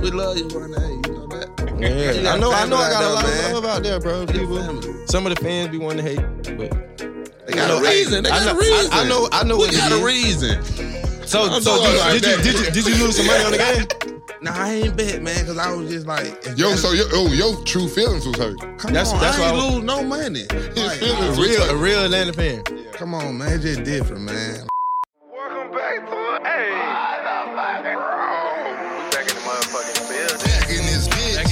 We love you, Renee. You know that. You Yeah, got I know, I family know, I out got there, a lot man. of love out there, bro. Your People, family. some of the fans be wanting to hate, but They got know, a reason. They I got a know- I- reason. I know- I know We what it got is. a reason. so, I'm so talking like did, you, that. did you did you did you lose some money on the game? Nah, I ain't bet, man, because I was just like, if Yo, that's- so your, oh, your true feelings was hurt. come that's- on, that's I ain't why I- lose no money. Like, feelings A I- real, a real Atlanta fan. come on, man, it's just different, man. Welcome back to Hey. We back in the motherfucking building. Back in this bitch.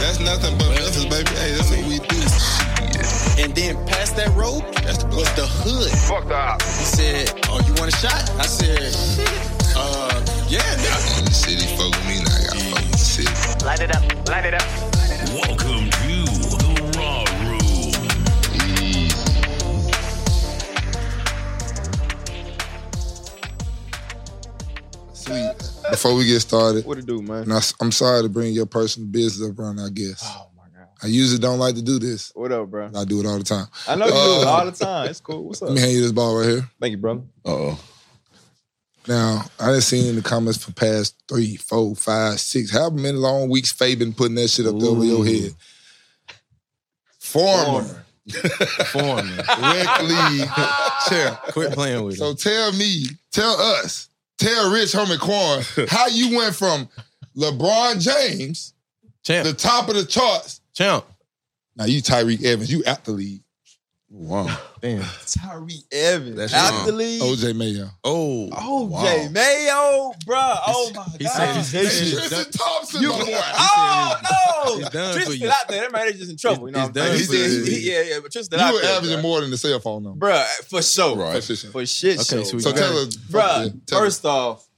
That's nothing but business, baby. Hey, that's what we do. And then past that road was the hood. Fuck the ops. He said, Oh, you want a shot? I said, Uh, yeah, nigga. In the city, fuck me, now I gotta fuck the city. Light it up. Light it up. Welcome to the Raw Room. Sweet. Before we get started, What it do, man? and I, am sorry to bring your personal business up around, I guess. Oh my god, I usually don't like to do this. what up, bro? but I do it all the time. I know you do it Uh, all the time. It's cool. What's up? Let me hand you this ball right here. Thank you, brother. Uh-oh. Now, I done seen in the comments for past three, four, five, six, however many long weeks Faye been putting that shit up there over your head. Former Foreigner, rec league champ. quit playing with So it. tell me, tell us, tell Rich Homie Quan how you went from LeBron James, the Champ, top of the charts. champ. Now you Tyreek Evans, you out the league. Wow. Damn, Tyree Evans That's out wrong. the league. OJ Mayo. Oh, OJ Mayo, bro. Oh my he god. said he's- Hey, This shit is Tristan Thompson, You- my boy. oh no! it's done Tristan for you. out there, that man is just in trouble. You know It's what I'm done saying? for you. He- he- yeah, yeah, but Tristan out You were there, averaging more than the cell phone number. Bruh, for sure. Right. For, for shit Okay, show. so we So bruh. tell us, Bruh, tell us. first off,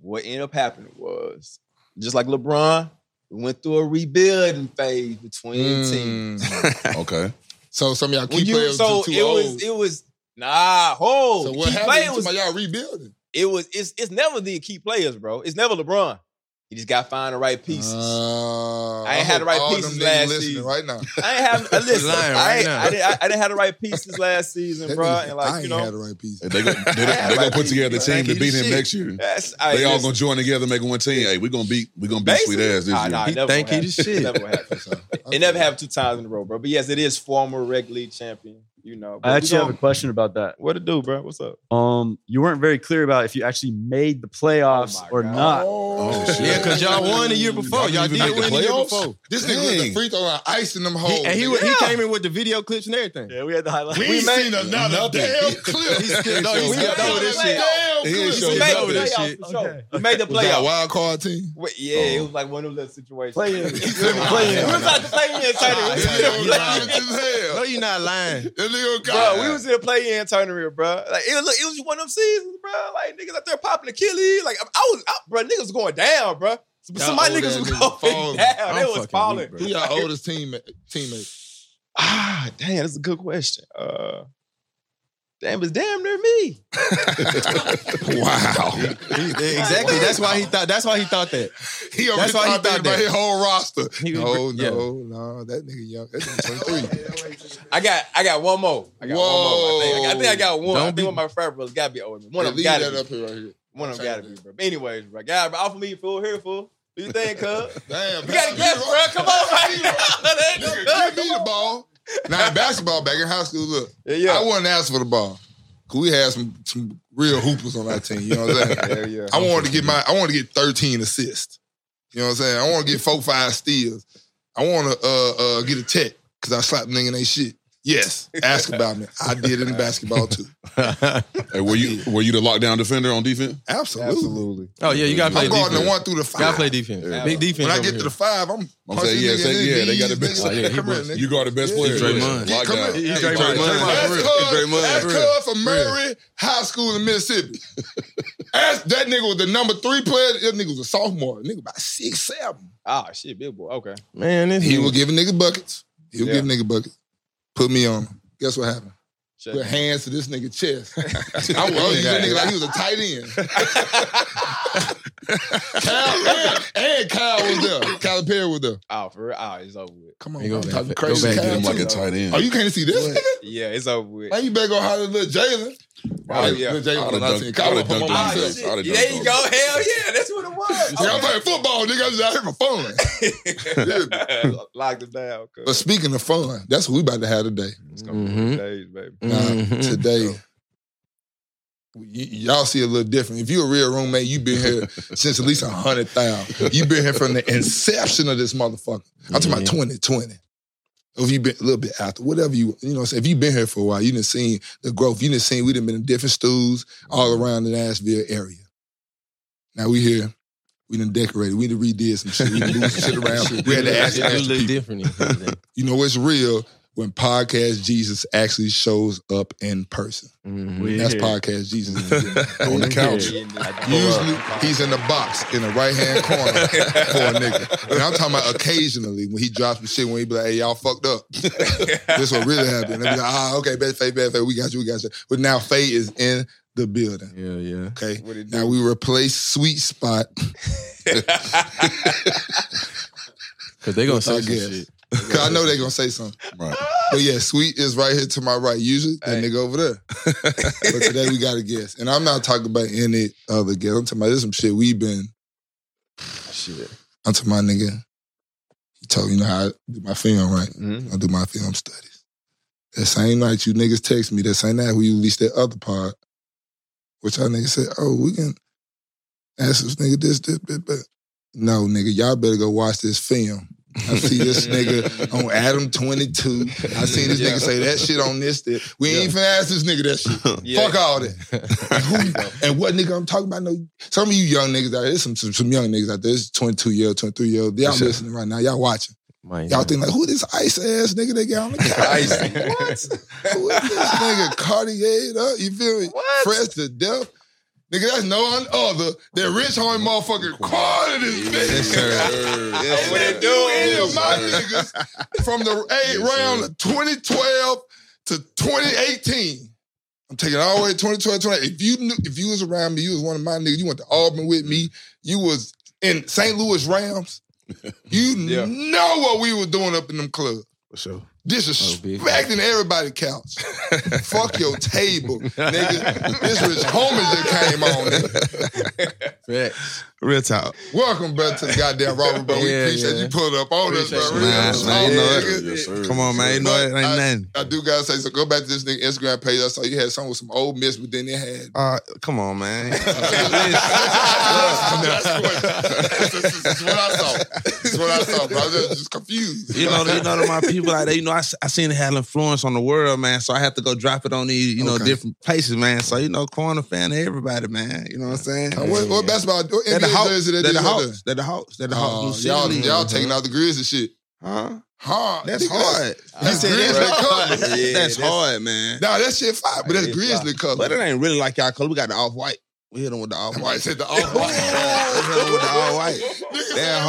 what ended up happening was just like LeBron, we went through a rebuilding phase between teams. Mm. okay. So some of y'all When keep you playing so too, too it old. was it was nah hold. so what key players happened? was Was, y'all rebuilding. it was it's it's never the key players, bro. It's never LeBron. You just got to find the right pieces. Uh, I ain't had the hope right all pieces them niggas last listening season. Right now, I ain't have uh, listen. lying I, right ain't, now. I, didn't, I, I didn't have the right pieces last season, That bro. nigga- And I like ain't you know, had the right pieces. They gonna, they, gonna- they gonna put together a team to beat him next year. that's They all gonna join together, make one team. Hey, we gonna beat, we gonna beat sweet ass this Nah, year. nah, He never think gonna he the happen. shit. Never gonna happen. So, okay. It never happened two times in a row, bro. But yes, it is former reg league champion. You know, But I we actually have gonna- a question about that. what to do, bro? What's up? Um, you weren't very clear about if you actually made the playoffs Oh my or God. not. Oh, shit. Yeah, because y'all won the year before. Y'all Y'all didn't did even win make the the year playoffs? before. This nigga was the free throw line, icing them hoes. He, and he, nigga. he came in with the video clips and everything. Yeah, we had to highlight. we, ain't seen another nothing. damn clip. He skipped- no, he We skipped ain't over this seen shit. another He damn clip. ain't We made the playoffs showed He got over that shit. for sure. Okay. We made the Was that a playoffs. wild card team? Wait, Yeah, Oh. it was like one of those situations. Play in. We Play in. was like the play-in That tournament. nigga was Play-in. violent as No, hell. you're not lying. That nigga Bro, got- we was in a play-in tournament, bro. Like it was, look, it was one of them seasons, bro. Like niggas out there popping Achilles. Like I was, I, bro, niggas was going down, bro. Some some of my old niggas ass was niggas going falling. down. They I'm was fucking falling. weak, bro. Who y'all oldest teammate? teammate? Ah, damn, that's a good question. Uh, damn, it's damn near me. Wow. He- exactly. That's why he thought. That's why he thought that. He over That's there why he thinking thought about that. his whole roster. He was- no, yeah. no, no. That nigga young. That nigga 23. I got, I got one more. I got one more. I think. I got- I, think I got one. I Don't think be- one of my favorite brothers gotta be older. One Hey, of them leave gotta that be. up here right here. One of them gotta be, bro. But anyways, bro, God, bro, offer me fool here, fool. Do you think, cuz? Damn. We got a guess, bro. Come on, right now. Give me the ball. Now in basketball back in high school, look, yeah, yeah. I wasn't ask for the ball. Cause we had some some real hoopers on our team. You know what I'm saying? yeah, yeah. I wanted to get my I wanted to get 13 assists. You know what I'm saying? I want to get four five steals. I want to uh, uh, get a tech because I slapped nigga in they shit. Yes, ask about me. I did it in basketball too. Hey, were you were you the lockdown defender on defense? Absolutely. Oh yeah, you gotta play I'm guarding defense. the one through the Gotta five. play defense. Yeah. Big defense. when I over get to here. the five, I'm I'm punching saying, yeah, niggas say- in the yeah, they knees, got the best- niggas. yeah, he Come here, nigga. You guard the best Yeah. player. Draymond. Yeah, come here. Lockdown. He Hey, Draymond. Draymond. Draymond. Ask Cub, Draymond. ask For Cub from Murray High School in Mississippi. ask that nigga was the number three player. That nigga was a sophomore. Nigga about six, seven. Ah, shit, big boy. Okay. Man, this He nigga- would give a nigga buckets. He would Yeah. give a nigga buckets. Put me on him. Guess what happened? Check. Put hands to this nigga chest. I was using that nigga like he was a tight end. Kyle and, and Kyle was there. Kyle compared with though? Oh, for real? Oh, it's over with. Come on, You go man, back- talking go crazy. back to to Get Cam him like too. a tight end. Oh, you can't see this? What? nigga? Yeah, it's over with. Man, you better go holler at little Jalen. Oh, yeah. Little Jalen I would would've have not dunked- seen. I I would have would've dunked on dunked Ah, myself. shit. I'd have There done you go. Hell yeah, that's what it was. Yeah, I'm playing football, nigga. I'm just out here for fun. Okay. Locked it down. cuz. But speaking of fun, that's what we about to have today. It's gonna be Mhm. one days, baby. Mm-hmm. Nah, today, y- y'all see a little different. If you a real roommate, you've been here since at least a hundred thousand. You've been here from the inception of this motherfucker. I'm talking about 2020. Or If you been a little bit after, whatever you, you know what I'm saying? If you've been here for a while, you done seen the growth. You done seen we done been in different stools all around the Nashville area. Now we here. We done decorated. We done redid some shit. We done moved some shit around. We had to ask, you ask look different. in here today. you know it's real when podcast Jesus actually shows up in person. Mhm. We That's here. podcast Jesus On the couch. Yeah, nigga. Usually he's in the box in the right hand corner for a nigga. And I'm talking about occasionally when he drops some shit when he be like, "Hey, y'all fucked up." this what really happened. And they be like, "Ah, okay, bad fade, bad fade. We got you, we got you." But now Faye is in the building. Yeah, yeah. Okay. What it do? Now we replace sweet spot. Because they going to With our say some guest. shit. Cause I know they gonna say something. Right. But yeah, Sweet is right here to my right. Usually that Hey. nigga over there. but today we got a guest. And I'm not talking about any other guest. I'm talking about this some shit we been. Shit. I'm talking about nigga. He told me, you know how I do my film, right? I do my film studies. That same night you niggas text me, that same night we released that other part, which our niggas said, oh, we can ask this nigga this, this, this, but no, nigga, y'all better go watch this film. I see this nigga on Adam 22. I seen this Yeah. nigga say that shit on this. That. We ain't finna ask this nigga that shit. Yeah. Fuck all that. And who- and what nigga I'm talking about? No, some of you young niggas out there, there's some, some, some young niggas out there, it's 22 year old, 23 year old. Y'all For sure. listening right now, y'all watching. Man, Y'all think like, who this ice ass nigga they got on the couch? Ice. What? Who is this nigga Cartier up? You feel me? What? Fresh to death. Nigga, that's no one other than Rich Homie motherfucker Carter this bitch. That's what it do. Any of is- my niggas from the eight round of 2012 to 2018. I'm taking it all the way to 2012, 20. If you knew, if you was around me, you was one of my niggas. You went to Auburn with me. You was in St. Louis Rams. You Yeah. know what we were doing up in them clubs. For sure. Disrespecting everybody couch. Fuck your table, nigga. This Rich Homie that came on. nigga. facts. Real talk. Welcome, bro, to the goddamn robbery, bro. We Yeah, appreciate yeah. you pulling up on us, bro. Appreciate Real you, talk, man. I nigga. know it. Yes, sir. Come on, man. You know it ain't I- nothing. I do gotta say so. Go back to this nigga Instagram page. I saw you had something with some old miss, but then it had. Uh, come on, man. that's, what, that's, that's- that's what I saw. That's what I saw. Bro. I was just, just confused. You know, you know, to my people out there, you know, I, I seen it had influence on the world, man. So I have to go drop it on these, you know, Okay. different places, man. So you know, corner fan of everybody, man. You know what I'm saying? Now, what, what basketball? What They're the NBA Hawks. jersey They're that the they had Hawks. They're the Hawks. They're the there? Oh, Hawks. y'all, New City y'all League. taking out the Grizz and shit. Huh? Hard. That's Nigga, hard. That's, You said Grizzly that's color. hard. Yeah, that's- That's hard, man. Nah, that shit fire, but that's It's Grizzly color. But it ain't really like y'all color. We got the off white. We hit them with the off That's why I white. said the all white. with the all white. That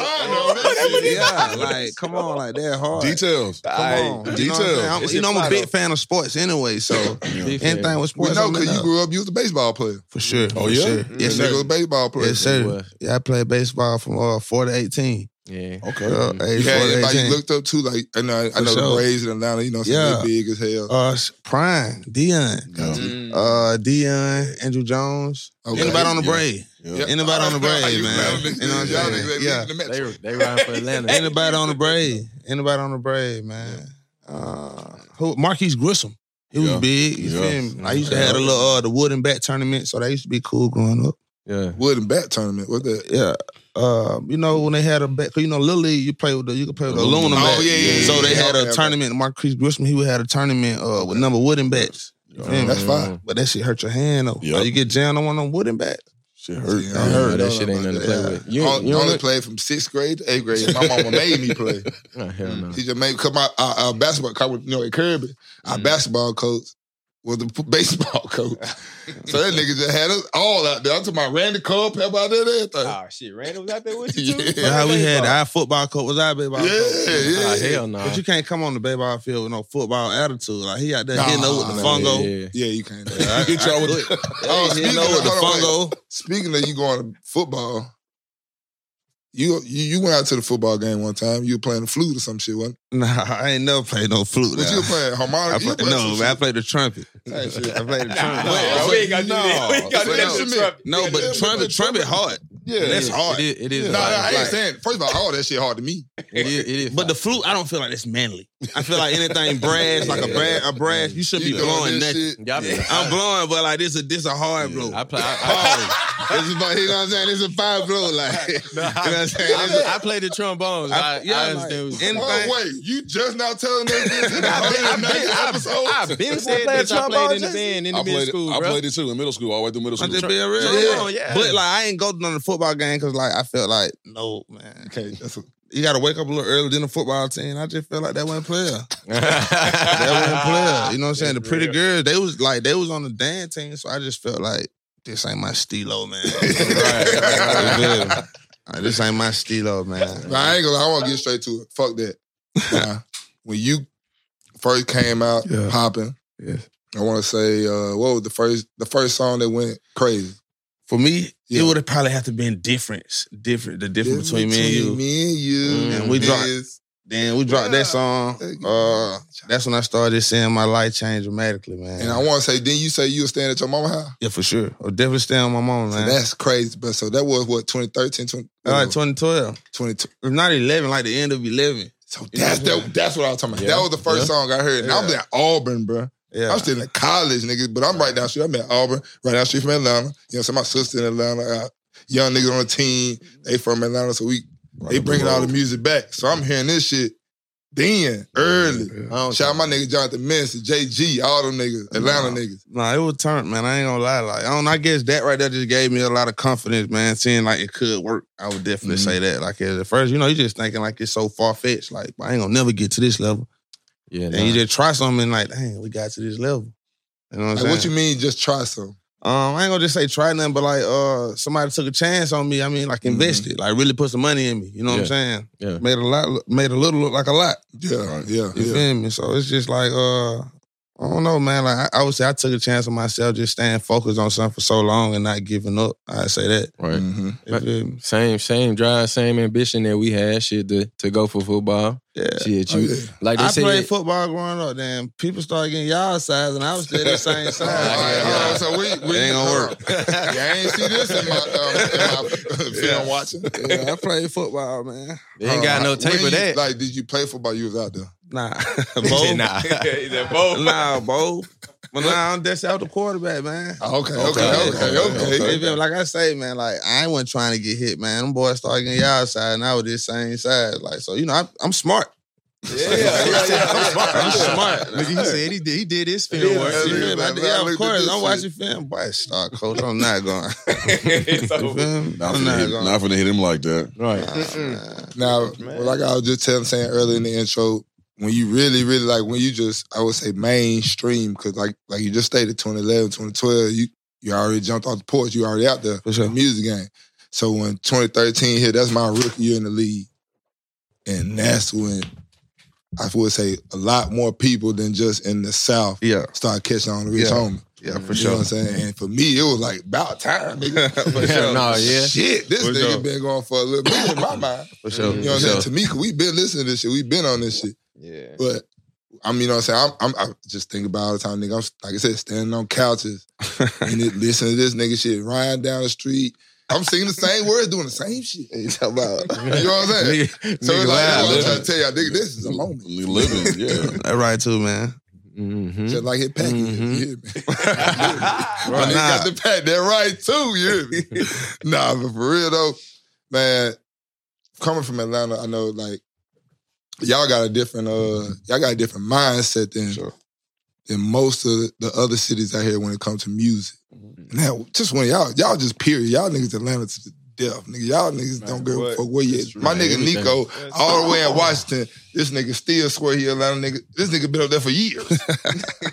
hard. Yeah, like come on, like that hard. Details. Aight. You know, what I'm, saying? Details. I'm- It's you know, I'm a impossible. big fan of sports anyway. So Big fan. anything with We sports, know I'm because in you up. grew up, you was a baseball player. for sure. Oh, for yeah? sure. Yes, yes nigga was sir. a baseball player. Yes, sir. Boy. Yeah, I played baseball from uh, four to eighteen. Yeah. Okay. Uh, You age had four to everybody you eighteen. looked up to, like I know, I For know the sure. Braves in Atlanta. You know, so yeah. Yeah. big as Oh, hell. Uh, Prime, Dion, Mm. uh, Dion, Andrew Jones. Okay. Anybody on the Yeah. Braves? Yeah. Anybody on the Braves, You man? found You know what I'm Y'all saying? niggas ain't Yeah. leaving the They, match. they ride for Atlanta. Anybody on the Braves? Anybody on the Braves, man? Uh, who? Marquise Grissom. He was Yeah. big. You Yeah. feel me? I used to have a little uh, the wooden bat tournament, so that used to be cool growing up. Yeah. Wood and bat tournament. What the? Yeah. Uh, you know when they had a bat, 'cause you know little league, you play with the, you could play with the aluminum. Oh, bat. yeah, yeah, So yeah, they yeah. had Okay, a okay. tournament. Marquise Grissom, he would had a tournament uh with number wooden bats. You feel me? That's fine. But that shit hurt your hand though. Yeah. Like, you get jammed on one of them wooden bats. Shit hurt. Yeah, I heard no, that shit no, ain't no, nothing to no. play with. You, I you only don't only look- played from sixth grade to eighth grade. My mama made me play. Oh, hell no. She just made come out our, our basketball coach. You know, at Kirby, Mm. our basketball coach was the p- baseball coach. so that nigga just had us all out there. I'm talking about Randy Culpepper out there. and everything. Oh shit, Randall was out there with you too. Yeah, Yeah. we had our football coach was our baseball coach. Yeah, yeah. Oh, hell no. But you can't come on the baseball field with no football attitude. Like he out there hitting Nah, her with the nah, fungo. Yeah. Yeah, you can't. I- Get y'all with I- Oh, hitting her with the hold on, wait. fungo. Speaking of you going to football, You, you you went out to the football game one time. You were playing the flute or some shit, wasn't Nah, I ain't never played no flute. it? What now. you were playing? I Harmonica? You Oh, play, were no, playing some man, I shit. played the trumpet. Type shit. I played the Nah, trumpet. bro, we ain't gotta do that. We ain't gotta do No, that to but- Trump. No, but the trumpet, Yeah, but trumpet trumpet- hard. Yeah. That's hard. It is. It is Nah, nah, hard. I ain't Like- saying. First of all, all that shit hard to me. It is. It is But the flute, I don't feel like it's manly. I feel like anything brass, like a brass, a brass, you shouldn't be doing blowing this nothing. shit. y'all be- "Ah." I'm blowing, but like this is this a hard blow. I play. I, this is about, you know what I'm saying? This is a five blow. Like you know what I'm saying? I, This I, is- I played the trombones. I, I- yeah, I like- understand what and- you Oh, wait, you just now telling us this in the I've been, I've 190 been, I've, episode? I've been said playing this. I trombone, played in the Jason? band in the I middle played, school, it, I bro. played it too in middle school, all the way through middle I'm school. just being real. Come on, yeah. But like I ain't go on the football game because like I felt like no man. Okay, that's a, You gotta wake up a little early than the football team. I just felt like that wasn't player. That wasn't player. You know what I'm saying? The pretty girls, they was like they was on the dance team, so I just felt like this ain't my stilo, man. right, right. Like, this ain't my stilo, man. Nah, I ain't gonna. I want to get straight to it. Fuck that. Nah, when you first came out Yeah. popping, Yes. I want to say uh, what was the first the first song that went crazy? For me, Yeah. it would have probably have to been difference, different, the difference between me and you. Me and you. Mm, and we dropped- is- Then we dropped that song. Uh, that's when I started seeing my life change dramatically, man. And I want to say, then you say you were staying at your mama's house. yeah, for sure. I'll definitely stay on my mama, So man. that's crazy. But so that was what 2013, 20, All right, 2012. 22. If not 11, like the end of 11. So that's that, that's what I was talking about. Yeah. That was the first Yeah. song I heard. And I was Yeah. in Auburn, bro. Yeah. I'm still in college, niggas, but I'm right down the street. I'm in Auburn, right down the street from Atlanta. You know, so my sister in Atlanta, I got young niggas on the team. They from Atlanta, so we they bringing all the music back. So I'm hearing this shit then early. Shout out my nigga Jonathan Manson, JG, all them niggas, Atlanta Nah. niggas. Nah, it was turned, man. I ain't gonna lie. Like, I don't. I guess that right there just gave me a lot of confidence, man. Seeing like it could work, I would definitely say that. Mm-hmm. Like at first, you know, you just thinking like it's so far fetched. Like I ain't gonna never get to this level, Yeah, and you just try something, and like, dang, we got to this level. You know what I'm Like, saying? what you mean? Just try some. Um, I ain't gonna just say try nothing, but like uh somebody took a chance on me. I mean, Mm-hmm. like invested, like really put some money in me. You know what I'm saying? Yeah. Made a lot look- made a little look like a lot. Yeah, yeah, You yeah. feel me? So it's just like uh I don't know, man. Like I, I would say I took a chance on myself just staying focused on something for so long and not giving up. I say that. right. Mhm. You feel me? Mm, Same, same drive, same ambition that we had. Shit to, to go for football. Yeah. Shit, Oh, you yeah. like they I said. played football growing up, then people started getting y'all size and I was still the same size. All right, Like, all uh, right, so we, we It ain't gonna hold work. on. yeah, I ain't see this in my, um, in my film watching. yeah, I played football, man. they ain't got no When tape you- of that. Like, did you play football? You was out there. Nah. Said, Both. nah. Is that both? Nah, bro. But nah, I'm that's out the quarterback, man. Okay, okay, Okay, okay, okay. You feel me? Like I say, man, like I wasn't trying to get hit, man. Them boys started getting y'all side, and I was this same size. Like, so you know, I, I'm smart. Yeah, yeah, I'm yeah. smart. Nigga, he said he did, he did his Yeah, film work. that's you it. Yeah. feel me? I did- I yeah, looked of at course. this I'm shit. watching film. Boy, stop, coach. I'm not going. You so, feel me? Not I'm finna not hit, going. not finna hit him like that. Right. Now, well, like I was just telling, saying earlier in the intro, when you really, really like when you just, I would say mainstream, because like like you just stated, 2011, 2012, you you already jumped off the porch, you already out there For sure. the music game. So when 2013 hit, that's my rookie year in the league, and that's when I would say a lot more people than just in the South Yeah, start catching on to Rich Yeah. Homie. yeah, for You sure. know what I'm saying? And for me, it was like about time, nigga. for Yeah, sure. no, yeah. Shit, this For nigga sure. been going for a little bit in my mind. Mm-hmm. For sure. You know what for I'm sure. saying? Tamika, we been listening to this shit. we been on this shit. yeah. But I mean, you know what I'm saying? I'm, I'm I just think about it all the time, nigga. I'm like I said, standing on couches and it, listening to this nigga shit, riding down the street. I'm singing the same words, doing the same shit. You know what I'm saying? So it's like that's what I'm trying to tell y'all, nigga, this is a moment. You Living, yeah. That right too, man. Mm-hmm. Just like hit pack, you Mhm. hear me? Right. Nah. got the pack, that right too, you hear me? nah, but for real though, man, coming from Atlanta, I know like y'all got a different uh y'all got a different mindset than than most of the other cities out here when it comes to music. Now, just when y'all y'all just period, y'all niggas Atlanta to the death, nigga. Y'all niggas Matter don't give a what. fuck where you. It's My nigga everything. Nico, all the way in Washington, this nigga still swear he Atlanta nigga. This nigga been up there for years,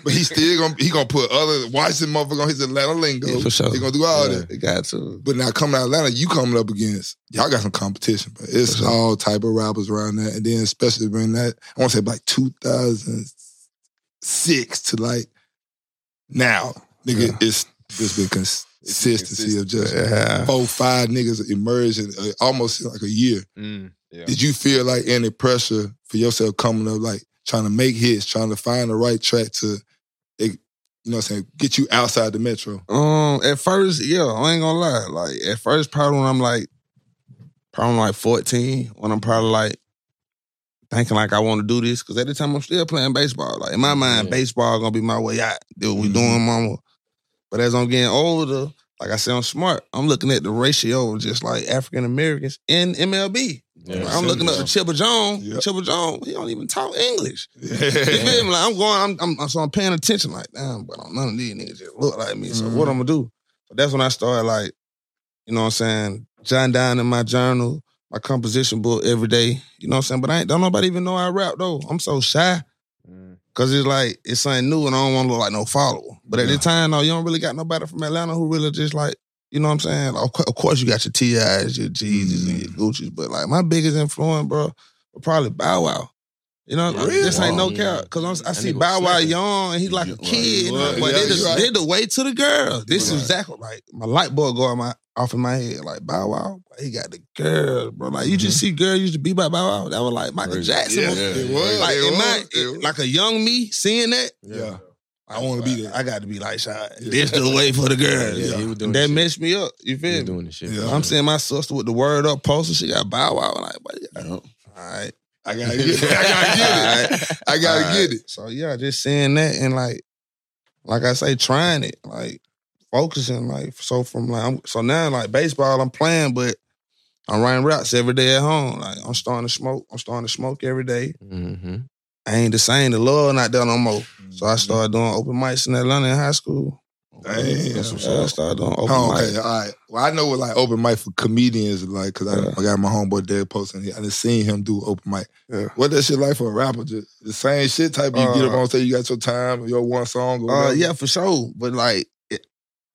but he still gonna he gonna put other Washington motherfucker on his Atlanta lingo. Yeah, for sure. He gonna do all Yeah. that. It got to. But now coming out of Atlanta, you coming up against y'all got some competition, but it's all type of rappers around there. And then especially during that, I want to say like 2006 to like now, nigga, it's it's been cons- consistency of just Yeah. four, five niggas emerged in uh, almost like a year. Mm, yeah. Did you feel like any pressure for yourself coming up, like trying to make hits, trying to find the right track to, eh, you know what I'm saying, get you outside the metro? Um, at first, yeah, I ain't gonna lie. Like at first, probably when I'm like, probably like 14, when I'm probably like thinking like I want to do this, because at the time I'm still playing baseball. Like in my mind, Yeah. baseball gonna be my way out. Do what we doing, mama. But as I'm getting older, like I said, I'm smart. I'm looking at the ratio of just like African Americans in MLB. I'm looking up to Chipper Jones. Yep. Chipper Jones, he don't even talk English. You Yeah. feel me? Like I'm going, I'm, I'm so I'm paying attention. Like damn, but none of these niggas just look like me. So what I'm gonna do? But that's when I started like, you know what I'm saying, jotting down in my journal, my composition book every day. You know what I'm saying? But I ain't, don't nobody even know I rap though. I'm so shy. Cause it's like it's something new, and I don't want to look like no follower. But at the time, no, you don't really got nobody from Atlanta who really just like, you know what I'm saying. Of, cou- of course, you got your Ti's, your Jeezys, and your Gucci's, but like my biggest influence, bro, was probably Bow Wow. You know, Really? this ain't no Wow. cap. Cause I'm, I That see nigga was Bow Wow snapping. yawn, and he like a You- kid. Right. But Yeah, they you the, right. they the way to the girls. This Right. is exactly like my light bulb go in my off in my head. Like Bow Wow, he got the girls, bro. Like you just see girls used to be by Bow Wow. That was like Michael Crazy. Jackson. Yeah, was- it was. like, it in was, my, it was. like a young me seeing that, yeah. I wanna be there. I got to be like, Shy, Yeah. this the way for the girls. Yeah, he was doing that shit. messed me up. You He was feel me? doing the shit. Yeah. I'm seeing my sister with the word up poster. She got bow wow. Like, but yeah, all right, I gotta get it. I gotta get it. I gotta get it. So yeah, just seeing that and like, like I say, trying it, like focusing, like so from like, I'm, so now like baseball, I'm playing, but I'm running routes every day at home. Like I'm starting to smoke. I'm starting to smoke every day. Mm-hmm. I ain't the same. The love not there no more. So Mm-hmm. I started doing open mics in Atlanta in high school. Damn. That's what's up. I started doing open Oh, mics. okay, all right. Well, I know what like open mic for comedians is like because I, Yeah. I got my homeboy Derek Post and he- I just seen him do open mic. Yeah. What that shit like for a rapper? Just the same shit type. You get up Uh, on stage, you got your time, or your one song. Or Uh, whatever. yeah, for sure. But like, it,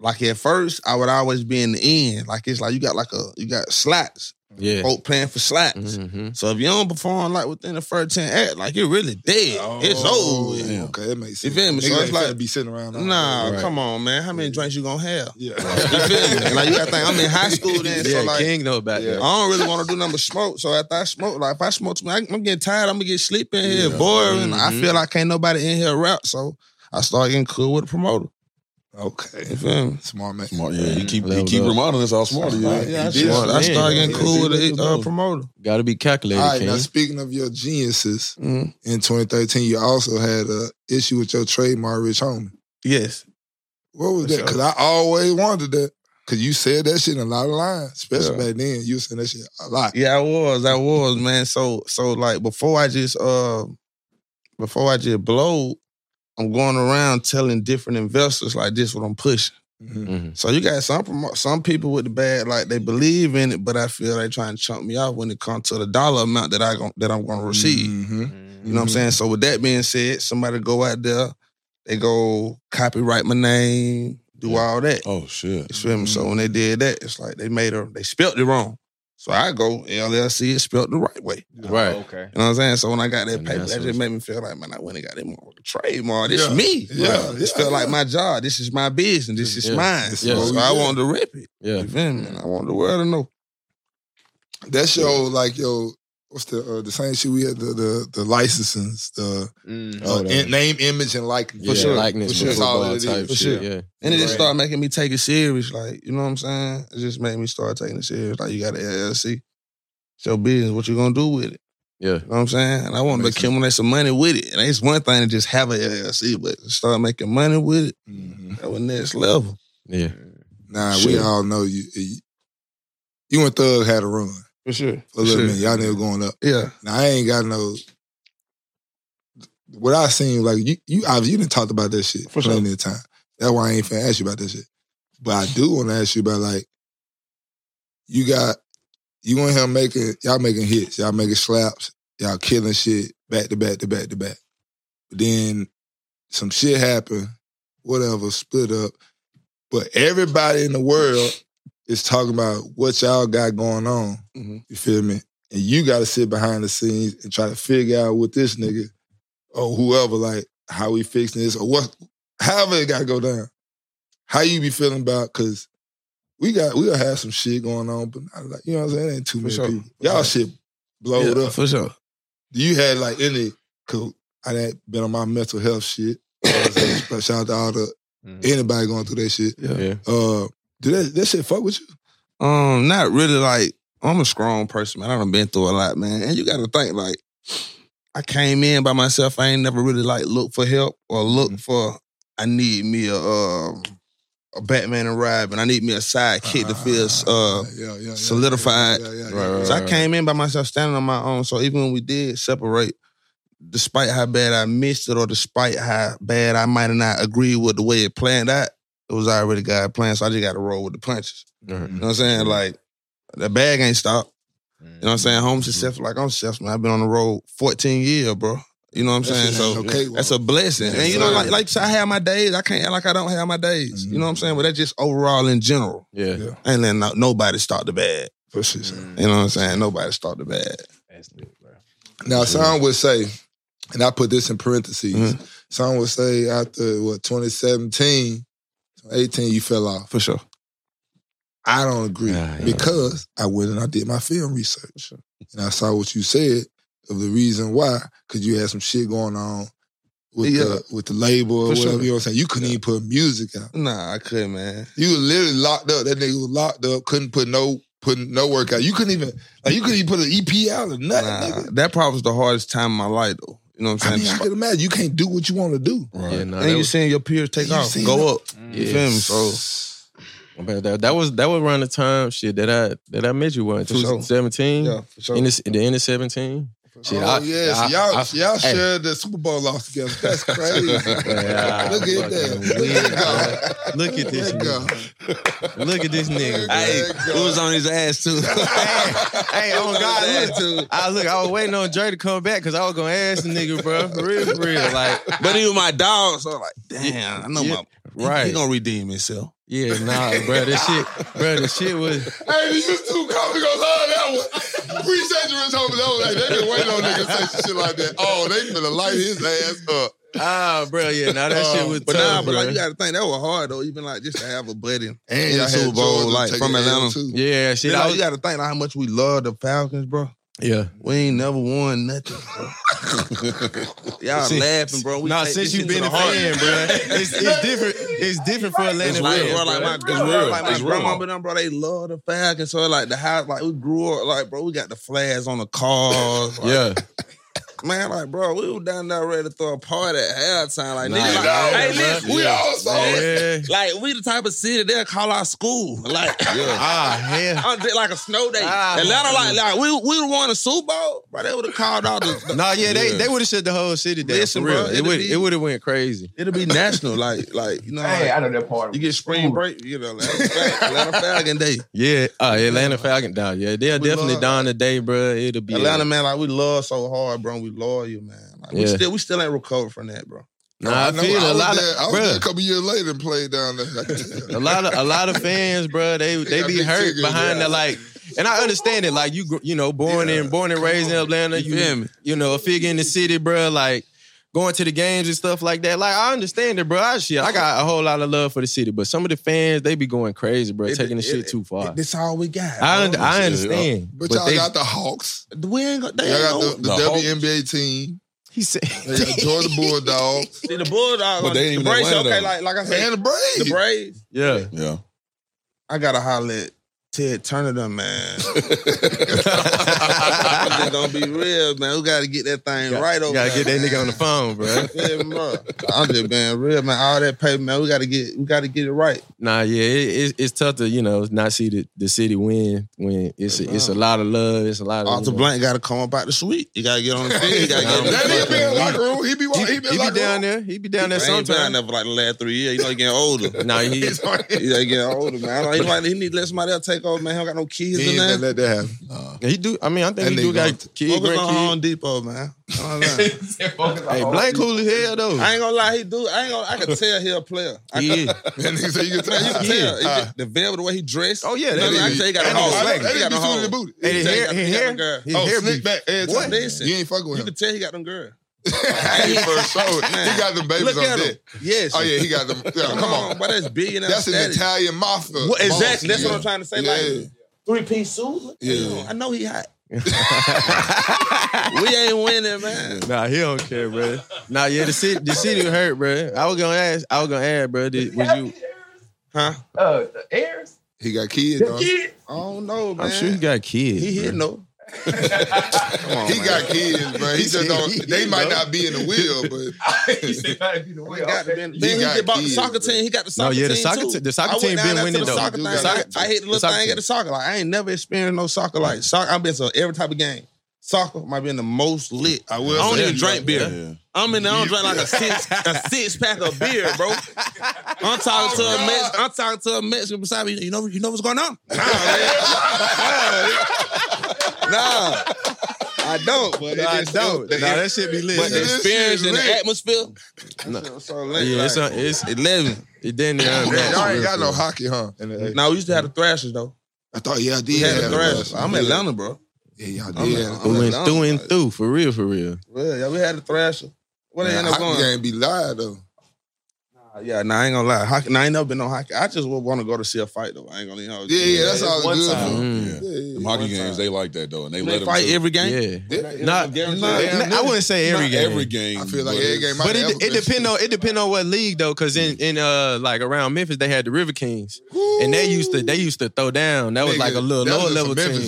like at first, I would always be in the end. Like it's like you got like a you got slots. Yeah. Folk playing for slots. Mm-hmm. So if you don't perform like within the first ten act, like you're really dead. It's over. with. Oh, Okay, that makes You sense. feel me? So Niggas it's ain't like- finna be sitting around. all Nah, day. come on, man. How many drinks you gonna have? Yeah. You feel me? And, like you got to think I'm in high school then, yeah, so like King though back I there. don't really want to do nothing but smoke. So after I smoke, like if I smoke, I, I'm getting tired. I'm gonna get sleepy in here, boring. I Mhm. feel like ain't nobody in here rap. So I start getting cool with the promoter. okay. You feel me? Smart man. Smart. Yeah, you keep you Leveled keep up. reminding us how smart he is. Yeah, I, did. start, I Yeah. start getting Yeah. cool with See, the look uh, at promoter. Got to be calculated, All right. King. Now speaking of your geniuses, Mhm. in 2013, you also had a issue with your trademark, Rich Homie. Yes. What was For that? sure. Because I always wanted that. Because you said that shit in a lot of lines, especially Yeah. back then. You said that shit a lot. Yeah, I was. I was, man. So so like before I just uh before I just blow, I'm going around telling different investors like this what I'm pushing. Mhm. So you got some promo- some people with the bad like they believe in it, but I feel they trying to chunk me off when it comes to the dollar amount that I gon- that I'm gonna receive. Mhm. Mm-hmm. You know what I'm saying? So with that being said, somebody go out there, they go copyright my name, do all that. Oh shit. You feel me? So when they did that, it's like they made her, they spelt it wrong. So I go, LLC is spelt the right way. Right. Okay. You know what I'm saying? So when I got that And paper, that's that what's- just made me feel like, man, I went and got that motherfucking trademark. This Yeah. is me. Yeah, Right. This yeah, felt yeah. like my job. This is my business. This is Yeah. mine. This is what So we I do. wanted to rip it. Yeah. You feel me? And I want the world to know. That's your like your what's the uh, the same shit we had the the, the licenses the Mm-hmm. Mm. Oh, uh, that- in- name image and likeness yeah, sure. Likeness For sure. football That's all it type is. For shit. sure. Yeah. And it just Right. started making me take it serious. Like, you know what I'm saying? It just made me start taking it serious. Like, you got an LLC. It's your business. What you going to do with it? Yeah. You know what I'm saying? And I want to Makes sense. accumulate some money with it. And it's one thing to just have a LLC, but to start making money with it, Mhm. that was next level. Yeah. nah we Sure. all know you you and Thug had a run For sure. for a little minute y'all never going up Yeah. now I ain't got no what I seen like you you obviously you didn't talk about that shit For sure. plenty of time that's why I ain't finna ask you about that shit but I do want to ask you about like you got you in here making y'all making hits, y'all making slaps, y'all killing shit back to back to back to back. But then some shit happened, whatever, split up. But everybody in the world is talking about what y'all got going on. Mhm. You feel me? And you got to sit behind the scenes and try to figure out what this nigga or whoever like how we fixing this or what, however it got to go down. How you be feeling about? Because we got we'll have some shit going on, but not like you know what I'm saying. It ain't too many sure. people. Y'all all shit blowed Yeah, up. for sure. Do you had like any? Cause I done been on my mental health shit. You know what I'm saying? But Shout out to all the anybody going through that shit. Yeah. Mm. Yeah. Uh, do that that shit fuck with you? Um, not really like I'm a strong person, man. I done been through a lot, man. And you gotta think like I came in by myself. I ain't never really like look for help or look for I need me a um a Batman and Robin. I need me a sidekick to feel uh Ah, yeah, yeah, yeah, solidified. Yeah, yeah, yeah, yeah. Right, right, so I came in by myself standing on my own. So even when we did separate, despite how bad I missed it or despite how bad I might have not agreed with the way it planned out, it was already God planned. So I just gotta roll with the punches. Right. You know what I'm saying? Like the bag ain't stopped. You know what I'm Mm-hmm. saying? Homes is self like I'm self, man. I've been on the road 14 years, bro. You know what I'm That saying? shit So ain't okay, that's a blessing. And you know, like like I have my days. I can't act like I don't have my days. You know Mm-hmm. what I'm saying? But that's just overall in general. Yeah. Yeah. I ain't letting no- nobody start the bag. For sure, sir. You know what I'm saying? Nobody start the bag. That's good, bro. Now, some would say, and I put this in parentheses, Mhm. some would say after what 2017, 18, you fell off. For sure. I don't agree Yeah, yeah. because I went and I did my film research and I saw what you said of the reason why, because you had some shit going on with Yeah. the with the label or For sure. whatever. You know what I'm saying? You couldn't even put music out. Nah, I couldn't, man. You were literally locked up. That nigga was locked up. Couldn't put no put no work out. You couldn't even like you couldn't even put an EP out or nothing. Nah, nigga. that probably was the hardest time in my life, though. You know what I I'm mean, saying? I can imagine you can't do what you want to do. Yeah, no, and that you was, seeing your peers take You off, seen go it. up. You Yeah. feel me? So man, that, that was that was around the time shit that I that I met you one For sure. 2017. yeah, for sure. In the, the end of 17. Shit, oh I- yeah, so I- y'all I- so y'all hey. shared the Super Bowl loss together. That's crazy. Look at Yeah, that. fucking Look weird, at God. Look at this Look nigga. at Look at this nigga. God. Hey, It was on his ass too. hey, oh God, look. I look, I was waiting on Dre to come back because I was gonna ask the nigga, bro. For real, for real. Like, but he was my dog, so I'm like, damn, I know Yeah, my right. He gonna redeem himself. yeah, nah, bro. This shit, bro, this shit was Hey, these YouTube comics gonna love that one. Appreciate you, Rich Homie. That was like, they been waiting on niggas to say some shit like that. Oh, they finna light his ass up. ah, bro, yeah, nah, that shit was Oh, But nah, tough, but bro. like you gotta think that was hard though, even like just to have a buddy. And In y'all the had Super Bowl, Jordan like, take a from L, Atlanta. too. yeah, Then, shit, I like, was, you gotta think like, how much we love the Falcons, bro. yeah. We ain't never won nothing. Bro. Y'all Since- laughing, bro. We Nah, take since this you've shit to been a the heart. fan, bro, it's, it's different. It's different for Atlanta It's fans. real, bro. Like my, bruh. it's real. Like my It's real. grandma been on, bro. They love the Falcons. So like the house, like we grew up, like bro, we got the flags on the cars. Like, Yeah, man, like bro, we was down there ready to throw a party at halftime. Like, Nah, nigga, like, nah, hey, bro. listen, We Yeah. all saw it. yeah. Like we the type of city they'll call our school. Like Ah, hell. I did like a snow day. Ah. Atlanta like like we we won the Super Bowl, bro. They would have called out the, the- Nah, yeah, they, they would have shut the whole city down. Listen, for real, bro, it it'd would be- it would have went crazy. It'll be national, like like you know. Hey, like, I know that part. you get spring break, you know, like, Atlanta Falcon Day. Yeah, uh, Atlanta Falcon down. Yeah, they'll We definitely love- down today, bro. It'll be Atlanta man, like we love so hard, bro. We loyal, man. Like, we Yeah. still we still ain't recovered from that, bro. Nah, I, know. feel I a was lot there, I of was there a bro. couple years later and played down there. I can tell. A lot of uh, a lot of fans, bro. They they got be big hurt tickets, behind yeah. that like. And I understand it, like you, gr- you know, born in, born and raised in Atlanta, you, you, know, a figure in the city, bro. Like going to the games and stuff like that. Like I understand it, bro. I shit, I got a whole lot of love for the city, but some of the fans, they be going crazy, bro, It- taking the it- shit too far. That's all we got. I, und- bro. I understand, Oh, But, but, y'all they, got the Hawks. we ain't got, they Y'all ain't got no- the, the, the Hawks. WNBA team. he said, They got Georgia Bulldogs See, the Bulldogs, But they the ain't even Braves. Atlanta, Okay, though. like like I said, and the the Braves. Braves. yeah, Yeah. I gotta holler at Ted Turner, them man. I'm just gonna be real, man. We gotta get that thing right you over. gotta there, get that nigga on the man. phone, bro. Yeah, bro. I'm just being real, man. All that paper, man. We gotta get, we gotta get it right. Nah, yeah, it, it, it's tough to you know not see the, the city win when it's a, it's a lot of love, it's a lot of you Arthur know. Blank gotta come up out the suite. You gotta get on the field. You gotta get. That nigga been in the He locker room. He be, He, Oh, he he be, in the be locker down room. there. He be down there ain't been out sometime. there for like the last three years. You know, he getting older. Nah, he He's like- He like getting older, man. I don't, he, like, he need to let somebody else take over, man. He don't got no kids He in ain't there. gonna let that happen. he do. I mean, I That think he nigga do got gonna- kid, Focus on Home grandkid. Depot, man. You know what I'm saying? Hey, Blank cool as hell though. I ain't gonna lie, he do. I ain't gonna. I can tell he a player. I He is. That nigga say you can can, you tell. can Yeah. tell He just- the velvet, the way he dressed. Oh, yeah, You that know, I nigga- can tell he got that a nigga whole. swag. He got a That nigga be suited whole. and booted. Hey, his He hair, got- he his got hair, them girl. his Oh, hair. slick back. every What? time. Listen. You ain't fucking with You him. can tell he got them girl. hey, for sure. Man. He got them babies Look on at him. deck. Yes. Oh yeah, he got them. Yeah, come on, bro. That's billionaire. that's an status. Italian mafia. What, boss, exactly. That's yeah. what I'm trying to say. Yeah. Like three piece suit. Yeah. I know he hot. we ain't winning, man. Nah, he don't care, bro. Nah, yeah, the city, the city hurt, bro. I was gonna ask, I was gonna ask, bro. Did, was you? Huh? Uh, the heirs? He got kids. dog. He I don't know, man. I'm sure you got kids. he hit no. Come on, man. got kids, bro. He just don't. They might know. not be in the will, but he said that'd be the He way. got to been, He then he got just bought the kids, soccer bro. team. He got the No, soccer yeah, the team soccer too. te- the soccer I went team down been there to winning, the though. Soccer The thing. soccer- I, I hit the the little soccer thing at the soccer. Like I ain't never experienced no soccer. Like soccer, I've been to every type of game. Soccer might be in the most lit. I will. I don't say even you drink like beer. that. I'm in there. I'm drinking like a six a six pack of beer, bro. I'm talking to Oh, a Mex- I'm talking to a Mexican beside me. You know you know what's going on? Nah, man. nah, I don't. But it I just- don't. Nah, the- that shit be lit. But the This shit experience is and the lit. atmosphere. yeah, it's un- it's Eleven. it damn near Man, unmatched, y'all ain't real got no quick. hockey, huh? In the- Now we used to have the Thrashers though. I thought y'all did We had have the Thrashers. I'm yeah. Atlanta, bro. Yeah, y'all I'm- did. I'm- have We it. went through and through for real, for real. Well, yeah, we had the Thrasher. What they Man, end up hockey going? game be live though. Nah, Yeah, nah, I ain't gonna lie. Hockey, nah, I ain't never been on hockey. I just would want to go to see a fight though. I ain't gonna. You know, Yeah, yeah, that's all one good. time. for. Mm. Yeah, yeah. Them hockey games, they like that though, and they, let They them fight do it. every game. Yeah, Not- not, not- I wouldn't say every Not game. Every game. I feel like but every it's- game. But I it, never it been depend on it depend on what league though, because in in uh like around Memphis they had the River Kings, and they used to they used to throw down. That was Nigga, like a little that was some lower level Memphis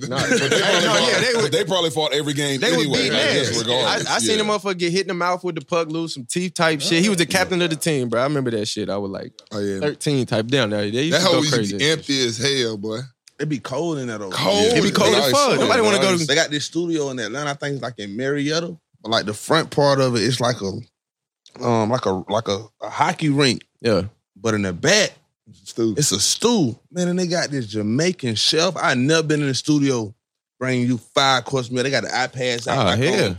niggas. But they, probably No, fought, yeah, they but would- they probably fought every game They would anyway. beat like, ass. just I, regardless. I seen yeah. Oh, him motherfucker get hit in the mouth with the puck, lose some teeth type shit. He was the captain of the team, bro. I remember that shit. I was like oh yeah, thirteen type down there. They used that to go whole used to crazy. be empty as hell, boy. It'd be cold in that old. Cold. It be cold Nice. as fuck. Nobody want to go They to. got this studio in Atlanta. I think it's like in Marietta, but like the front part of it, it's like a, um, like a like a, a hockey rink, Yeah, but in the back, Stupid. it's a stool. Man, and they got this Jamaican chef. I never been in the studio. Bringing you five course meal. They got the iPads out. Ah, like hell.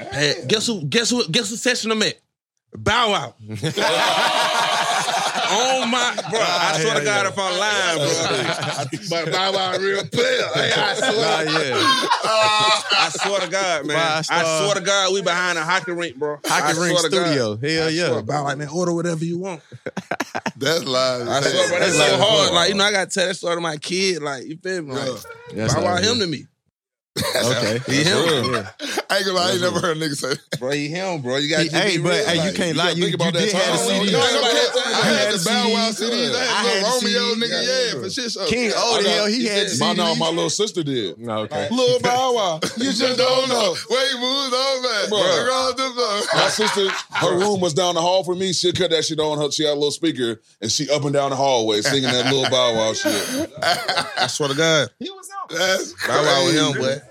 on- Hey, guess who? Guess who? Guess who session I'm at? Bow Wow. oh my, bro! I Ah, swear to God, if I'm lying, bro, but Bow Wow a real player. Hey, I Nah, swear, yeah. I swear to God, man. Five star. I swear to God, we behind a hockey rink, bro. I Hockey swear ring to God. studio. Hell I swear, yeah. Bow like man, order whatever you want. That's live. I as swear, hell. bro, that's That's so like- hard. Like you know, I got to tell that story to my kid. Like you feel me? Like, That's Bow Wow how it him is. to me, Okay. He him, I ain't gonna lie, I ain't never heard a nigga say that. bro. He him, bro. You got He- hey, but hey, you can't lie. You, think about you did that have a time. CD. No, Oh, I no, no. had the Bow Wow CD. CDs. I I had had the Romeo CD. nigga. Yeah, Yeah, for shit. so- King I Odell, got- he had My, no, CDs. my little sister did. No, okay. Little Bow Wow. You just don't know. Wait, moves on, man. Bro. Look at all them, though. My sister, her room was down the hall from me. She cut that shit on her. She had a little speaker, and she up and down the hallway singing that little Bow Wow shit. I swear to God. That's crazy. Bow Wow with him, boy.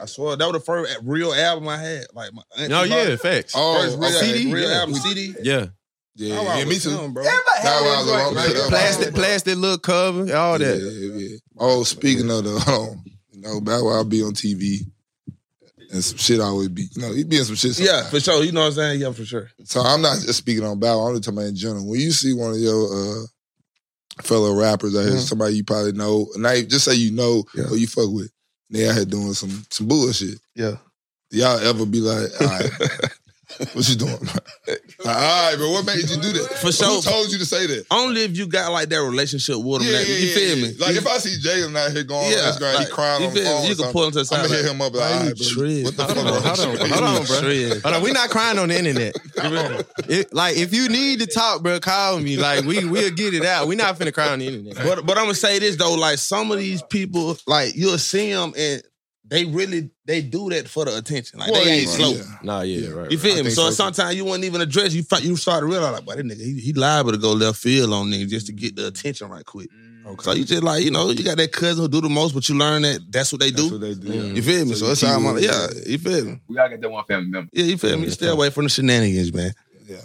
I swear that was the first real album I had. Like my No, yeah, facts. first Oh, real, okay. CD? real Yeah. album CD. Yeah. Yeah, Bow Wow yeah, me was too. him, bro. Bow Wow's a Everybody long had way. Plastic, plastic little cover, all Yeah, that. yeah. Oh, speaking of the, um, you know, Bow Wow be on TV and some shit I always be, you know, he be in some shit. sometimes. Yeah, for sure. You know what I'm saying? Yeah, for sure. So I'm not just speaking on Bow. Wow, I'm just talking about in general. When you see one of your uh, fellow rappers out here, Mhm. somebody you probably know, and I just say you know Yeah. or you fuck with, they out here doing some some bullshit. Yeah. Do y'all ever be like, all right, what you doing? Like, all right, but what made you do that? For sure. Who told you to say that? Only if you got like that relationship with him. that, you feel me? Like You- if I see Jalen out here going yeah, on Instagram, he like, crying you on the feel me? phone. You or can something, pull him to the I'm side. gonna hit like, him up Why like, all you right, bro, tripping? what the fuck? Hold on, wrong hold on, with you?" hold on, bro. Tripping. Hold on, we not crying on the internet. It- like, if you need to talk, bro, call me. Like, we we'll get it out. We not finna cry on the internet. But but I'm gonna say this though, like some of these people, like you'll see them and they really they do that for the attention. Like Well, they ain't yeah, slow. yeah. Nah, yeah, right. You right. feel me? think So, so, too. sometimes you wouldn't even address. You fi- you start to realize like, boy, that nigga he, he liable to go left field on nigga just to get the attention right quick. So you just like you know you got that cousin who do the most, but you learn that that's what they That's do. what they do. You feel me? So, So it's you all my keep- yeah. You feel me? We gotta get that one family member. Yeah, you feel me? Stay away from the shenanigans, man.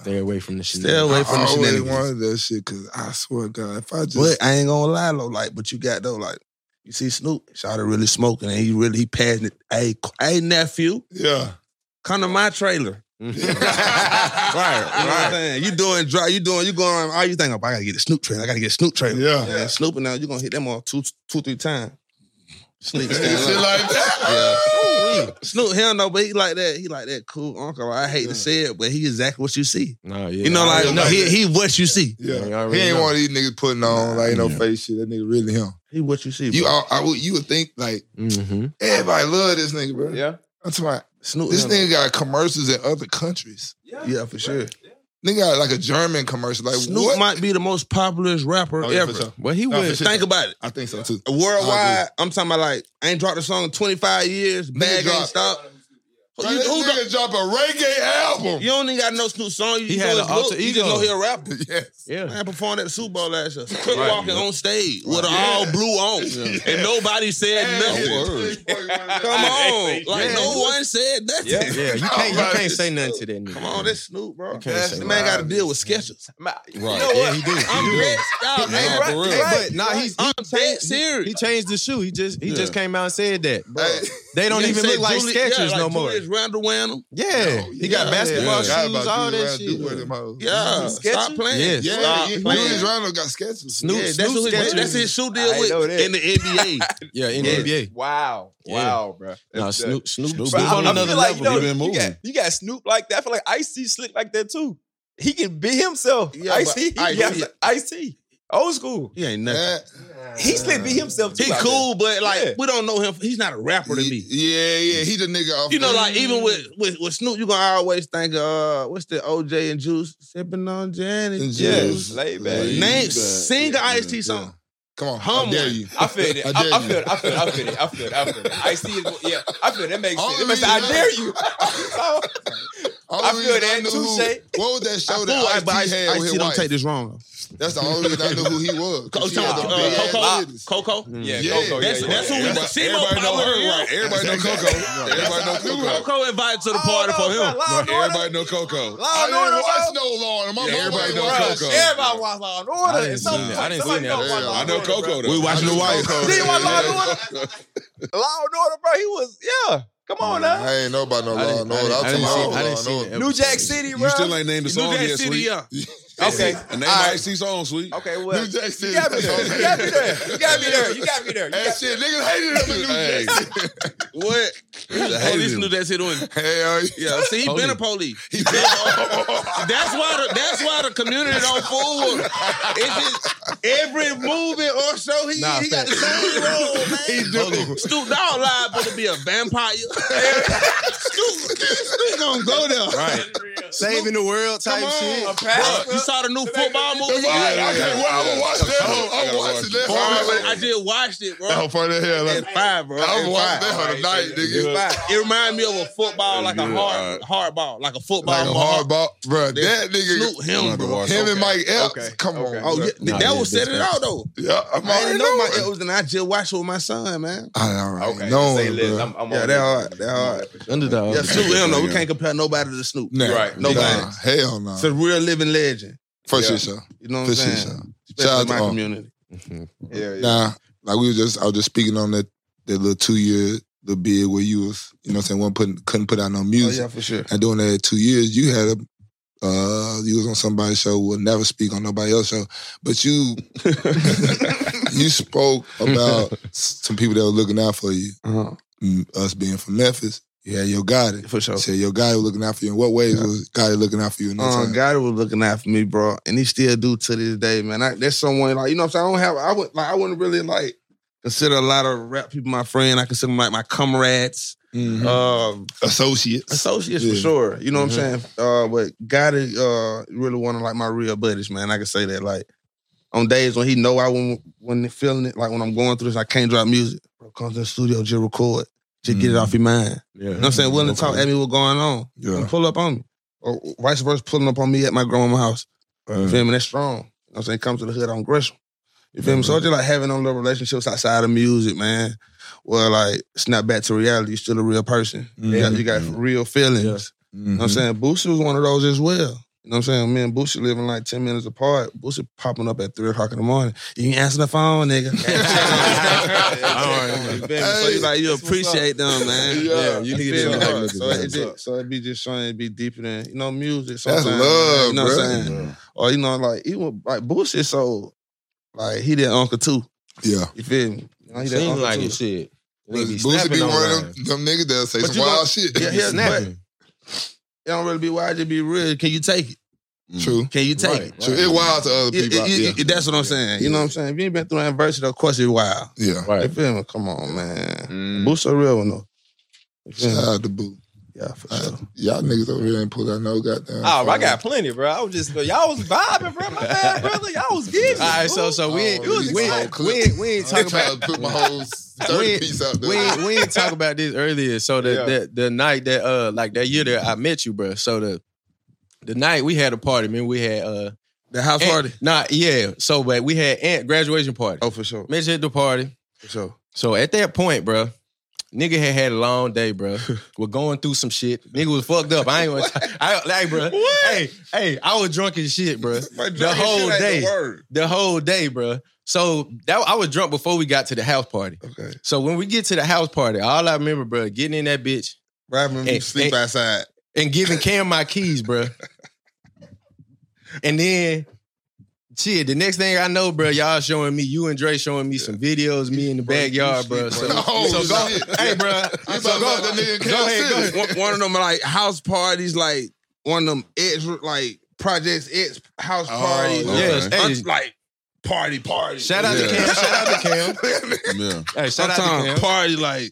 Stay away from the shit. Stay away from I the always shenanigans. wanted that shit because I swear to God, if I just But I ain't gonna lie though, like, but you got though, like, you see Snoop, Shawty really smoking, and he really he passionate. Hey, c- hey nephew, yeah, come to my trailer. right, You know what I'm right. saying? You doing dry, you doing, you going, all you think about, I gotta get a Snoop trailer, I gotta get a Snoop trailer. yeah, Yeah, Snooping now, you're gonna hit them all two, two, three times. Sleep, shit stand up. like that. Yeah. Snoop, hell no, but he like that. He like that cool uncle. I hate to say it, but he exactly what you see. No, yeah. you know, I like really no, like he that. he what you see. Yeah, Yeah, I he really ain't know. one of these niggas putting on like no Yeah. face shit. That nigga really him. He what you see. You, bro. I, I would, you would think like Mm-hmm. everybody love this nigga, bro. Yeah. I'm talking about Snoop, this hell no. nigga got commercials in other countries. yeah, for sure. Nigga got like a German commercial. Like Snoop what? might be the most populous rapper Oh, yeah, for ever. sure. But he No, went. for sure. Think about it. I think so too. I Worldwide, I'm talking about like I ain't dropped a song in 25 years. Bag ain't dropped- stopped. Who- Bro, you, this who nigga drop a reggae album. got- you don't even got no Snoop song. You He just had know an his look. alter You just ego. know he a rapper. yes. Yeah. I performed at the Super Bowl last year. Crip Right, walking yeah. on stage with an Yeah. all blue on, and nobody said nothing. Come on, like Yeah. no one said nothing. Yeah. Yeah. You can't. You can't say nothing to that nigga. Come on, that's Snoop, bro. can't say This man that. got to deal with sketches. My, You know Right. what? Yeah, he do. He I'm do. dead, y'all, Hey, man. right, for real. hey, right, but nah, he's I'm dead he serious. changed the shoe. He just he just Yeah. came out and said that. Hey, They don't He even said look like Julie- sketchers yeah, no like more. Julius Randle Wandle. Yeah, he got yeah, yeah. basketball shoes, Forgot all about that Julius Randle, shit. them hoes. Yeah, stop sketches? playing. Yes. Yeah, Stop yeah, playing. Julius Randle got sketches. Snoop, Yeah, that's, Snoop who his, sketches. that's his shoe I deal know with that. in the NBA. Yeah, in Yeah. the NBA. Wow. Yeah. Wow, bro. No, That's- Snoop, Snoop, Snoop, Bro, I- on I, another feel like level. you know, He been you got, moving. you got Snoop like that. I feel like Icy slick like that too. He can be himself. Yeah, but Icy, Ice-T- Icy, Icy, old school. He ain't nothing. Yeah, He slick be himself too. He out cool, but like Yeah. we don't know him. He's not a rapper to me. yeah, yeah. He the nigga off. You know, the- like even with with, with Snoop, you gonna always think, uh, what's the OJ and Juice sipping on Janet? And there. Juice. Juice. Yeah, lay back. Name, sing an Ice T song. Come on, Hum how dare one. you? I feel it. I, I dare I you. feel it. I feel it. I feel it. I feel it. I feel it. I see it. Yeah, I feel it. That makes All sense. It the makes sense. I reason- dare you. Only I feel reason that, knew who- touche. What was that show I fool, I- that but Ice Ice T had with Ice-T his don't take wife? this wrong. That's the only reason I knew who he Oh, was. 'cause he talking about, had the uh, big-ass Coco? titties. Coco, Coco, yeah, Yeah. Coco. that's yeah, that's yeah, who yeah. we Everybody- see. everybody know her, right? Everybody know Coco. Everybody know Exactly. Coco. Coco invited I to the don't party know, for man. Law him. and Order. Everybody know Coco. Law and I didn't Order. watch bro. no Law and Order. My mama Yeah, everybody ain't know watch Coco. shit. Everybody watch Law and Order. I didn't and see some that. point. I didn't Somebody see know about that. Yeah, Law I and know Order, bro. Coco though. We watching I know the Wire. Coco. Did you watch Law and Yeah. Order? Law and Order, bro. He was yeah. Come on now. I ain't know about no I Law didn't- and I Order. didn't- I'll I tell you didn't all see it. I Law didn't and see Order. it. New Jack City, bro. You still ain't named New the song Jack yet, City, sweet. yeah. Okay. And name All right. Ice T song, sweet. Okay, well, New Jack City. you gotta be there. You gotta be there. You gotta be there. You gotta be there. You That gotta- shit, niggas hated him in New Hey. Jack City. What? Police knew that shit on. Hell Yeah, see, he been a police. That's why the that's why the community don't fool with him. It's just every movie or show he, Nah, he got the fact. same role, man. do. Snoop Dogg live but to be a vampire. Snoop, Snoop gonna go there. Right. Saving the world type Come on. shit. Pass, Bruh, you saw the new football movie? I, Yeah. I can't wait. I'm gonna watch that. I'm watching that. Boy, I just watched it, bro. How funny the hell. It's five, bro. I'm It's watching five. that tonight, nigga. uh, It's five. It reminded me of a football, That's like a good, hard hard ball, like a football. Like a ball. hardball, bro. That Snoop nigga, I'm him, about to bro. watch him it. and Mike Epps. Okay. Come on, Okay. oh Oh yeah, Nah, that yeah, was set big it facts. all though. yeah, I'm I already didn't know my knowing. it was, and I just watched it with my son, man. I already Okay, know, say him, less. bro. I'm- I'm yeah, on they it. all right. They all right. Underdog. Yeah, Snoop him though. We Yeah. can't compare nobody to Snoop. Nah, Right. No nah, bias. hell no. It's a real living legend. For Yeah. sure, sure. You know what For I'm sure, saying? sure. Shout Especially out in my to all. community. Yeah, Oh, yeah. Nah, like we was just, I was just speaking on that that little two year little bid where you was, you know, what I'm saying, wasn't putting, couldn't put out no Oh music. yeah, for sure. And during that two years, you had a, uh, you was on somebody's show. Will never speak on nobody else's show, but you, you spoke about some people that were looking out for you. Uh-huh. Mm, Us being from Memphis, you had your guy. that- For sure. You said your guy was looking out for you. In what ways was guy looking out for you? In that Uh, time? God was looking out for me, bro, and he still do to this day, man. I, that's someone like you know what I'm saying. I don't have I would like I wouldn't really like consider a lot of rap people my friend. I consider them like my comrades, Mm-hmm. uh, Mhm. Associates. associates for Yeah. sure. You know what I'm saying? Uh, but God is uh, really one of like my real buddies, man. I can say that like on days when he know I when when feeling it, like when I'm going through this, I can't drop music. Bro, come to the studio, just record, just get it off your mind. Yeah. You know what I'm saying? Willing to talk at me what's going on Yeah. and pull up on me. Or vice versa, pulling up on me at my grandma's house. You feel me? That's strong. You know what I'm saying? Come to the hood on Gresham. You feel me? So it's just like having on little relationships outside of music, man. Well, like it's not back to reality. You're still a real person. You, Mm-hmm. got, you got real feelings. You Mm-hmm. know what I'm saying? Boosie was one of those as well. You know what I'm saying? Me and Boosie living like 10 minutes apart. Boosie popping up at 3 o'clock in the morning. You ain't answer the phone, nigga. You feel me? So you like you appreciate them, man. Yeah. Yeah, you You need feel to me? know how to look at so, that. it just, so it be just showing it be deeper than you know music. That's Sometimes, love, you know bro. what I'm saying? Or you know, like even like Boosie, so like he that uncle too. Yeah. You feel me? You know, he that Seems uncle like too. it. Shit. Nigga be Boosie be snapping on one of lines. them, them niggas that'll say But some you wild gonna- shit. Yeah, He yeah, snapping. It don't really be why just be real. Can you take it? True. Can you take Mm-hmm. Right, it? True. It wild to other Yeah, people. yeah, out yeah, there. yeah, that's what I'm saying. You know what I'm saying? If you ain't been through adversity, of course it's wild. Yeah. You Right. feel me? Come on, man. Mm. Boost a real one though. You feel me? Shout out to Boo. Yeah, for Uh, sure. Y'all niggas over here ain't pulled out no goddamn. Oh, bro, I phone. got plenty, bro. I was just y'all was vibing, bro. My bad, brother. Y'all was getting. All right, so boo. so we ain't, Oh, we, these we, whole ain't- we, clips. ain't- we ain't I talk ain't trying about to put my whole We- thirty piece out there. we ain't, we ain't talk about this earlier. So the, Yeah. the the night that uh like that year that I met you, bro. So the the night we had a party, man. We had uh The house Aunt- party. Nah, yeah. So but we had aunt graduation party. Oh, for sure. Mitch hit the party. For sure. So at that point, bro, nigga had had a long day, bro. We're going through some shit. Nigga was fucked up. I ain't gonna. I like, bro. Hey, hey, I was drunk as shit, bro. The whole day, the whole day, bro. So that I was drunk before we got to the house party. Okay. So when we get to the house party, all I remember, bro, getting in that bitch Right when Hey, you sleep hey. outside. and giving Cam my keys, bro. And then, shit, the next thing I know, bro, y'all showing me, you and Dre showing me some videos, me in the backyard, bro. So, Oh, so go, shit. hey, bro. You So talking go, about that nigga go ahead, go Cam ahead. one, one of them like house parties, like one of them X like projects X house Oh, parties. yes, Un- hey. like party party. Shout out to Yeah. Cam. Shout out to Cam. Yeah. Hey, shout out to Sometimes Cam. party like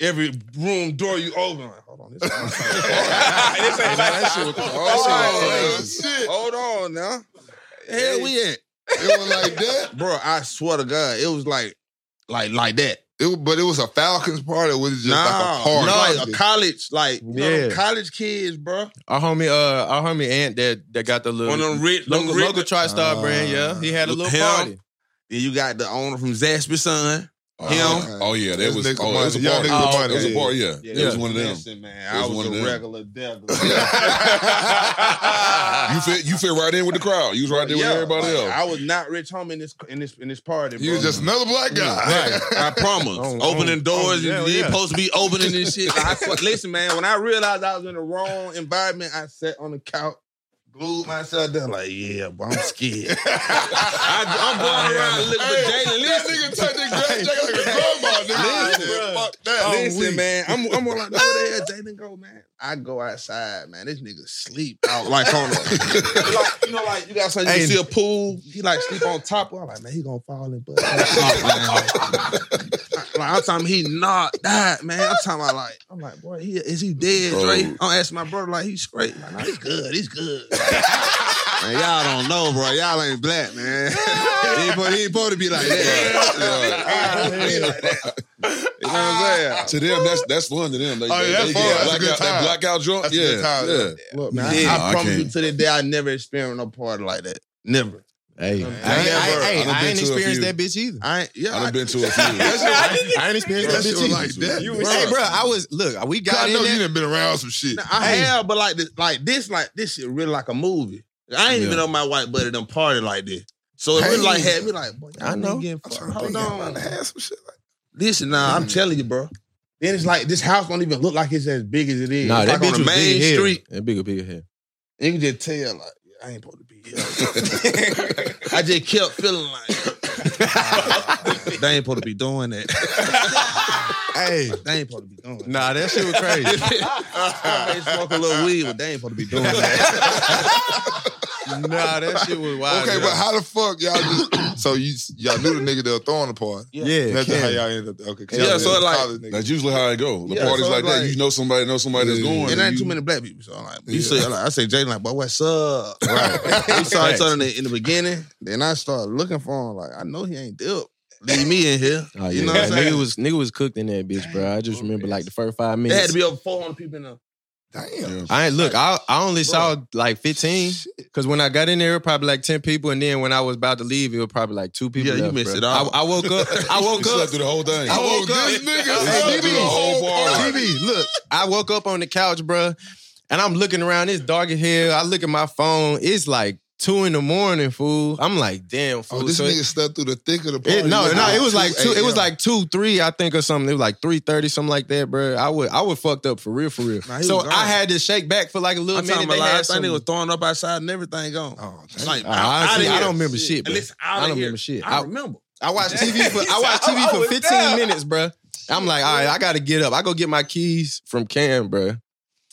every room door you open. Like, hold on, this This ain't like- That shit was- Oh, Oh, shit. hold on now. Hell, we at, It was like that. bro. I swear to God, it was like, like, like that. It, was- but it was a Falcons party. Or was it just like a no, party? a college, like, you know, them Yeah. college kids, bro. Our homie, uh, our homie Ant that that got the little One of them rich, local, them rich, local TriStar brand. Ah. Yeah, he had a little Him. party. Then you got the owner from Zaxby son. Oh, Him. yeah. Oh yeah, that This was. nigga Oh, it was a money. Y'all party. niggas Oh, money. It was a party. Yeah, Yeah. it was one of them. Listen, man, It I was was, one of a them. regular devil. You fit. You fit right in with the crowd. You was right there with Yeah, everybody like, else. I was not rich homie in this in this in this party. You bro. was just another black guy. Right. I promise. Oh, opening oh, doors oh, yeah, and you yeah. supposed to be opening this shit. I swear- listen, man, when I realized I was in the wrong environment, I sat on the couch, glued myself down, like, yeah, but I'm scared. I, am going around looking for Jalen. That Listen, nigga touched his grab jacket like a drummer, nigga. Listen, Fuck that. listen, man. I'm, I'm gonna like, where the hell Jalen go, man? I go outside, man. This nigga sleep out like on the, like, you know, like you got something you Hey. see a pool. He like sleep on top. I'm like, man, he gonna fall in, but like I'm talking, he not died, man. I'm talking about like, I'm like, boy, he is he dead, Bro. Dre? I'm asking my brother, like, he's straight. Like, nah, he's good, he's good. man, y'all don't know, bro. Y'all ain't black, man. he, ain't, supposed- he ain't supposed to be like that. He ain't supposed to be like that. You know what I'm saying? To them, that's that's fun. To them, they, Oh, they, yeah, they that's fun. get That's a good blackout, that time. blackout drunk. That's a yeah, good time. yeah. Look, man, Yeah, I, I I promise can't. you to the day I never experienced no party like that. Never. Hey, I, ain't- I, Never. ain't- I, I done ain't- I been to ain't a experienced few. that bitch either. I ain't, yeah, I I, done been to a few. I ain't experienced That shit that bitch was either. like that. You bro. was- Hey, bro, I was look. We got I in know there. you done been around some shit. I Hey. have, but like this, like this, like this shit really like a movie. I ain't even on my white buddy done party like this. So it really like had me like, boy, I I know. know. Getting I'm fucked. trying to Hold think on. I had some shit like Listen, nah, Mm. I'm telling you, bro. Then it's like this house don't even look like it's as big as it is. Nah, it's that like bitch on the was main big head. street. That big, big head. You can just tell like I ain't supposed to be here. I just kept feeling like they ain't supposed to be doing that. Hey, they ain't supposed to be doing that. nah, that shit was crazy. They smoke a little weed, but they ain't supposed to be doing that. nah, that shit was wild. Okay, yeah. but how the fuck y'all just so you y'all knew the nigga that was throwing the party? yeah, That's Cam. how y'all ended up. Okay, 'cause Yeah, y'all was so a like- college nigga. That's usually how it go. The Yeah, parties so like it's that. like- You know somebody, know somebody that's Yeah. going. And there ain't you- too many black people. So I'm like, you Yeah. say, like, I say, Jay, like, boy, what's up? Right. we saw each other in the, in the beginning. Then I started looking for him. Like, I know he ain't dealt. Leave me in here. Oh, yeah. You know what I'm nigga saying? was nigga was cooked in that bitch, bro. I just remember like the first five There had minutes. to be over 400 people in there. Damn. I ain't look. I I only saw like fifteen because when I got in there, it was probably like ten people, and then when I was about to leave, it was probably like two people. Yeah, you left, missed bro. it all. I, I woke up. I You woke slept up. through the whole thing. I Oh, woke up. this nigga Hey, slept through DB. the whole party. DB, look, I woke up on the couch, bro, and I'm looking around. It's dark as hell. I look at my phone. It's like two in the morning, fool. I'm like, damn, Oh, fool. this So it- nigga slept through the thick of the party. It, no, Look no, at it was like two. It was 2 like two, three, I think, or something. It was like three thirty, something like that, bro. I would, I would fucked up for real, for real. Nah, he so was gone. I had to shake back for like a little I'm talking about, minute. They like, I had think some, they was throwing up outside and everything gone. Oh, damn. Like, I, honestly, outta I here. don't remember shit, And bro. listen, outta I don't here. remember shit. I I, remember. I watched TV for I watched I TV for was fifteen down. minutes, bro. I'm like, all right, I gotta get up. I go get my keys from Cam, bro.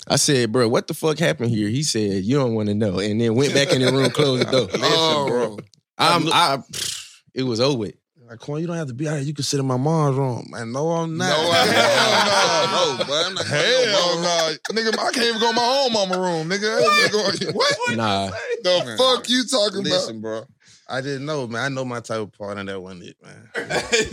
I said, bro, what the fuck happened here? He said, you don't want to know, and then went back in the room, closed the door. Oh, bro. I'm, I, pfft, it was over. with. Like, Quan, you don't have to be out here. You can sit in my mom's room. Man, no, I'm No, not. I, hell no, no, bro. I'm not going to your Hell mama. no, nigga. I can't even go in my own mama room, nigga. I can't go- What Nah, the fuck you talking about? Listen, bro. I didn't know, man. I know my type of partner that wasn't it, man.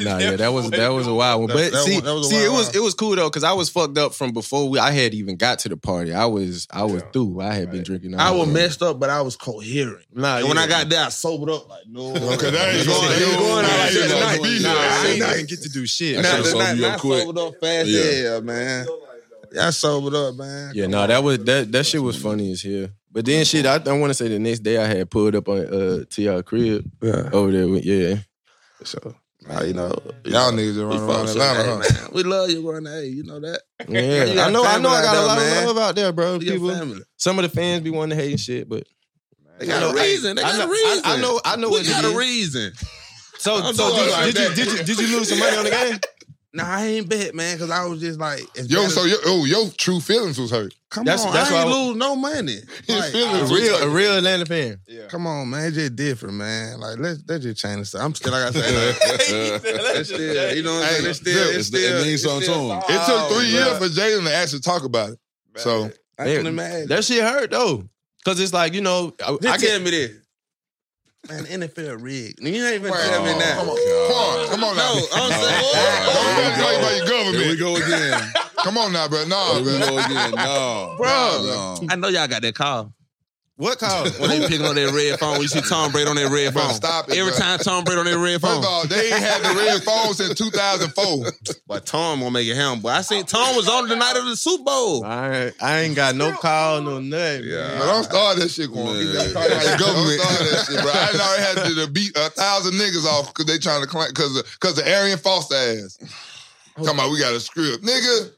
nah, yeah, that was that was a wild one. That- But that see, was- that was a see, wild it was one. it was cool though, because I was fucked up from before we, I had even got to the party. I was I was through. I had been drinking. all I was day. messed up, but I was coherent. Nah, And when yeah. I got there, I sobered up. Like, no. Okay, that ain't You going. going- you going out like that that tonight? Nah, I ain't night. nice. didn't get to do shit. I Nah, should've nah, sobered you nah, up I quick. sobered up fast. Yeah. Yeah, man. Yeah, I sobered up, man. Yeah, no, that was that that shit was funny as hell. But then shit, I, I want to say the next day I had pulled up on uh to y'all crib Yeah. over there. With, yeah, So, nah, you know. you Y'all know, niggas are we running fuck around shit. Atlanta, Hey, huh? man, We love you, Ron. Hey, you know that. You yeah. got I know, I know, I family got a out lot there, of man. love out there, bro. We got People, family. some of the fans be wanting to hate and shit, but They got I know- a reason. They I, got know, a reason. I, I know, I know We what got it a is. reason. So, I'm so sorry did, like did you, did you did you lose some money on the game? Nah, I ain't bet, man, because I was just like, it's Yo, better- so yo, oh, your true feelings was hurt. come that's- on, that's I why ain't I- lose no money. His Like, feelings was real, hurt. a real Atlanta fan. Come on, man. It's just different, man. Like, let's let's just change this. I'm still, like I said, like, it's still, you know what I'm Hey, saying? It's look, still, it's it's- it still, means it's something still to 'em. solid, It took three bruh. years for Jalen to actually talk about it. So I Yeah, can imagine. That shit hurt though, cause it's like you know, I, I Just get tell me this. Man, NFL rigged. You ain't even Wow. tell me that. Oh, Come No, on, come on, come on now. I'm Don't saying, be played by your Here we government. go again. Come on now, bro. Nah, Here we bro. go again. No, Bruh. no. I know y'all got that call. what cause. When they picking on that red phone, we see Tom Brady on that red Bro, phone. stop it, Every bro. time Tom Brady on that red First phone. of all, they ain't had the red phone since 2004. But Tom gonna make it him. But I seen Tom was on the night of the Super Bowl. I ain't, I ain't got no call, no nothing. But Yeah. don't start that shit, Quan. Man. Don't start that shit, bro. I done already had to, to beat a thousand niggas off because they trying to claim because because the Arian Foster ass. Come on, we got a script, nigga.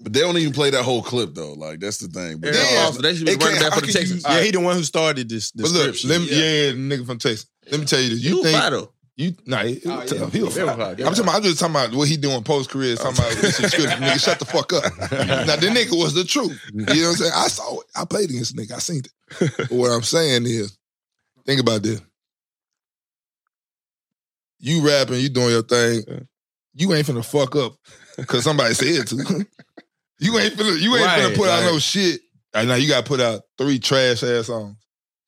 But they don't even play that whole clip though. Like that's the thing. But Aaron they- Foster, they should be it can't- running back for how the can Texans. you- Yeah, he the one who started this. But look, description. let me, yeah. the nigga from Texas. Let me tell you this. You, You think vital. you nah? He, he was tough. He was Oh, They were fly. fly. They I'm were talking. About, I'm just talking about what he doing post career. Talking about this subscription. nigga, shut the fuck up. now the nigga was the truth. You know what I'm saying? I saw it. I played against the nigga. I seen it. But what I'm saying is, think about this. You rapping, you doing your thing. You ain't finna fuck up because somebody said to. you ain't finna. You ain't Right, finna put out right. no shit. And now you gotta put out three trash ass songs,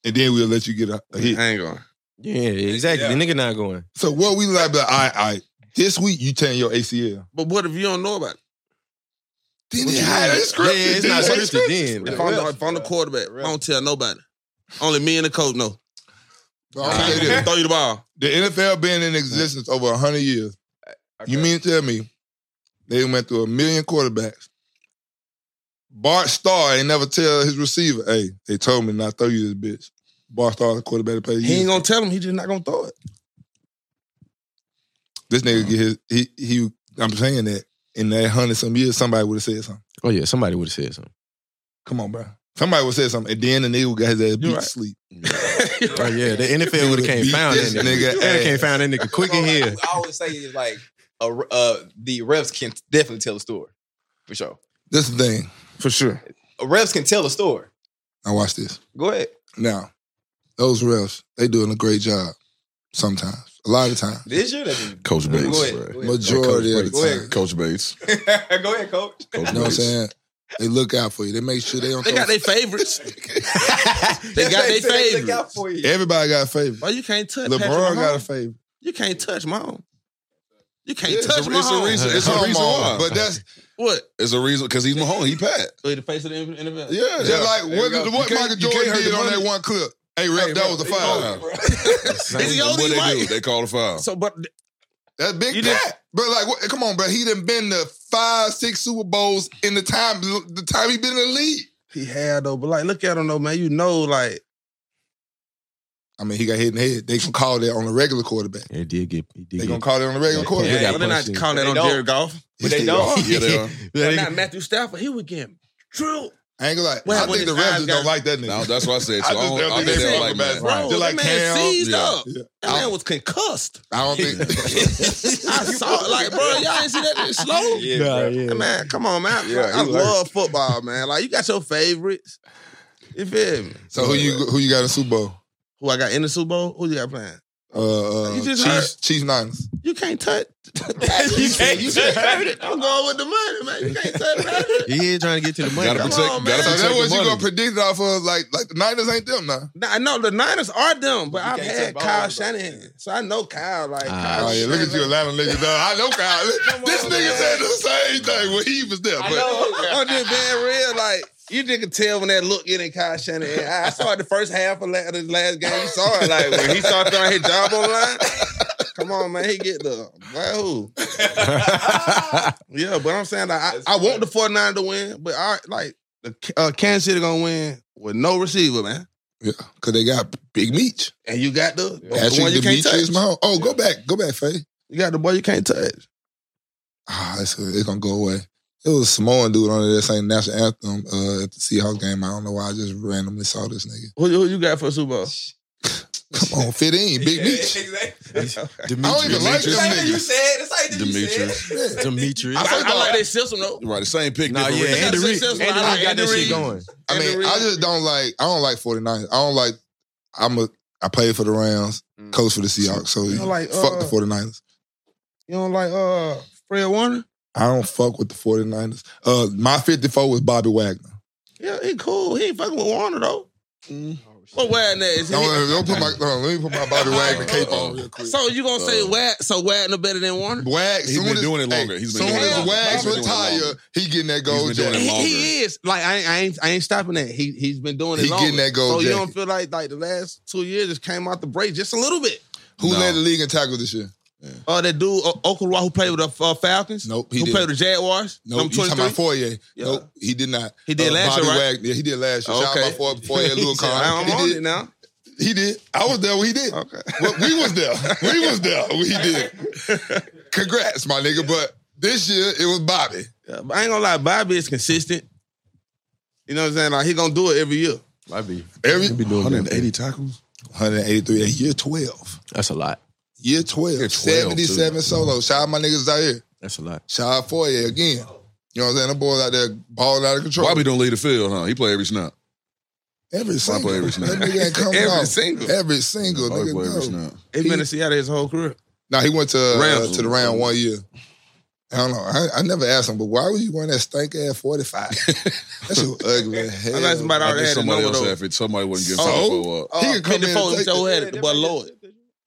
and then we'll let you get a, a hit. I ain't going. Yeah, exactly. The nigga not going. So what we like, like, all right, all right. This week you tearing your ACL. But what if you don't know about it? Then What it you had mean? it scripted. Yeah, it's not Then it scripted then. If Like, I'm, the, if I'm the quarterback, I don't tell nobody. Only me and the coach know. Oh, But I'm gonna say this. Throw you the ball. The NFL been in existence over 100 years. You mean to tell me they went through a million quarterbacks? Bart Starr ain't never tell his receiver, hey, they told me not throw you this bitch. Bart Starr, the quarterback that played He ain't you. gonna tell him. He just not gonna throw it. This nigga get his, he, he, I'm saying that in that 100 some years, somebody would have said something. oh yeah, somebody would have said something. Come on, bro. Somebody would have said something. And then the nigga got his ass beat to sleep. Oh yeah, the NFL would have came Beat found that this nigga. nigga They ass. can't found that nigga quick in here. I always say is like a, uh, the refs can definitely tell a story for sure. That's the thing. For sure. refs can tell a story. Now watch this. Go ahead. Now, those refs, they doing a great job sometimes. A lot of times. This year, that's Coach go Bates. ahead. right. Go Majority of the Go ahead. time. Coach Bates. ahead, go ahead coach. Coach You know what I'm Bates. saying? They look out for you. They make sure they don't They throw. got their favorites. they That's what got their I'm saying. They got favorites. for you. Everybody got a favorite. Well, you can't touch LeBron Patrick got a Mahomes. favorite. You can't touch Mahomes. You can't Yeah, it's, a, touch it's a Mahomes. reason. It's a Come reason on, why. but that's What? it's a reason because he's Mahone. He Pat. Like the face of the NFL. Yeah. just like There what, you go. what You can't- Michael you can't Jordan hurt did the on money. that one clip. Hey, ref, that was a oh, foul. Is he What old? He's they do? white. They call a foul. So, but That's You big did- Pat. But like, what, come on, bro. He done been to five, six Super Bowls in the time the time he been in the league. he had though. But like, look at him though, man. You know, like I mean, he got hit in the head. They can call that on a regular quarterback. It did get. It did They get. gonna call it on a regular quarterback. yeah, got they're not punched in. calling that They on don't. Jared Goff. But they don't. Yeah, they are. But not Matthew Stafford. He was getting drilled. I ain't gonna lie. Well, I when think the his eyes refs just got- don't like that nigga. No, that's what I said. I So I, just don't, don't I think think they they talk like about that. it. Bro, Just that like man Cam. seized Yeah. up. Yeah. That man was concussed. I don't think. I saw it. Like, bro, y'all ain't see that shit slow? Yeah, Nah, bro. yeah. Hey, Man, come on, man. Yeah, I he love football, man. Like, you got your favorites. You feel me? so who you who you got in Super Bowl? Who I got in the Super Bowl? Who you got playing? Uh, uh, You just Chiefs, Chiefs, Niners. You can't touch. You can't touch it. I'm going with the money, man. You can't touch it. He is trying to get to the money. Gotta Come protect. on, gotta man. So protect that the was you money. gonna predict it off of like like the Niners ain't them now. Now, I know the Niners are them, but You I've can't touch had ball, Kyle though. Shanahan, so I know Kyle. Like, Kyle Oh yeah, look at you, Shanahan. Atlanta niggas. Though. I know Kyle. this on, nigga man. said the same thing when he was there. But I'm just being real. Like, you just can tell when that look in in Kyle Shanahan. I, I saw it the first half of la- of the last game. You saw it. Like, when he started throwing his job on the line, come on, man. He get the. Boy, who? Yeah, but I'm saying like, I, That's I want the 49 to win, but I like the uh, Kansas City gonna win with no receiver, man. yeah, because they got Big Meech. And you got the, the one Patrick you can't touch. Demetrius Mahomes. Oh, go back, go back, Faye. You got the boy you can't touch. Ah, it's, it's gonna go away. It was a Samoan dude on there saying national anthem uh, at the Seahawks game. I don't know why I just randomly saw this nigga. Who, who you got for Super Bowl? Come on, fit in, Big Meech. I don't even like this Same thing you nigga. said. It's like that you said. Demetrius. Demetrius. I I, think I the- like their system though. Right, the same pick. Nah, different yeah, reason. Andy That's Reid. successful. Andy I like Reid got Andy that Reid. shit I going. And the mean, reason- I just don't like. I don't like 49ers. I don't like. I'm a. I played for the Rams, Mm. coach for the Seahawks. So You don't like, fuck uh, the 49ers. You don't like uh Fred Warner? I don't fuck with the 49ers. Uh, my 54 was Bobby Wagner. Yeah, he cool. He ain't fucking with Warner though. Oh, What Wagner is? He, Don't, don't put my. Hold on, let me put my Bobby Wagner cape on real quick. so you gonna Uh, say Wag? So Wagner better than Warner? Wag, He's soon been as- doing it longer. He's been soon doing it as longer. Wags He's been doing it retire, longer. he getting that gold He's been doing jacket. it He, longer. he is like I ain't, I ain't I ain't stopping that. He he's been doing it. He longer. getting that gold So you don't jacket. feel like like the last two years just came out the break just a little bit. Who No. led the league in tackles this year? Oh, that dude uh, Oklahoma who played with the uh, Falcons. Nope, who he played didn't. with the Jaguars? Nope, Number you talking about 23? Foyer? Yeah. Nope, he did not. Uh, He did last Bobby year, right? Wagner, yeah, he did last year. Shout Okay. out my Foyer, Foyer Lou Khan. I'm He on did. it now. He did. I was there when he did. Okay. Well, we was there. We was there. when he did. Congrats, my nigga. But this year it was Bobby. Yeah, but I ain't gonna lie, Bobby is consistent. You know what I'm saying? Like he gonna do it every year. Every doing 180 tackles. 183 year 12. That's a lot. Year 12. 77 solo. Shout out my niggas out here. That's a lot. Shout out Foyer again. You know what I'm saying? The boys out there balling out of control. Bobby don't leave the field, huh? He play every snap. every single. play every that snap. nigga ain't coming Every off. single. Every single. Bobby play every Nigga, no. snap. He's been in Seattle his whole career. Nah, he went to uh, Rams. to the round one year. I don't know. I, I never asked him, but why were you wearing that stank ass 45? That's so ugly as hell. I like somebody I already had think the somebody number else though. had it. Somebody wasn't giving So? Fifo up. He Uh, could come in and 54, take he still the- had it, but Lloyd.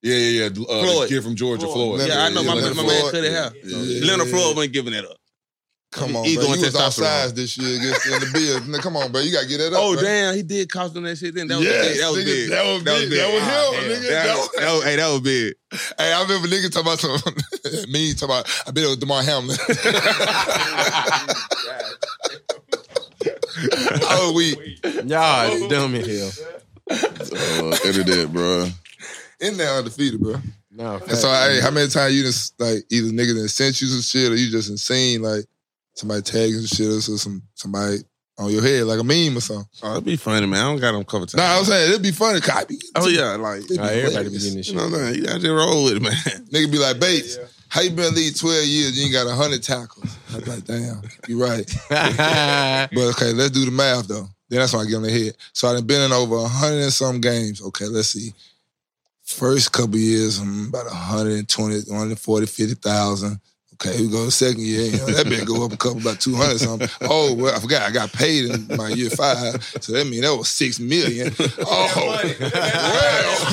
Yeah, yeah, yeah. Uh, Floyd. The kid from Georgia, Floyd. Leonard, Yeah, I know my, Leonard my man Floyd. cut it out. Yeah. Leonard Floyd wasn't giving it up. Come He- on, he bro. going You was testosterone. off sides this year against in the Bills. Nigga, Come on, bro. You gotta get that up. Oh bro. damn, he did cost them that shit. Then that was Yes, big. That was nigga, big. that was big. That was him, nigga. That, That was, was- that was- hey, that was big. Hey, I remember niggas talking about some me talking about I bet it was DeMar Hamlin. oh we Y'all dumb in here. Uh, edit that, bro. in there undefeated, bro. No, And so hey, how many times you just like either niggas done sent you some shit or you just done seen like somebody tagging some shit or so- some somebody on your head, like a meme or something. Oh, it'd be funny, man. I don't got them cover time. Nah, I was saying it'd be funny. Copy. oh yeah, like It'd be everybody be hilarious. getting this you shit. know what I'm saying. You gotta just roll with it, man. Nigga be like, Bates, how you been in the league 12 years? You ain't got 100 tackles. I was like, damn, you right. But okay, let's do the math though. Then that's why I get on the head. So I done been in over 100 and some games. Okay, let's see. First couple years, I'm about 120, 140, 50,000. Okay, we go to second year. You know, that been go up a couple, about 200 something. Oh, well, I forgot I got paid in my year five. So that mean that was 6 million. Oh,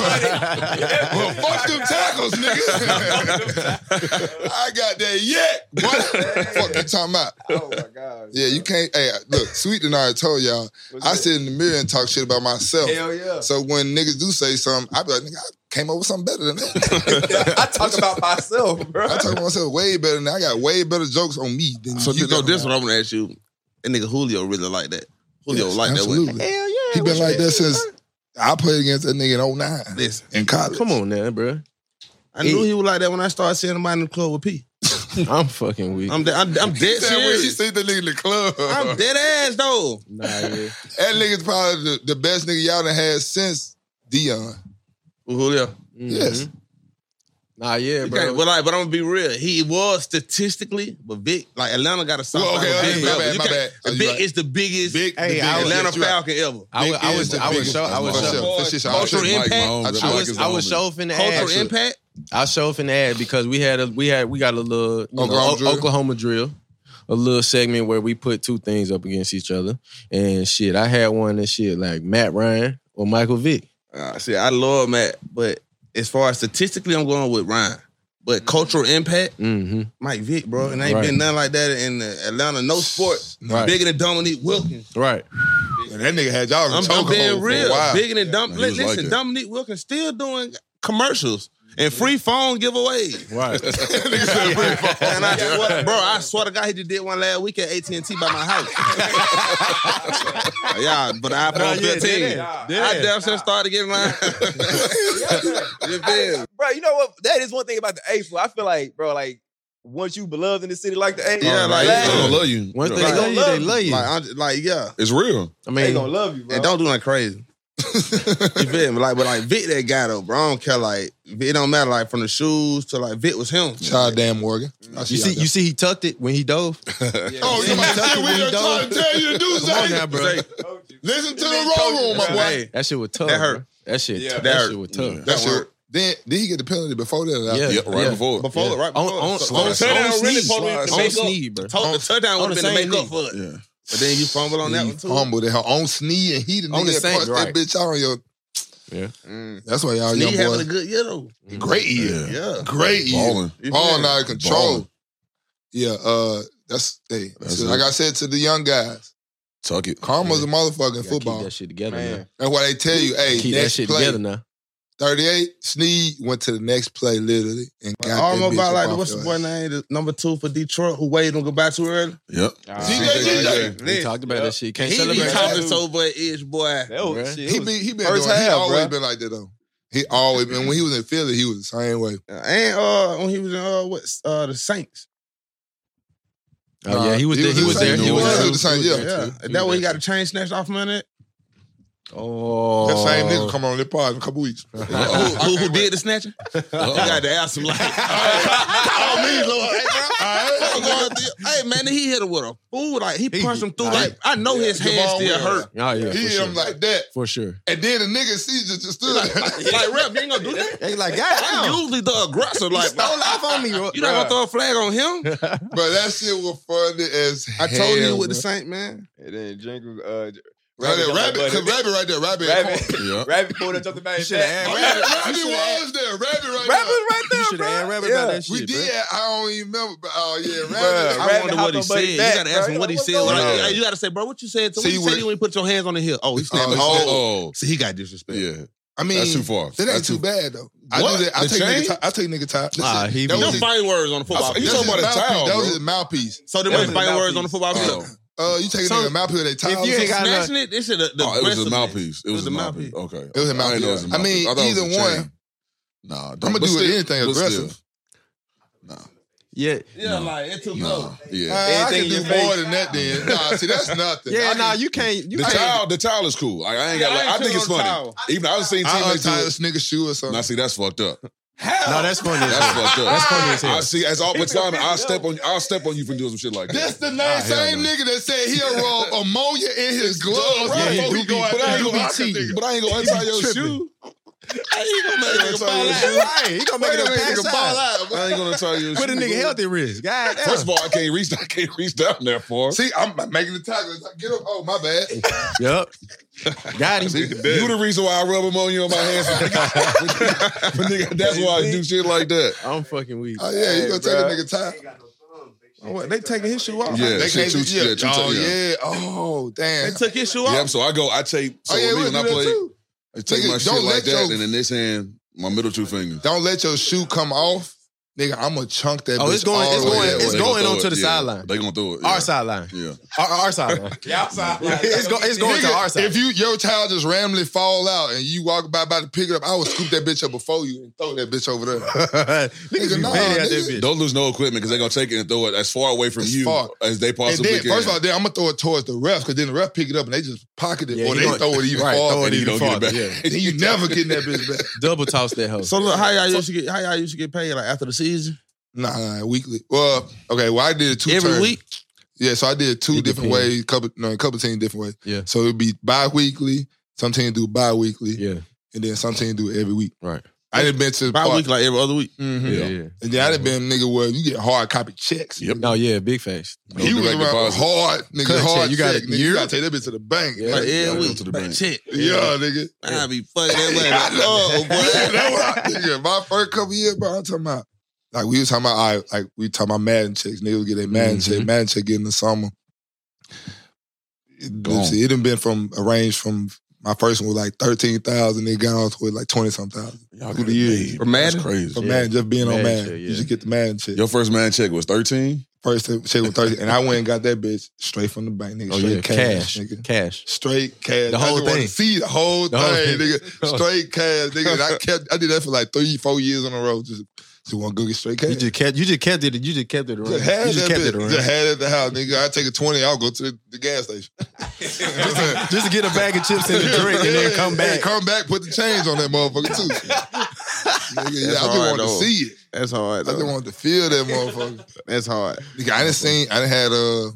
well, fuck them tackles, nigga. I got that yet. What fuck you talking about? Oh my god. Yeah, you can't. Hey, look, Sweet and I told y'all, I sit in the mirror and talk shit about myself. Hell yeah. So when niggas do say something, I be like, nigga, I came up with something better than that. I talk about myself, bro. I talk about myself way better than that. I got way better jokes on me than So you. you know, got this is on what I'm gonna ask you. That nigga Julio really like that. Julio Yes, like that. absolutely. way. Hell yeah. He What been you like mean? that since I played against that nigga in 09 Listen. in college. Come on now, bro. I knew he was like that when I started seeing him out in the club with P. I'm fucking weak. I'm de- I'm, I'm dead That when she serious. see the nigga in the club. I'm dead ass though. nah, yeah. That nigga's probably the, the best nigga y'all done had since Dion. Julio. Yes. Mm-hmm. Nah, yeah, Okay, bro. but like, but I'm gonna be real. He was statistically, but Vic, like Atlanta got a soft. Well, okay, spot with Vic okay, my ever. bad, You my can't- bad. Oh, you Vic right. is the biggest Big, Hey, the biggest. I was- Atlanta Yes, you right. Falcon ever. I was, I was, Big I is was, the show, I was, biggest. show, That shit y'all Cultural shouldn't like, impact. man. I That shit I like y'all his was, shouldn't I own man. was show finna Cultural add. impact. I show finna add because we had a, we had, we got a little you know, Oklahoma O- drill. Oklahoma drill, a little segment where we put two things up against each other and shit. I had one that shit like Matt Ryan or Michael Vick. Uh, see, I love Matt, but as far as statistically, I'm going with Ryan. But cultural impact, Mm-hmm. Mike Vick, bro, and ain't Right. been nothing like that in the Atlanta. No sport Right. bigger than Dominique Wilkins. Right. And that nigga had y'all in I'm, I'm chokehold being for a real. while. Bigger than Dom- he was Listen, like it. Dominique Wilkins still doing commercials and free phone giveaways. Right. And I swear, bro, I swear to God, he just did one last week at AT and T by my house. yeah, but the iPhone Nah, 15. yeah, did it. I Did it. damn sure started getting mine. you feel me? I- bro, you know what? That is one thing about the A floor. I feel like, bro, like once you beloved in the city like the A, Yeah, like, I Hey. don't love you. Once they Yeah. Like, love you, they love you. Like, I'm just, like, yeah, it's real. I they mean, gonna love you, bro. and don't do nothing crazy. you feel me? Like, but like Vic, that guy though, bro. I don't care. Like, it don't matter. Like from the shoes to like Vic was him. Child damn Morgan. I you see, y'all you see, he tucked it when he dove. Oh, somebody said we are trying to tell you to do Come on something. now, bro. Listen to the roll room, my boy. Hey, That shit was tough. That hurt. bro. That shit. Yeah. That, That hurt. shit was tough. That shit. Then did he get the penalty before that? or Yeah. after? Yep, right Yeah. before. Before it, right On, before on, it. So- on, the on, touchdown sneak, really supposed to on make up. sneak, bro. to- the touchdown would the have been to same make up knee. for it, but then you fumble on that He one too. fumbled at her own snee and he the On the nigga that same- punched right. that bitch out on your. Yeah. That's why y'all Mm. Knee young having a boys. good year though. Great year. Yeah. Great year. Balling. All out of Ballin'. control. Yeah. Uh. That's hey. That's so it. like I said to the young guys, Tuck it. karma's a motherfucker in Gotta Keep football. that shit together, man. Man. That's why they tell you, hey, Keep that next shit play, together now. 38. Sneed went to the next play literally and got that Almost bitch about up like off what's the your boy ass. name? The number two for Detroit who waited on goodbye too early. Yep. TJ. We talked about that shit. Can't He be celebrate. talking so but ish boy. That was, Bruh. shit, it He was- be he been first doing, he half, always bruh. been like that though. He always been when he was in Philly, he was the same way. And uh, when he was in uh, what uh, the Saints. Oh yeah, he was. He there. was He was inside. there. He He was was inside. there. He was Yeah. Yeah, And that way he got a chain snatched off him in it. Oh, That same nigga come on this pod in a couple weeks. oh, Call me, who, who, who did the snatching? You got to ask him like, Lord. I'm going through- hey man, he hit him with a fool. Like he punched him through. nah, Like I know his hand Javon still Williams. hurt. Oh yeah, for He hit sure. him like that. for sure. And then the nigga sees you just stood there. Like rep, you ain't gonna do that. They like, I'm goddamn, usually the aggressor. you Like stole off on me. bro. you not gonna throw a flag on him? But that shit was funny as I told you hell, with the bruh. Saint man. And then Jingle, uh, Right there, Rabbit, Rabbit, cause Rabbit, Rabbit right there, Rabbit. Rabbit, Rabbit, Yeah. Rabbit pulled up, jumped the back. You shoulda had Rabbit. Rabbit was there, Rabbit Rabbit right there. right You there, should have bro. had rabbit yeah. about that shit. We did. I don't even remember. But, oh yeah, Bruh, Rabbit. I Rabbit hopped wonder what he on said. buddy You back, gotta bro. ask him what he What's said. going Like, on? hey, you gotta say, bro, what you said? So what See, you what- said you when you put your hands on the hill? Oh, he Oh, snapped. Oh, Oh, see, he got disrespect. yeah. I mean, That's too far. That ain't That's too bad though. I What? do that. I The take chain? nigga. Top, I take nigga top. That's Ah, it. he that was- was Them his, fighting words on the football I- you field. that's his talking about a mouthpiece. towel, That was bro. his mouthpiece. So they That were was fighting a words on the football field. Oh. Uh, you take a So, nigga mouthpiece. They towel. if you ain't got no- Snatching it, this is the, the Oh, it was aggressiveness. a mouthpiece. It was a the mouthpiece. Okay. It was a I didn't know it was a mouthpiece. I mean, mouthpiece. thought it was either a one. chain. Nah, I'm gonna do anything aggressive. Yeah, Yeah, like it took Nah, no. Uh, yeah. I Anything can in do your face. more than that. Then nah, see that's nothing. I yeah. can- Nah, you can't. You The can't. towel, the towel is cool. Like, I ain't Yeah, got. I Like, ain't I think chewing it's on funny. towel. Even I was seeing I teammates do untie it. this nigga's shoe or something. Now, see, that's fucked up. No, that's funny. as That's hell. fucked up. That's funny as I hell. see. As all, but time I'll step on, I'll step on you from doing some shit like that. That's the name, Ah, hell same no. nigga that said he'll rub ammonia in his gloves Yeah, he before do he go be- out but I there ain't and gonna block a cheat. nigga. But I ain't gonna untie your shoe. Right, he gonna make Wait a it minute, nigga, a ball pass out. out. I ain't gonna untie your shoe. Put a nigga healthy risk. God damn. First of all, I can't reach. I can't reach down there for. See, I'm making the tackle. It's like, Get up. Oh, my bad. Yep. Got him. You the reason why I rub ammonia on my hands. but nigga, that's why I do shit like that. I'm fucking weak. Oh, yeah, you gonna take a nigga time. They taking his shoe off. Yeah, They shit, can't you- yeah, yeah, you Oh, take- yeah. yeah. Oh, They damn. took his shoe Yeah, off. so I go, I take. So Oh, yeah, with we'll me when do I that play, too. I take Nigga, my shit don't like let that, your- and in this hand, my middle two fingers. Don't let your shoe come off Nigga, I'm gonna chunk that. Oh, bitch it's going- all it's the way going- that it's way. going- onto the sideline. They gonna throw it. yeah. Our sideline. Yeah. Our, our sideline. Yeah, outside. It's go- it's going to Nigga, our side. If you your child just randomly fall out and you walk by by to pick it up, I would scoop that bitch up before you and throw that bitch over there. Niggas Nigga, be nah, petty out that nigga. bitch. Don't lose no equipment because they're gonna take it and throw it as far away from As you far. as they and possibly then, can. first of all, then I'm gonna throw it towards the ref because then the ref pick it up and they just pocket it Yeah, or he they gonna- throw it even right, farther. throw it and you don't even get farther, back. then you never getting that bitch back. Double toss that hoe. So look, how y'all used to get how y'all used to get paid like after the season? Nah, nah, weekly. Well, okay. Well, I did it two Every turns. week? Yeah, so I did two It different depends. ways, couple no, a couple teams different ways. Yeah. So it'd be bi-weekly. Some teams do bi-weekly, Yeah. and then some teams do it every week. Right. I didn't been to the By park. week, like every other week. Mhm. Yeah. And then I done been a nigga where you get hard copy checks. Yep. Oh yeah, big facts. No he was direct around deposit. hard, nigga, Cut check, hard you you got gotta, it nigga. year? You gotta take that bitch to the bank. Yeah. Like man. every go week. to the Like, bank. check. Yeah, nigga. I be fucking that way. I know. Oh, boy. That's what I- nigga, my first couple years, bro, I'm talking about, like, we was talking about, all right, like, we talking about Madden checks. Niggas would get their Madden Mm-hmm. check. Madden check get in the summer. It, Gone. it done been from, a range from, my first one was like 13,000. It got on to like 20 something thousand. y'all Through got the years. paid. For Madden? That's crazy. From Madden, just being on Madden Madden. check, yeah. You should get the Madden check. Your first man check was thirteen. First check was 30. and I went and got that bitch straight from the bank, nigga. Oh straight yeah, cash, cash, nigga. cash. Straight cash. The I whole just wanted thing. to See the whole The thing, whole thing. nigga. Straight cash, nigga. And I kept. I did that for like three, four years in a row. Just, just want to go get straight cash. You just kept. You just kept it. You just kept it around. Just had you just that kept bitch. it around. Just had it at the house, nigga. I take a twenty. I'll go to the, the gas station. Just to get a bag of chips and a drink and then come Hey, back. come back. Put the change on that motherfucker too. nigga, yeah, I just hard, wanted though. to see it. That's hard. I just Though. wanted to feel that motherfucker. That's hard. Nigga, I didn't seen. I done had uh,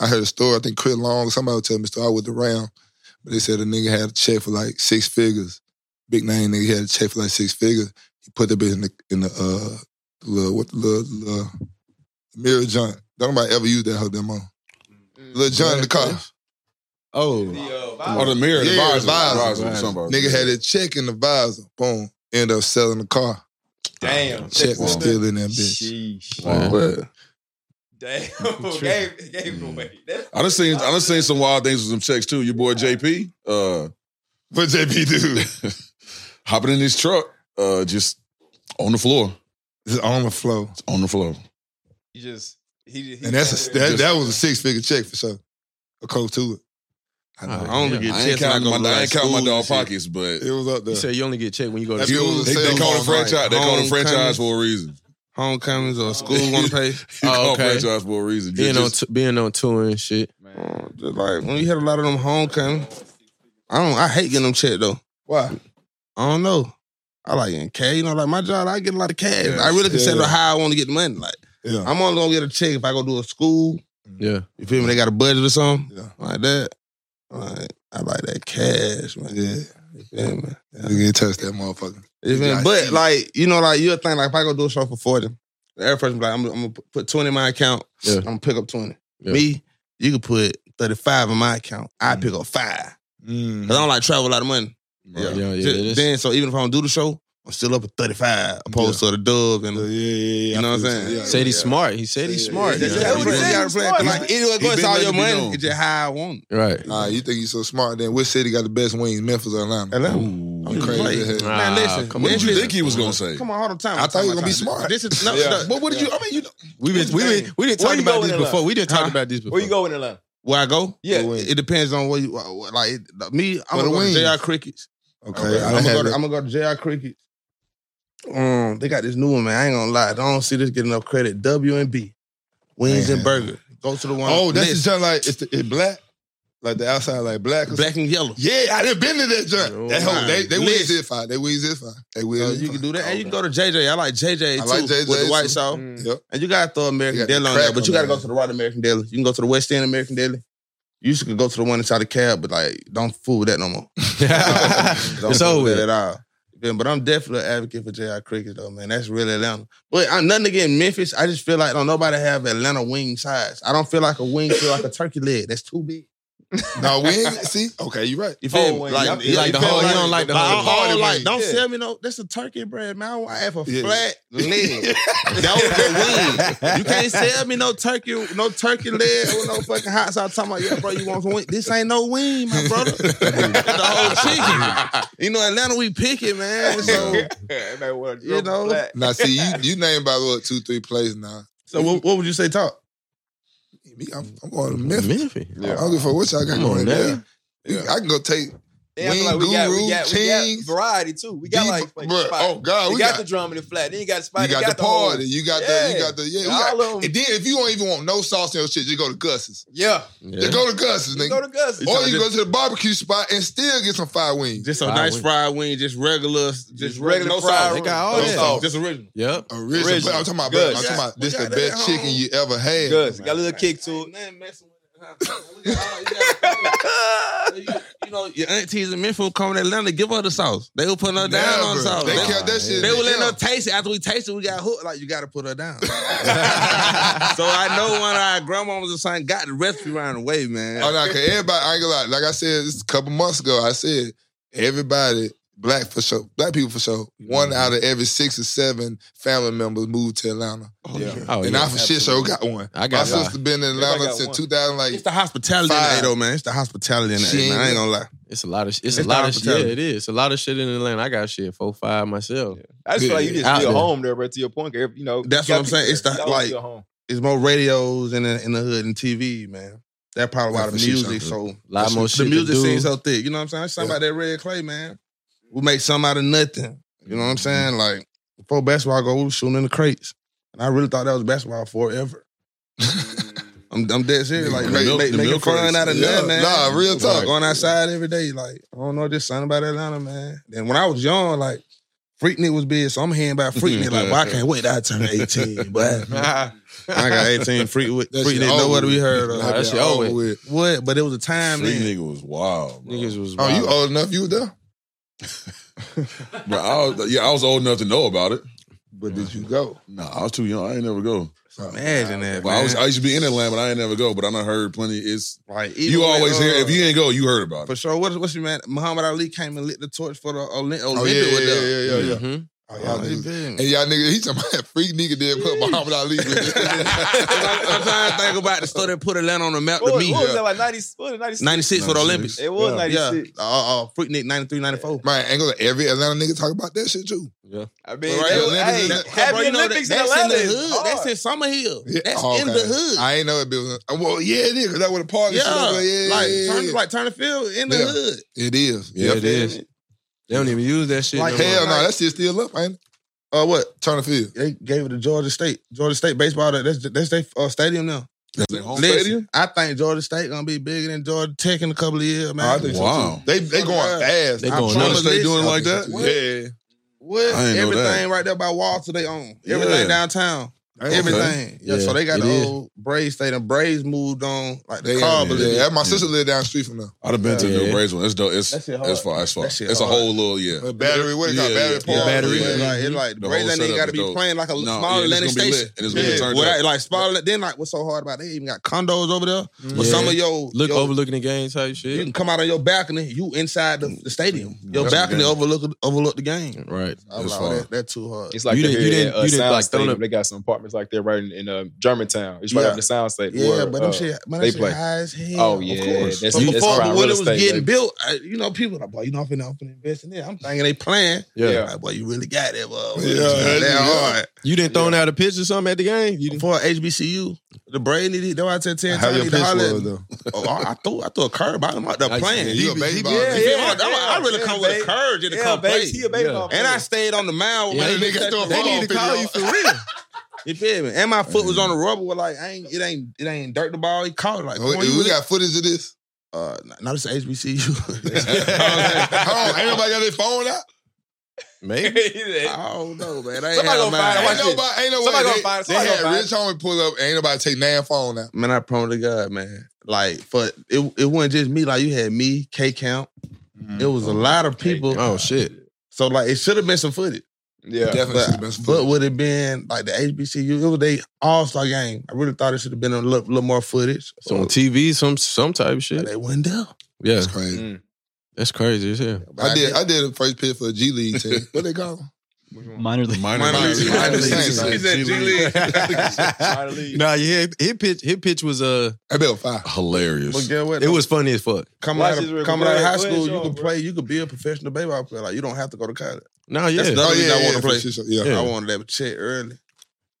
I heard a story. I think Chris Long. Somebody told me a story. I was around, but they said a nigga had a check for like six figures. Big name nigga had a check for like six figures. He put the bitch in the in the uh the little what the little, little mirror joint. Don't nobody ever use that hoe them on. Little joint in the car. Oh, Oh, the mirror, Yeah, the visor, visor. visor, somebody. Nigga had a check in the visor. Boom. End up selling the car. Damn. Check was Wow. still in that bitch. sheesh. Wow. Damn. gave gave it away. That's I done seen I done seen some wild things with some checks too. Your boy JP, uh, What JP do? hopping in his truck, uh, just on the floor, It's on the flow. on the floor. you just he, he And that's a, that, that was a six figure check for sure. A close to it. I know. I only get I ain't checks when I counting go my, to like I ain't counting school my and dog shit. pockets, but It was up there. You say you only get checked when you go to That's cool. school. they, they sales call it on, franchise. like, they call it homecomings. franchise for a reason. Homecomings or school want to pay. You Oh, call it okay. franchise for a reason. Being on Just- t- being on tour and shit. Oh, just like when you had a lot of them homecomings. I don't. I hate getting them checked though. Why? I don't know. I like in cash. You know, like my job, I get a lot of cash. I really consider Yeah. how I want to get the money. Like Yeah. I'm only gonna get a check if I go to a school. Yeah. You feel me? They got a budget or something Yeah. like that. Like I like that cash, man. Yeah. You feel me? You can't touch that motherfucker. You feel me? Yeah, I But see. like you know, like you'll think like if I go do a show for forty, the average person be like I'm, I'm gonna put twenty in my account. Yeah. I'm gonna pick up twenty. Yeah. Me, you can put thirty five in my account. I pick up five. Mm. Cause I don't like travel a lot of money. Yeah, yeah, Ju- yeah, that is- then so even if I don't do the show, I'm still up at 35 opposed to the dub and Yeah, yeah, yeah, yeah. You know what I'm I feel saying? you. Yeah, Said he's yeah. smart. He said he's Yeah, smart. yeah, Yeah, yeah. man. that's what he you said. gotta play. Smart. Like anyway, He go, it's been all letting your it be money. known. It's just how I want it. Right. Nah, you think you so smart? Then which city got the best wings? Memphis or Atlanta? Hello. You crazy as hell. Man, Nah, listen. come man, What did you listen. think he was gonna say? Come on, hold on time. I thought Time, you were gonna time. be smart. This is no, Yeah. no. But what did you? I mean, you. We been we been, we didn't Where talk you about going this in life? before. We didn't talk Huh? about this before. Where you go in Atlanta? Where I go? Yeah. The wings. It depends on where you like. It, me, I'm For the gonna go to wings. Jr. Crickets. Okay, I I'm done gonna, had go to, that. I'm gonna go to Jr. Crickets. Um, they got this new one, man. I ain't gonna lie. I don't see this getting enough credit. W and B, wings and Man. burger. Go to the one. Oh, that's Listen. the joint like it's the, it black, like the outside like black. Or black and yellow. Yeah, I done been to that joint. Oh, that whole, they they wings Listen. is fire. They wings is fire. They wings. So is you can fire. do that, and you can go to JJ. I like JJ I too like JJ with the too. white sauce. Yep. And you gotta throw American You got the Deli on crack there, but on you gotta there. go to the right American Deli. You can go to the West End American Deli. You used to go to the one inside the cab, but like don't fool with that no more. Don't it's fool over. with that with. at all. Yeah, But I'm definitely an advocate for J.I. Cricket though, man. That's really Atlanta. But I'm nothing against Memphis. I just feel like don't nobody have Atlanta wing size. I don't feel like a wing feel like a turkey leg. That's too big. No, we ain't see. Okay, you right. You feel Oh, me? wait, Like, y'all- it- You like it the felt whole, you don't like the But I whole don't, party like, wing. don't Yeah. sell me no. That's a turkey bread, man. I have a Yeah. flat leg. that was the wing. You can't sell me no turkey, no turkey leg with no fucking hot sauce. Talking about, yeah, bro, you want some wing? This ain't no wing, my brother. the whole chicken. You know, Atlanta, we pick it, man. So You you know. Now see, you you named by what two, three plays now. So what, what would you say, talk? Me, I'm, I'm going to Memphis. Memphis. I don't give a fuck what y'all got Come on, going there. man. We- I can go take Yeah, I feel Wing like we got, Guru, we got, we Kings, got variety too. We got deep- like, like bruh, spot. Oh God, we, we got, got, the drum and the flat. Then you got the spot. you got, the whole- party. You got the you Yeah. got the yeah. We all got, of 'em. and then if you don't even want no sauce in your shit, just go to Gus's. yeah, Just go to Gus's, You go nigga. to Gus. You Or tryna you go just- to the barbecue spot and still get some fire wings. Just a Fried nice wing. fried wing, just regular, just, Just regular regular, no fried sauce. They got all no that. sauce, just original. Yep. Original. Original. I'm talking about, Good. I'm talking about this We got the that best at home. chicken you ever had. Gus. Got a little kick to Nothing messing with it. it. you, you know, your aunties and men folk coming to Atlanta, give her the sauce. They will put her down on Never. sauce. They They, kept that shit. they in will let the her air. taste it. After we taste it, we got hooked. Like, you got to put her down. so I know one of our grandmamas or something got the recipe around the way, man. Oh no, cause everybody. I ain't gonna lie. Like I said, this a couple months ago. I said everybody black for sure, black people for sure. One out of every six or seven family members moved to Atlanta, Oh, and I yeah. for shit sure got one. I My got one. sister been in Everybody Atlanta got since one. 2000. Like It's the hospitality in Five. it, though, man. It's the hospitality in She it, man. I ain't- ain't gonna lie. It's a lot of shit. It's, It's a lot the of shit. Yeah, opportunity. it is. It's a lot of shit in Atlanta. I got shit four five myself. I just feel like you Out just feel there. home there, bro. To your point, every- you know That's you what got I'm saying. people It's the- there. Y'all like- feel home. It's more radios in the in the hood and TV, man. That probably why Yeah, the for sure, music son. so Lot more the shit to music do. seems so thick. You know what I'm saying? It's something about that red clay, man. We make something out of nothing. You know what I'm saying? Like before basketball go, we was shooting in the crates, and I really thought that was basketball forever. I'm I'm dead serious. Like Crate- make, the make, making milk fun crates. out of Yeah. nothing, man. Nah, real Like, talk. Going outside every day, like I don't know, just something about Atlanta, man. And when I was young, like Freaknik was big, so I'm hearing about Freaknik. like, well, I can't wait till I turn 18, but. I got 18 free with That free shit did oh, over nobody we with. heard of. Nah, that shit over with. What? But it was a time Free then. oh, nigga was wild, bro. Niggas was Oh, wild. you old enough? You were there? Bro, I was, yeah, I was old enough to know about it. But did you go? Nah, I was too young. I ain't never go. Imagine that. Well, man. I was I used to be in Atlanta, but I ain't never go. But I done heard plenty. It's like, even you when, always hear uh, if you ain't go, you heard about for it. sure. What, what's your man? Muhammad Ali came and lit the torch for the Olymp- Olympic Oh yeah, yeah, with Mm-hmm. yeah, them. yeah, yeah. yeah. Mhm. Oh, Yeah, y'all he niggas- been. And y'all nigga, he talking about freak nigga did put Muhammad Ali. with I'm, I'm it. trying to think about the story that put Atlanta on the map What to was, me. what was that like 90, what was 96? 96 for the 96. Olympics. It was Yeah. 96. Yeah. Uh, uh, Freaknik 93, 94. Man, ain't gonna let every Atlanta nigga talk about that shit too. I mean, Right, they- the Olympics hey, in the- Bro, having you know that- Olympics in that's Atlanta in the is hood. That's hard. in Summer Hill. Yeah, That's oh, in okay. the hood. I ain't know it was. Well, yeah, it is. 'cause That's where the party. yeah, shit over there. Yeah, like yeah, turn, yeah. like turn the field in the Yeah. hood. It is. Yeah, Yep. it is. They don't even use that shit. Like no Hell more. no, that shit still up, ain't it? Uh, what? Turner Field. They gave it to Georgia State. Georgia State baseball. That's that's their uh, stadium now. That's their home Listen, stadium. I think Georgia State gonna be bigger than Georgia Tech in a couple of years, man. Oh, I think so, Wow. They they Oh, going God. fast. They I'm going trying to up. stay doing it I like think that. so, too. Yeah. what? I ain't know Everything that. right there by Walter, they own everything Yeah. downtown. Okay. Everything. Yeah, Yeah, So they got it the is. old Braves Stadium. Braves moved on like the They car, yeah, believe yeah. My Yeah. sister lived down the street from them. I'd have been to Yeah. New Braves one. It's dope. It's That shit it's hard. far. It's far. That It's shit a hard. whole little yeah. Battery, what they call Yeah, battery yeah. Mm-hmm. park. Yeah, Battery. It's like, it's like The the whole Braves ain't even setup gotta is be dope. playing like a No, small yeah, it's Atlantic gonna be lit, station. and it's gonna be turned Without- up. like small. Then like what's so hard about? It? They even got condos over there. But Yeah. some of your Look your, overlooking the game type shit. You can come out on your balcony. You inside the, the stadium. Your Mm, That's the balcony game. overlook overlook the game. right. I was That's like, far. oh, that, that too hard. It's like You you didn't- didn't, you didn't- uh, you didn't, Sound like, throw Stadium. them- They got some apartments like that right in, in uh, Germantown. It's right Yeah. up in the Sound State. yeah, where, but them uh, shit, man, they that shit play. high as hell. Oh, of yeah, course. that's- but that's before prime but when real it was estate, getting baby. built, I, you know, people like, boy, you know, I'm finna, I'm finna invest in that. I'm thinking they playing. Yeah. Yeah. Like, boy, you really got it, boy. Yeah, that yeah. hard. You didn't throw out a pitch or something at the game. You didn't. Before HBCU, the Braves needed. They were out there ten How times. your need to pitch holler at was me. though? Oh, I, I threw, I threw a curve out him out there Like, playing. You a You baseball? yeah, feel nigga? yeah. me? I'm- I'm- I really yeah, come with a babe. courage to Yeah, come play. baby, he a baseball And I player. stayed on the mound. Yeah, man. nigga threw a They ball need to fifty call you yards. for real. You feel me? And my foot was on the rubber. With like, I ain't, it ain't, it ain't dirt the ball. He caught it. Like, Oh, boy, you We we really- got footage of this. uh, no, this is HBCU. Hold on, ain't nobody got their phone out. Maybe. Yeah. I don't know, man. They ain't Somebody have gonna find mine. out. Ain't nobody, ain't nobody. Somebody gonna they, find it. they Somebody had gonna find Rich Homie pull up. Ain't nobody take damn phone out. Man, I promise to God, man. Like, for it, it wasn't just me. Like, you had me, K Count. It was a lot of people. Oh shit. So, like, it should have been some footage. Yeah. Definitely should have been But, but split. would it been like the HBCU? It was they all star game. I really thought it should have been a little, little more footage. It's on TV, some some type of But shit. Oh. they went down. Yeah, That's crazy. that's crazy as hell. But I did. I did a first pit for a G League team. What they call them? Minor league. Minor Minor league. league. Minor league. He said G League. Minor league. Nah, yeah, his pitch, his pitch was uh, I bet five. But Hilarious. get what? it was funny as fuck. coming Watch out this real of quick. coming out of Go high ahead, go ahead, school, show you can them, bro. play. You could be a professional baseball player. Like you don't have to go to college. Nah, yeah, That's the other Oh, reason yeah, I want yeah, to for play. sure, sure. Yeah. I wanted that check early.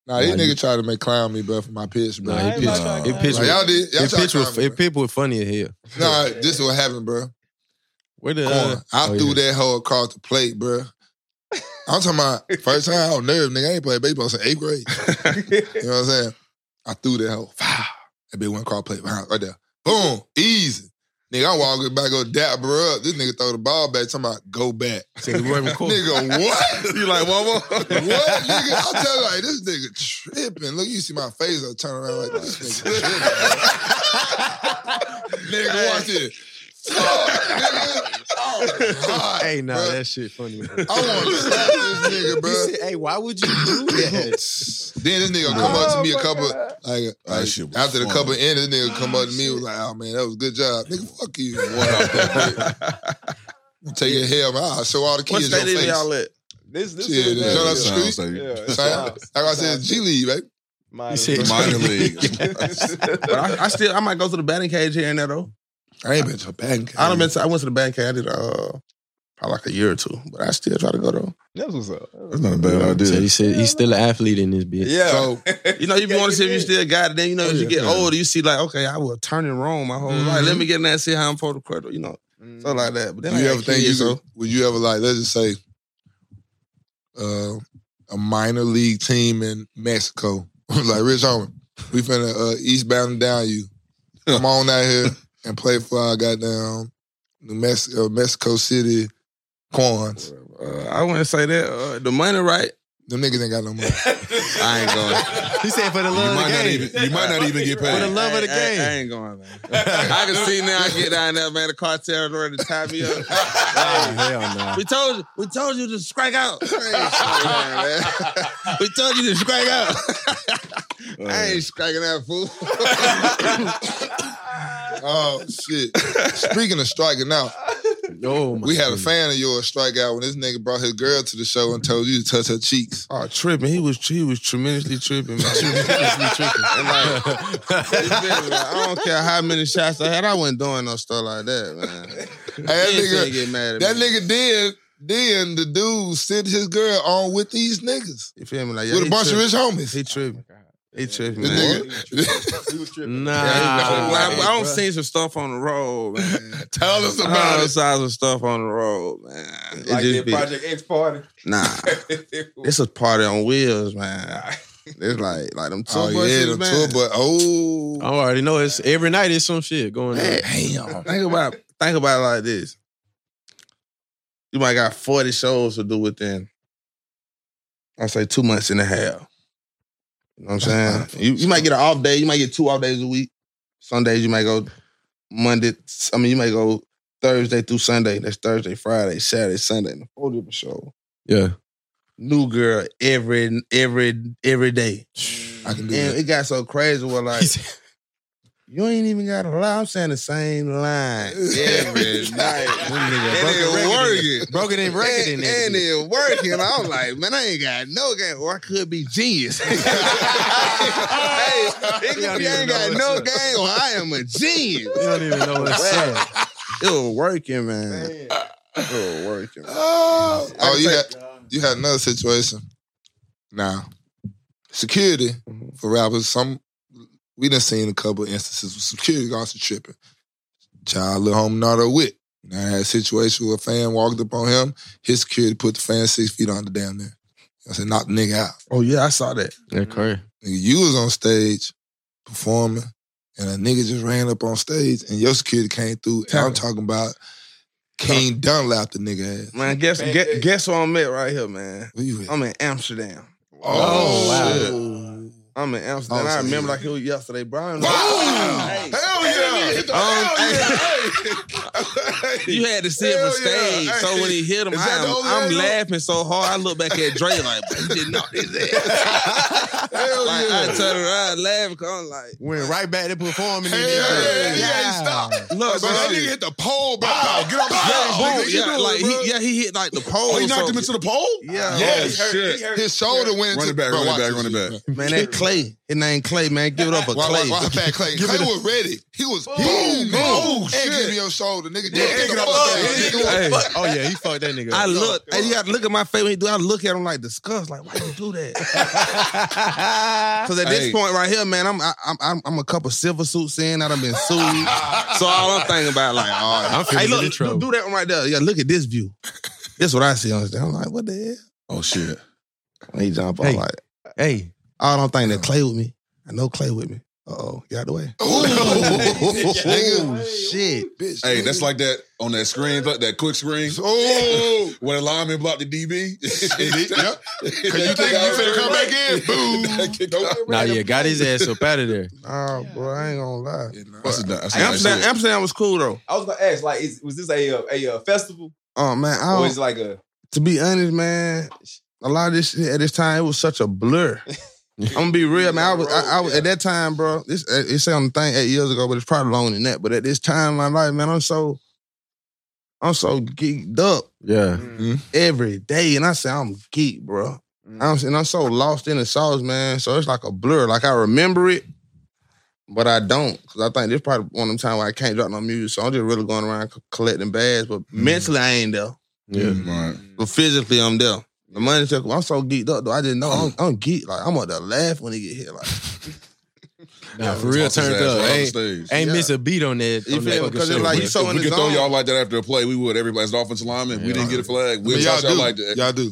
Nah, this nigga tried to make clown me, bro, for my pitch, bro. Nah, I he ain't pitched. about to It lie. pitched. Like, with- y'all did. Y'all It tried pitch to was clown me, it pitch was funny as hell. bro. Nah, this is what happened, bro. Where the Corner. uh, I oh, threw yeah. that hoe across the plate, bro. I'm talking about first time I was nervous, nigga. I ain't played baseball since eighth grade. You know what I'm saying? I threw that hoe. Foul. That bitch went across the plate Wow, right there. Boom. Easy. Nigga, I walking back, go dap, bro. Up. This nigga throw the ball back. Talking about go back. Said it wasn't cool. Nigga, what? You like one more? What nigga? I'll tell you like this nigga tripping. Look, you see my face, I turn around like this nigga tripping. bro. nigga, watch it. Fuck, nigga. Oh, God, Hey, nah, bro. that shit funny. bro. I want to slap this nigga, bro. He said, hey, why would you do that? Then this nigga come up to me a my couple, God. like, like, shit was after the funny. couple end, this nigga come up to me was like, "Oh man, that was a good job, nigga. Fuck you. What up, nigga? Take your hair, man. I'll show all the What kids your state is face. y'all at? This this Yeah, is the shout yeah. out to Sounds street. like- Yeah, Like, like I said, G League, right? Minor said league. Minor league. But I, I still I might go to the batting cage here and there though. I ain't been to a bank. I don't been to, I went to the batting cage. I did uh probably like a year or two, but I still try to go though. That's what's up. That's not a bad So idea. he said he's still an athlete in this bitch. Yeah. So- You know, if you Yeah, want to see if you did. still got it, then you know as you get yeah. Mm-hmm. older, you see like okay, I will turn it wrong my whole life. Let me get in there and see how I'm for the credit, you know, Mm. stuff like that. But then Do you I ever think you so. could, would you ever like let's just say uh, a minor league team in Mexico like Rich Homie, we finna uh, eastbound and down you. Come on out here and play for our goddamn New Mex- uh, Mexico City Corns. Uh, I wouldn't say that. Uh, the money, right? Them niggas ain't got no money. I ain't going. He said for the You love of might the not game. even. You might not even get For the paid. love of the I ain't- I, game. ain't going, man. I can see now. I get down there, man. The cartel ready to tie me up. Oh, hell no. we told you. We told you to strike out. man, we told you to strike out. I ain't striking out, fool. Oh shit! Speaking of striking out, Oh my we had a fan of yours strike out when this nigga brought his girl to the show and told you to touch her cheeks. Oh, tripping. He was he was tremendously tripping, man. tremendously tripping. And like, it's been, like, I don't care how many shots I had. I wasn't doing no stuff like that, man. Hey, that Kids nigga, ain't get mad at That me. nigga did. Then the dude sent his girl on with these niggas You feel me? Like yeah, with a he bunch of tripping. rich homies. He tripping. He tripping, This man. nigga, Nah. Yeah, I, I, I don't bruh. see some stuff on the road, man. tell us I about don't it. saw some stuff on the road, man. It Like just that be- Project X party. nah, it's a party on wheels, man. It's like like them tour Oh yeah, buses, the man. tour, but oh, I already know it's every night it's some shit going on. Man, Think about think about it like this. You might got 40 shows to do within, I say two months and a half. You know what I'm saying? You, you might get an off day, you might get two off days a week. Some days you might go Monday, I mean you might go Thursday through Sunday. That's Thursday, Friday, Saturday, Sunday, and a whole different show. Yeah. New girl every every every day. I can do And that. it got so crazy where like He said- you ain't even got a lie. I'm saying the same line every night. And it working. Broke it in record in And, that and bitch. it working. I was like, man, I ain't got no game. Or I could be genius. hey, Oh. it could be, I ain't got no game. Or I am a genius. You don't even know what's up. It was working, man. It was working. Oh, I you can had you had another situation. Now, security for rappers. Some we done seen a couple instances with security guards are tripping. Child, little homie Nardo Witt. Now I had a situation where a fan walked up on him. His security put the fan six feet on the damn there. I said, knock the nigga out. Oh yeah, I saw that. Yeah, crazy. Nigga, you was on stage performing, and a nigga just ran up on stage, and your security came through. And I'm talking about King Dunlap, the nigga ass. Man, guess Man, guess, hey. guess where I'm at right here, man. Where you at? I'm in Amsterdam. Oh, wow. I'm in Amsterdam. Oh, I so remember you- like it was yesterday, Brian. Wow. Hell yeah. shit. though. Hell yeah. You had to see him on Hell stage. yeah. So when he hit him, Is that I the am, only I'm angle? laughing so hard. I look back at Dre like, "Boy, he didn't know his ass. Hell like, I yeah. turn around laughing because I'm like, Went right back to performing. Hell and yeah. everything. He ain't stopped. look, So that bro. nigga hit the pole, bro. Get off Yeah, the boom, stage. yeah, like bro. he, yeah, he hit like the pole. Oh, he or knocked him something. into the pole? oh, Yeah. Yeah, He hurt, shit. he hurt. His shoulder went into Run it back, bro, run it watch back, this run shit, it bro. back. man, that Clay. His name Clay, man. Give it up for Why, Clay. why, why back Clay? Clay was ready. He was boom, boom, Oh, and give me your shoulder, nigga. Yeah, take get the it fuck off out. the Nigga, stage. what the Hey. fuck? Oh yeah, he fucked that nigga. I up. look, and you got to look at my face when he do. it. I look at him like disgust, like why you do that? Because at this Hey. point right here, man, I'm I, I'm- I'm I'm a couple silver suits in. I've been sued, so all I'm thinking about like, all right, I'm feeling hey, in look, trouble. do, do that one right there. Yeah, look at this view. This what I see on this. I'm like, what the Oh, shit. hell? When he jump, I'm Hey. like, Hey, I don't think that Clay with me. I know Clay with me. Uh oh, get out the way. Nigga, shit. bitch. Hey, that's nigga. like that on that screen, like that quick screen. Oh, When a lineman blocked the DB. yeah. Cause you think you finna come back in? Boom. Nope. Nah, yeah, got his ass up out of there. Nah, bro, I ain't gonna lie. That's a, that's a nice Amsterdam, hit. Amsterdam was cool though. I was gonna ask, like, is, was this a uh, a, uh festival Oh man, I or don't- is it like a? to be honest, man, a lot of this shit at this time it was such a blur. I'm gonna be real, man. I was, I, I was at that time, bro. This uh, it say on the thing eight years ago, but it's probably longer than that. But at this time in my life, man, I'm so I'm so geeked up Yeah. every day, and I say I'm geek, bro. I'm and I'm so lost in the sauce, man. So it's like a blur. Like I remember it, but I don't because I think this probably one of them times where I can't drop no music. So I'm just really going around co- collecting bags, but mentally I ain't there. Mm. Yeah. Right. But physically, I'm there. The money took. I'm so geeked up though. I didn't know. I'm, Mm. I'm geeked. Like I'm up to laugh when he get hit. Like Nah, for real, Tossed his turned ass right up. off the Ain't, stage. ain't Yeah. miss a beat on that. You feel on that me? fucking Because it's show, like bro. you so if in we the could throw zone. y'all like that after a play, we would. Everybody, as an offensive lineman, we Yeah. didn't get a flag. I mean, We'll y'all toss y'all do. like that. Y'all do.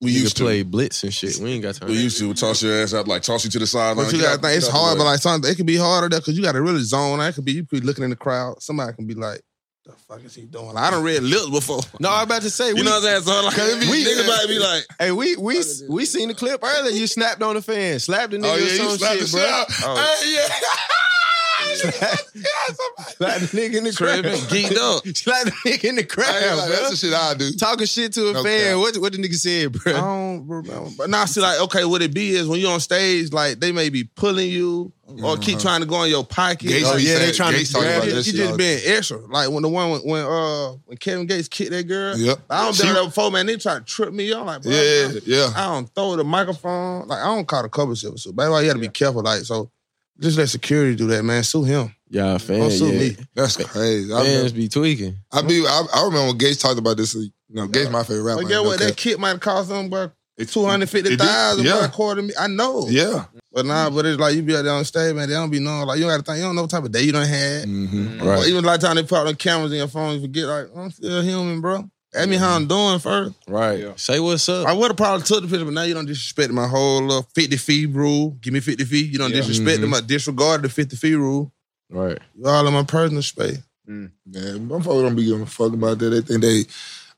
We used Nigga play to. blitz and shit. We ain't got time. We used to. We'll toss your ass out, like toss you to the sideline. But you Get gotta out- think it's get out the hard, but way. like sometimes it could be harder there because you gotta really zone. out. It could be you could be looking in the crowd. Somebody can be like, "The fuck is he doing?" I done read lips before. No, I'm about to say. you we, know what I'm saying? So like, Cause it be- we, niggas might be like, Hey, we we we seen the clip earlier. You snapped on the fan, slapped the nigga Oh yeah, or you some slapped the shit, shit bro. out. Hey, yeah. Slapped the nigga in the tripping, crowd. geeked up. Slapped the nigga in the crowd, Hey, like, bro. That's the shit I do. Talking shit to a No fan. cap. What what the nigga said, I bro? don't remember. But now, see, like, okay, what it be is when you on stage, like they may be pulling you or keep trying to go in your pocket. Oh, Uh-huh. Gates Like, be yeah, they saying- tryna Gates talking grab about you that you shit. just all- being extra. Like when the one when, when uh when Kevin Gates kicked that girl. Yep. I don't She- been there before, man. They try to trip me. I'm like, bro, Yeah, yeah. I don't throw the microphone. Like I don't call the cover silver suit. That's why you got to be careful. Like so, just let security do that, man. Sue him. Y'all fan, Don't sue me. That's crazy. I Fans remember, be tweaking. I, be, I, I remember when Gates talked about this. You know, Gates my favorite rapper. But guess ain't no what? cap. That kid might have cost them about Oh, It- two hundred fifty thousand, it did, yeah. yeah. a quarter. of me. I know. Yeah. But nah, but it's like you be out there on stage, man. They don't be knowing. Like you got to think. You don't know what type of day you done had. Mm-hmm. Or even a lot of time they put out the cameras in your phone. You forget. Like I'm still human, bro. Ask me how I'm doing first. Right. Say what's up. I would have probably took the picture, but now you don't disrespect my whole little 50 fee rule. Give me 50 fee. You don't Yeah. disrespect Mm-hmm. them. I disregarded the 50 fee rule. Right. You all in my personal space. Man, my folks don't be giving a fuck about that. They think they.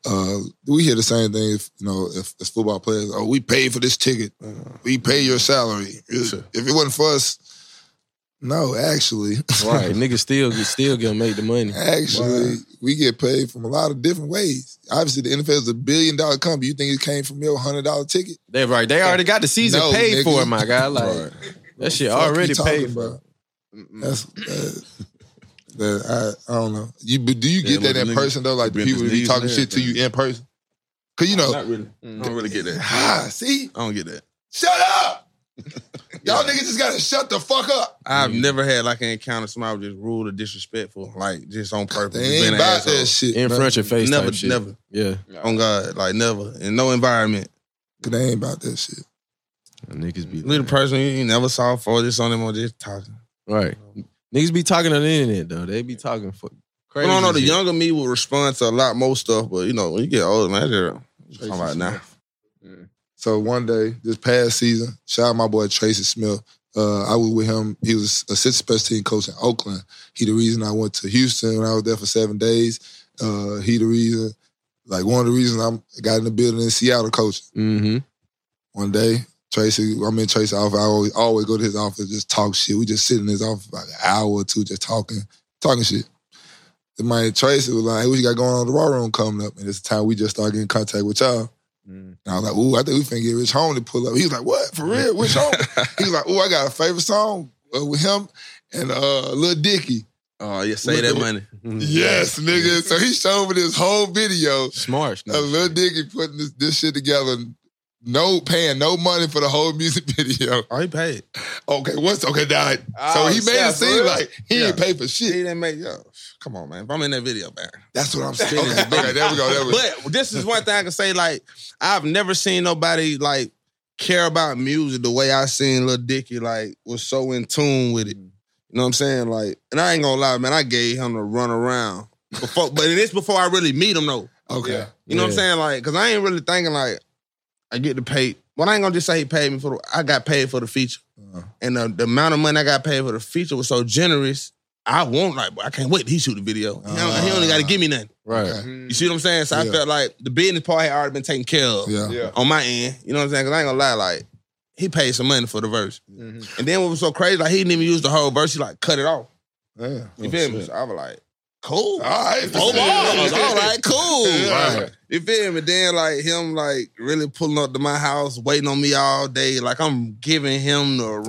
Uh, we hear the same thing. If you know, if as football players, oh, we paid for this ticket. We pay your salary. If if it wasn't for us, no, actually, Right. Nigga still get still gonna make the money. Actually, we get paid from a lot of different ways. Obviously, the NFL is a billion dollar company. You think it came from your hundred dollar ticket? They right. They already got the season No, paid nigga. for, my guy. Like that shit Fuck you already talking paid for. about? That's that, that- I, I don't know. You but do you Yeah, get that in look, nigga, person though? Like the bent people his be knees talking and shit to you in person. Cause you know, Not really. I don't really get that. ah, see, I don't get that. shut up. Y'all niggas just gotta shut the fuck up. I've never had like an encounter somebody was just rude or disrespectful, like just on purpose. They Been ain't an about asshole. that shit. In bro. front of your face. Never, type shit. never. Yeah. On God, like never. In no environment. They ain't about that shit. Niggas be Little person you ain't never saw before, just on them or just talking. Right. Niggas be talking on the internet though. They be talking for But crazy. I don't know, the shit. younger me will respond to a lot more stuff, but you know, when you get older, man, that's just I'm like, nah. So one day, this past season, shout out my boy Tracy Smith. Uh, I was with him. He was assistant special team coach in Oakland. He the reason I went to Houston when I was there for seven days. Uh, he the reason, like one of the reasons I'm got in the building in Seattle coaching. Mm-hmm. One day, Tracy, I'm in Tracy's office. I always, always go to his office, just talk shit. We just sit in his office for like an hour or two, just talking, talking shit. And my Tracy was like, hey, what you got going on with the Raw Room coming up? And it's the time we just started getting in contact with y'all. Mm. And I was like, ooh, I think we finna get Rich Home to pull up. He was like, what? For real? Which home? he was like, ooh, I got a favorite song uh, with him and uh, Lil Dicky. Oh, yeah, say that money. Mm, Yes, nigga. So he showed me this whole video Smart. of Lil Dicky putting this, this shit together. No paying no money for the whole music video. Oh, he paid. Okay, what's okay? Now, Oh, so he made yeah, it for seem real? like he didn't Yeah. pay for He shit. didn't make yo. Come on, man. If I'm in that video, man. That's what I'm saying. Okay, okay, there we go. There we go. But But this is one thing I can say. Like, I've never seen nobody like care about music the way I seen Lil Dicky. Like, was so in tune with it. You know what I'm saying? Like, and I ain't gonna lie, man. I gave him the run around before, but it's before I really meet him though. Okay. You know what I'm saying? Like, cause I ain't really thinking like I get to pay. Well, I ain't gonna just say he paid me for. The, I got paid for the feature, and the, the amount of money I got paid for the feature was so generous. I want like, I can't wait. Till he shoot the video. He don't- he only got to give me nothing. Right. Mm-hmm. You see what I'm saying? So I Yeah. felt like the business part had already been taken care of Yeah. Yeah. on my end. You know what I'm saying? Because I ain't gonna lie, like he paid some money for the verse, and then what was so crazy, like he didn't even use the whole verse. He like cut it off. Yeah. You feel me? So I was like, cool. All right. Oh, bars. All right, cool. Right. You feel me? Then like him, like really pulling up to my house, waiting on me all day. Like I'm giving him the round,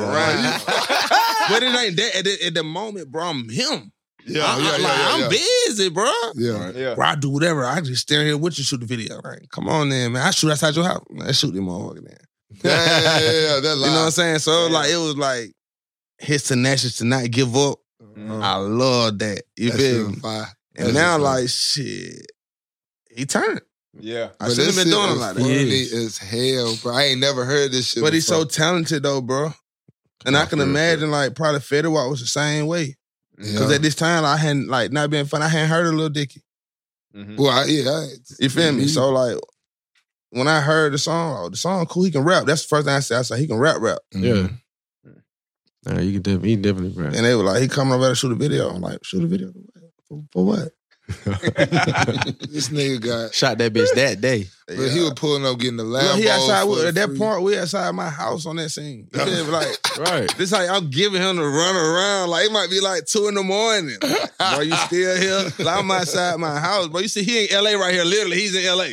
round. but it ain't that at the, at the moment, bro. I'm him. Oh, Yeah. I, yeah, am like, yeah, yeah, I'm yeah. busy, bro. Yeah. Yeah. Bro, I do whatever. I just stand here with you, shoot the video. Like, come on, then, man. I shoot outside your house. Man, I shoot them motherfucker, man. Yeah, yeah, yeah, yeah. That You know what I'm lie. saying? So Yeah. like, it was like his tenacity to not give up. I love that. You That shit feel was me? fire. And That's now, just like, shit, he turned. Yeah. I But should have been this shit doing him was like that. Funny as hell, bro. I ain't never heard this shit. But he's so before. talented, though, bro. And I can imagine, like, probably Federer was the same way. Because Yeah. at this time, I hadn't, like, not been fun. I hadn't heard a little Dicky. Well, I, yeah. I, You feel me? Mhm. So, like, when I heard the song, oh, the song cool, he can rap. That's the first thing I said. I said, he can rap, rap. Yeah. Nah, you can definitely, he definitely And they were like, he coming over there to shoot a video. I'm like, shoot a video? For, for what? this nigga got. Shot that bitch that day. But he was pulling up getting the Look, Lambo. he outside. for we- the At that free- point, we outside my house on that scene. You feel me? Like, Right. This like I'm giving him the run around. Like it might be like two in the morning. Like, bro, you still here? Like, I'm outside my house. But you see, he in LA right here. Literally, he's in LA.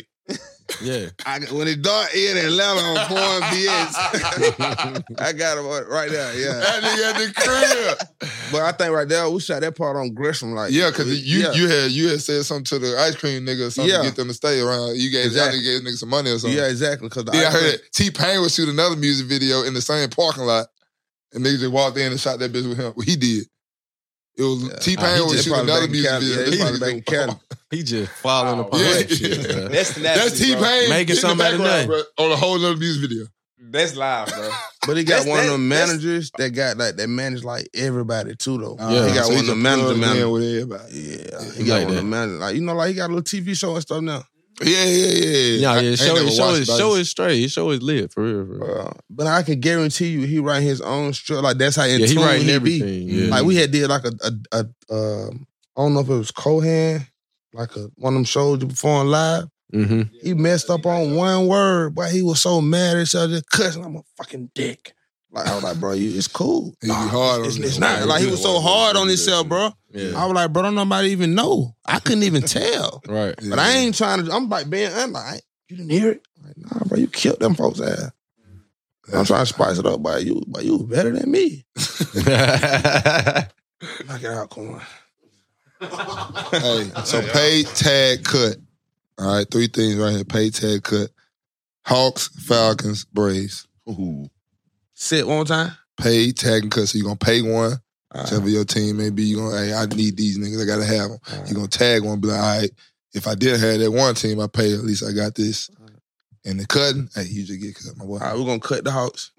Yeah. I, when it's dark he in Atlanta on Foreign BS, I got him on- right there. Yeah, That nigga at the crib. but I think right there we shot that part on Gresham. Like, Yeah, because you yeah. you had you had said something to the ice cream nigga or something Yeah. to get them to stay around. You gave Exactly. y'all nigga gave niggas some money or something. yeah, exactly. Because Yeah, I heard it. T Pain would shoot another music video in the same parking lot, and niggas just walked in and shot that bitch with him. Well, he did. It was T Ah, Pain he would just shoot probably back another in music Cali. video. Yeah, he This probably nigga- back in Cali. He just falling Wow. apart. Yeah. That shit, bro. That's tenacity, That's T bro. Pain Making somebody nothing. on a whole other music video. That's live, bro. But he got That's- one of that- them that's- managers that got like that managed like everybody too though. Yeah, he got Uh, so one of the just manager plugged in man. with everybody. Yeah, he He got one like of that. the manager. Like you know, like he got a little TV show and stuff now. Yeah, yeah, yeah. Yeah, I- I yeah. ain't Show, never his show, watched his about show this. is straight. His show is lit for real. For real. Bro, but I can guarantee you, he writing his own strip. Like that's how in Yeah, he tune writing he everything. Be. Yeah. Like we had did like a, a, a um, I don't know if it was Cohan, like a, one of them shows you perform live. hmm He messed up on one word, but he was so mad at each other, cussing. I'm a fucking dick. Like I was like, bro, you, it's cool. He be hard on it's, this it's not. one. Like he was so hard on himself, bro. Yeah. I was like, bro, don't nobody even know. I couldn't even tell. Right. But I ain't trying to. I'm like being unlike. You didn't hear it. Like, nah, bro, you killed them folks ass. I'm trying to spice it up, but you, but you was better than me. Knock it out, come on. hey, so pay, tag, cut. All right, three things right here: pay, tag, cut. Hawks, Falcons, Braves. Sit one more time. Pay, tag, and cut. So you're gonna pay one, All whichever your team may be. You gonna, hey, I need these niggas. I gotta have them. right. You're gonna tag one, be like, all right. If I did have that one team, I pay. At least I got this. And the cutting, hey, you just get cut, my boy. All right, we're gonna cut the Hawks.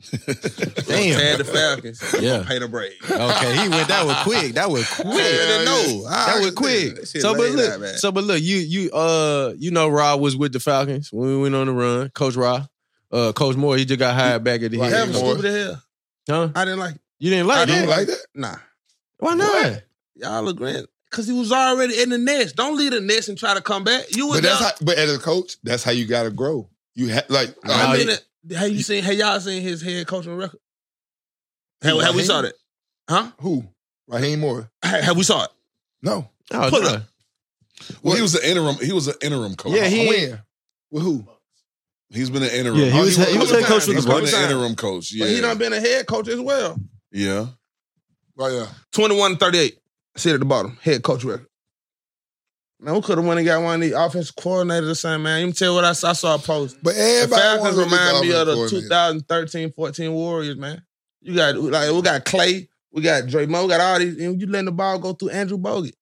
Damn. Tad the Falcons. Yeah. Pay the break. Okay. He went. That was quick. That was quick. didn't know. That was quick. So, but look, so but look, you you uh you know Rod was with the Falcons when we went on the run. Coach Rod, uh, Coach Moore, he just got hired back at the Right. that head. was Boy. stupid as hell. Huh? I didn't like. It. You didn't I like didn't it? like that. Nah, Why not? y'all agreeing because he was already in the nest. Don't leave the nest and try to come back. You was But that's there. how, but as a coach, that's how you gotta grow. You have like Nah, I he- mean, it- have you seen? Have y'all seen his head coaching record? Have, have we Raheem? saw that? Huh? who? Raheem Moore. Have we saw it? No. Oh, Pull no. up. Well, he was an interim. He was an interim coach. Yeah, he- when? With who? has been an interim. Yeah, he Oh, was, he was head coach with the he's couple been Bucks. times. an interim coach. Yeah, But he done been a head coach as well. yeah. Oh yeah. 21 38. Sit at the bottom. Head coach record. Man, we could have went and got one of these offensive coordinators or something, man. You can tell what I saw. I saw a post. But The everybody Falcons wanna be remind me of the offensive 2013-14 Warriors, man. You got like we got Clay, we got Draymond, we got all these, and you letting the ball go through Andrew Bogut.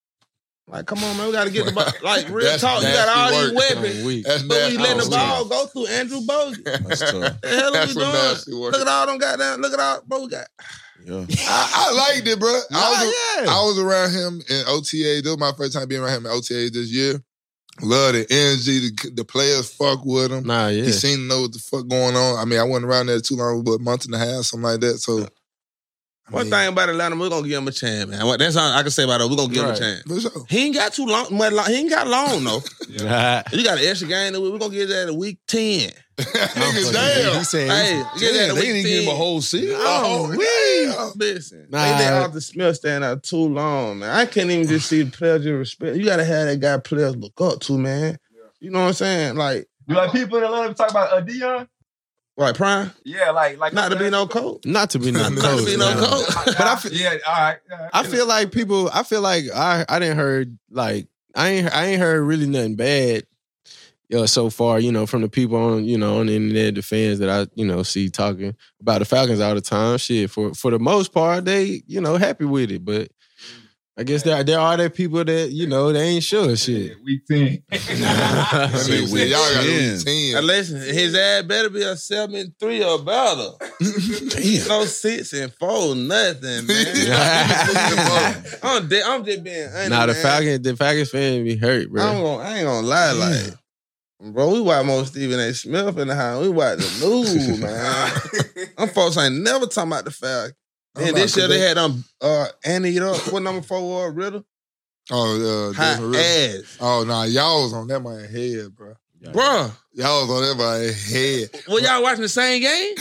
Like, come on, man, we gotta get the ball. Like real That's talk, you got all nasty these work. weapons. weak. That's But we nasty letting the work. ball go through Andrew Bogut. That's tough. The hell are we That's some doing? nasty work. Look at all them goddamn. Look at all, bro. We got oh, Yeah. I, I liked it, bro. I was, yeah. I was around him in OTA. This was my first time being around him in OTA this year. Love the energy. The, the players fuck with him. Nah, yeah. He seemed to know what the fuck going on. I mean, I wasn't around there too long, but a month and a half, something like that. So, I one mean, thing about Atlanta. We're gonna give him a chance, man. What- That's all I can say about it. We're gonna give Right. him a chance. For sure. He ain't got too long. much long- He ain't got long though. Nah. you got an extra game. that we- We're gonna get that at week ten. Nigga, He damn. said, Hey, get that Yeah, at they week didn't give him 10. a whole season. Oh, damn. Listen, Nah. they let Arthur Smith stand out too long, man. I can't even just see the players you respect. You gotta have that guy players look up to, man. You know what I'm saying? Like, Do like people in Atlanta talk about uh, Dion? like prime, Yeah, like like not to be no coach. not to be no coach. Not to be no nah. coach. But I feel yeah. All right. I feel like people. I feel like I. I didn't heard like I ain't. I ain't heard really nothing bad. Uh, so far, you know, from the people on, you know, on the internet, the fans that I, you know, see talking about the Falcons all the time. Shit, for for the most part, they, you know, happy with it. But I guess there there are that people that, you know, they ain't sure. Shit, week ten. That Say nigga week said, y'all got to 10. 10. And listen, his ad better be a seven three or better. No six and four, nothing, man. I'm, de- I'm just being honest. now the man. Falcons, the Falcons fan be hurt, bro. I'm gonna, I ain't gonna lie, like, bro, we watch more Stephen A. Smith in the house. We watch the news, man. Them folks ain't never talking about the Falcons. And this year they had um uh Annie up what number four war Riddle Oh, uh, hot Desmond Ritter. ass, oh, nah, y'all was on that man head, bro. bro. Y'all was on that man head. Oh, Well, y'all watching the same game?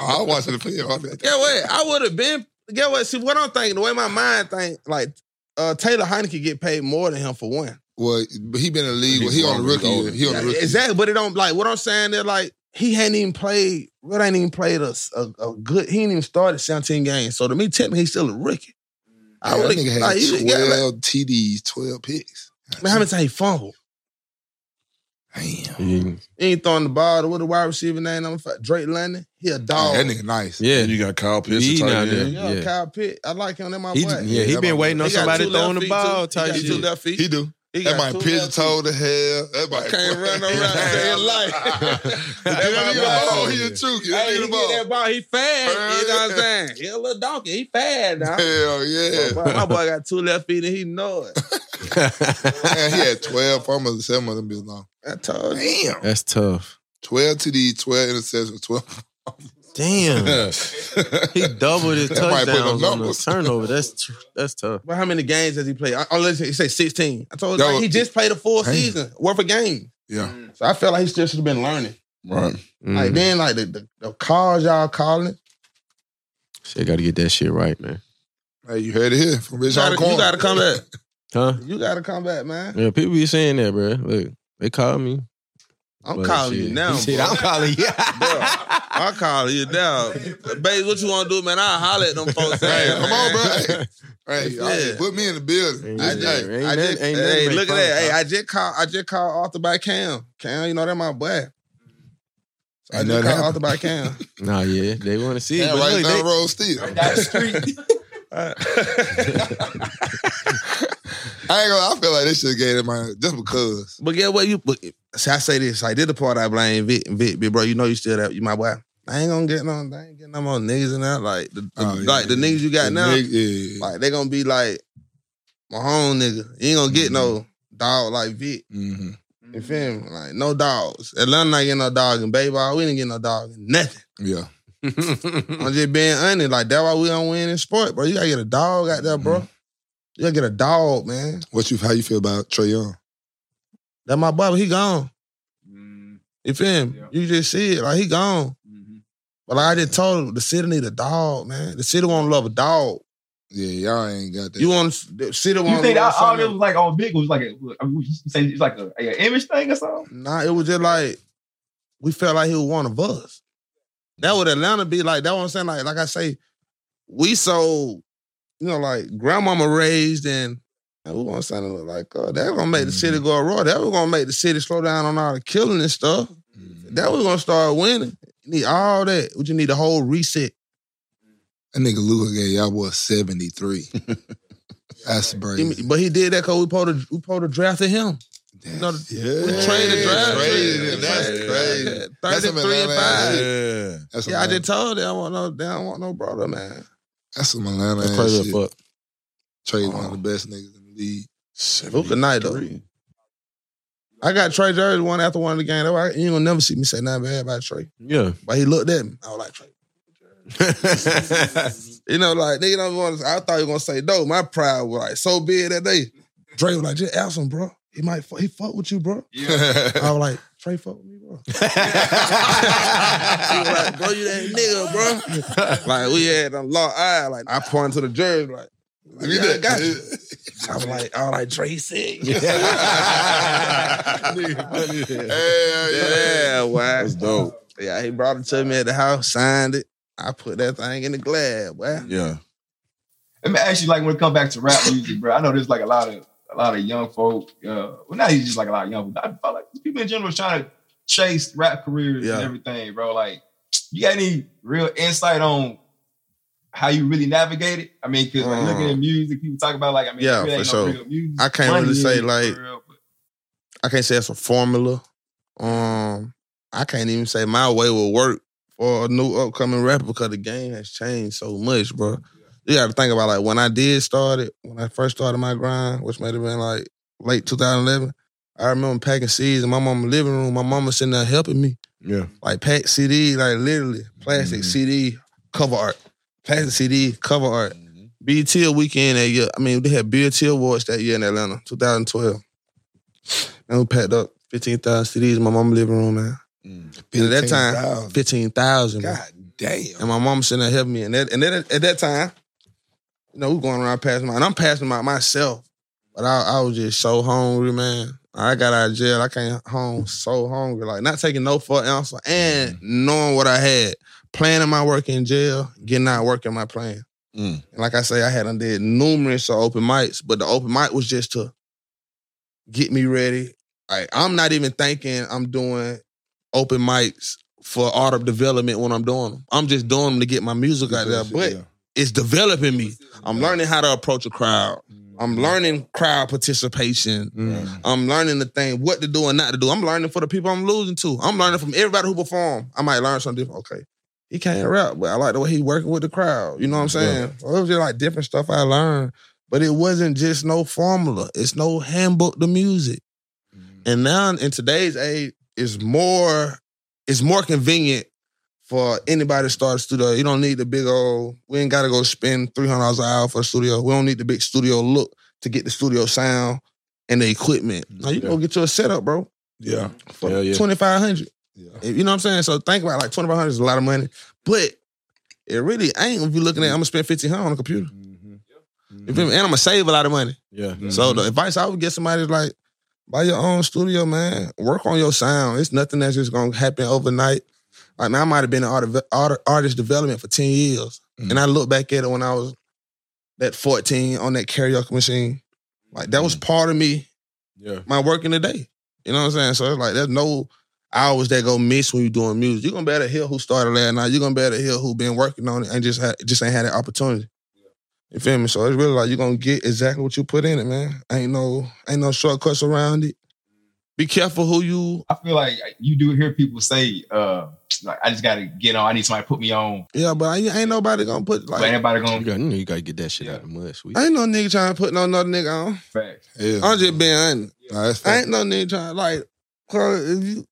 I was watching the film. I was like, Get what? I would have been. Get what? See what I'm thinking. The way my mind think, like uh Taylor Heineke get paid more than him for one. Well, but he been in the league. Well, he He's on the already rookie. older. year. He on the rookie. Exactly, but it don't like what I'm saying. They're like he hadn't even played. Really ain't even played a, a, a good. He ain't even started 17 games. So to me, technically, he's still a rookie. I I would that nigga have. had Like, you should get, twelve like, TDs, twelve picks. man, how many times he fumbled? Damn, Yeah. He ain't throwing the ball. to What the wide receiver name? number five, Drake London. He a dog. that nigga nice. And yeah, you got Kyle Pitts. He a tight not end. there. Yeah, Yeah. Kyle Pitt. I like him. That my he, boy. yeah, he that been my waiting He on got somebody two left throwing the feet, ball. Too. He Type got two shit. left feet. He do. He That got might two pitch left toe to hell. That might Can't run no route in life. That nigga Yeah. ball, Oh, he a true. That Hey, he nigga the get ball. that ball. He fast. You know what I'm Yeah. saying? He a little donkey. He fast now. Hell yeah. My, my boy got two left feet and he know it. Man, he had twelve fumbles and seven of them bitches long. I told you. Damn. That's tough. Twelve TDs, twelve interceptions, twelve. Damn. He doubled his That might put up touchdowns on the numbers. turnover. That's tr- that's tough. But how many games has he played? I, oh, listen, he said 16. I told you, That like, was- he just played a full Damn. season worth of games. Yeah. So I felt like he still should have been learning. Right. Like, Mm. then, like, the, the, the calls y'all calling. Shit, gotta get that shit right, man. Hey, you heard it here from You Rich gotta, Hong you Kong. gotta come back. Huh? You gotta come back, man. Yeah, people be saying that, bro. Look, they call me. I'm but calling you shit. now. Shit, bro. I'm calling you. I call you now. Babe, what you wanna do, man? I'll holler at them folks. Hey, ass, come man. on, bro. Hey, Hey, y'all Yeah. put me in the building. I Yeah, just, Hey, ain't I nothing- just, ain't nothing hey, make look at fun that. Hey, of. I just called, I just called Arthur by Cam. Cam, you know that my boy. So I Ain't just nothing called happened. Arthur by Cam. Nah, yeah, they want to see. Yeah, but right look, down they- the road still. I ain't Down the street. gonna, I feel like this shit gave them my just because. but get what you. But, see, I say this. I did the part I blame Vic. Vic, big bro, you know you still that. You my boy. I ain't gonna get no. I ain't getting no more niggas in there. Like the, the- Oh, yeah, like the yeah. niggas you got The now. nigga- yeah. Like they gonna be like my home nigga. You ain't gonna get no dog like Vic. Mhm. Mm-hmm. Mm-hmm. You feel me? Like no dogs. Atlanta ain't get no dog and baby. We didn't get no dog and nothing. Yeah. I'm just being honest. Like that's why we don't win in sport, bro. You gotta get a dog out there, bro. You gotta get a dog, man. What you how you feel about Trey Young? That my brother, he gone. You feel me? You just see it, like he gone. But like I just told him, the city need a dog, man. The city won't love a dog. Yeah, y'all ain't got that. You want to sit You on think all, all this was like on big was like a, I mean, you say it's like a, a image thing or something? Nah, it was just like we felt like he was one of us. That would Atlanta be like. That what I'm saying. Like, like I say, we so you know, like grandmama raised and. And we want something to look like God. That's gonna make the city Mm-hmm. go raw. That was gonna make the city slow down on all the killing and stuff. Mm-hmm. That was gonna start winning. You need all that. We just need a whole reset. That nigga Luca gave y'all was 73. That's He- crazy. but he did that because we pulled a we pulled a draft at him. You know, That's, yeah. trained to drive. Crazy. That's Yeah. crazy. That's some 33 and Atlanta 5. Yeah. That's Yeah, I Atlanta- just told them I want no, they don't want no brother, man. That's some Atlanta That's ass crazy as shit. fuck. Trey one of the best niggas in the league. Luka Knight, though. 73. I got Trey jersey one after one of the game. That why you ain't gonna never see me say nothing bad about Trey. Yeah. But he looked at me. I was like Trey. You know, like nigga don't want. to- I thought you were gonna say no. My pride was like so big that day. Trey was like, just ask him, bro. He might fu- he fuck with you, bro. I was like, Trey fuck with me, bro. He was like, bro, you that nigga, bro. like we had them long eye. Like I pointed to the jersey, like. like, yeah, I got you. I was like, I was like, Trey said. Yeah, wow. That's dope. Yeah, he brought it to me at the house, signed it. I put that thing in the glad, boy. Yeah. Let me ask you, like, when it come back to rap music, bro, I know there's like a lot of a lot of young folk. Uh, well, not even just like a lot of young, but I feel like people in general is trying to chase rap careers Yeah. and everything, bro. Like, you got any real insight on how you really navigate it? I mean, because like, looking at music, people talk about like, I mean, Um, Yeah, there really ain't for no sure. real music. I can't really is say, for like- real, but- I can't say it's a formula. Um, I can't even say my way will work for a new upcoming rapper because the game has changed so much, bro. You got to think about like when I did start it, when I first started my grind, which might have been like late 2011. I remember packing CDs in my mama's living room. My mama sitting there helping me. Yeah. Like pack CD, like literally plastic CD cover art, plastic CD cover art. BT weekend that year. I mean, they had BT awards that year in Atlanta, 2012. And we packed up 15,000 CDs in my mama living room, man. And at that time, 15,000. 15,000. man. Mm. God damn. And my mom sitting there helping me. And, that, and that, at that time, you know, we going around passing my, and I'm passing my myself. But I, I was just so hungry, man. I got out of jail. I came home so hungry, like not taking no for an answer Mm. and knowing what I had, planning my work in jail, getting out working my plan. Mm. And like I say, I had done did numerous of open mics, but the open mic was just to get me ready. Like, I'm not even thinking I'm doing open mics for art of development when I'm doing them. I'm just doing them to get my music out there. But Yeah. it's developing me. I'm learning how to approach a crowd. I'm learning crowd participation. Mm-hmm. Mm. I'm learning the thing, what to do and not to do. I'm learning for the people I'm losing to. I'm learning from everybody who perform. I might learn something different. Okay. He can't rap, but I like the way he working with the crowd. You know what I'm saying? So it was just like different stuff I learned. But it wasn't just no formula. It's no handbook to music. And now in today's age, it's more, it's more convenient for anybody to start a studio. You don't need the big old, we ain't gotta go spend $300 an hour for a studio. We don't need the big studio look to get the studio sound and the equipment. Now you Yeah. go get your setup, bro, Yeah. for Hell yeah. 2500 Yeah. You know what I'm saying? So think about it, like 2500 is a lot of money, but it really ain't if you looking Mm-hmm. at, I'm gonna spend 1500 on a computer. You feel me? And I'm gonna save a lot of money. Mm-hmm. Yeah. So the advice I would get somebody is like, buy your own studio, man. Work on your sound. It's nothing that's just gonna happen overnight. Like man, I might have been in art, art, artist development for ten years, Mm-hmm. and I look back at it when I was that fourteen on that karaoke machine. Like that Mm-hmm. was part of me, Yeah. my work in the day. You know what I'm saying? So it's like there's no hours that go miss when you're doing music. You're gonna better hear who started last night. You're gonna better hear who been working on it and just had, just ain't had that opportunity. You feel me? So it's really like you're gonna get exactly what you put in it, man. Ain't no ain't no shortcuts around it. Be careful who you I feel like you do hear people say, uh, like, I just got to get on. I need somebody to put me on. Yeah, but I, ain't nobody gonna put But like ain't I nobody You going to got, you know, you got to get that shit out of the mud, sweet. ain't no nigga trying to put no other nigga on. fact. Yeah. I'm just being honest. Nah, that's I fact. ain't no nigga trying like cause if you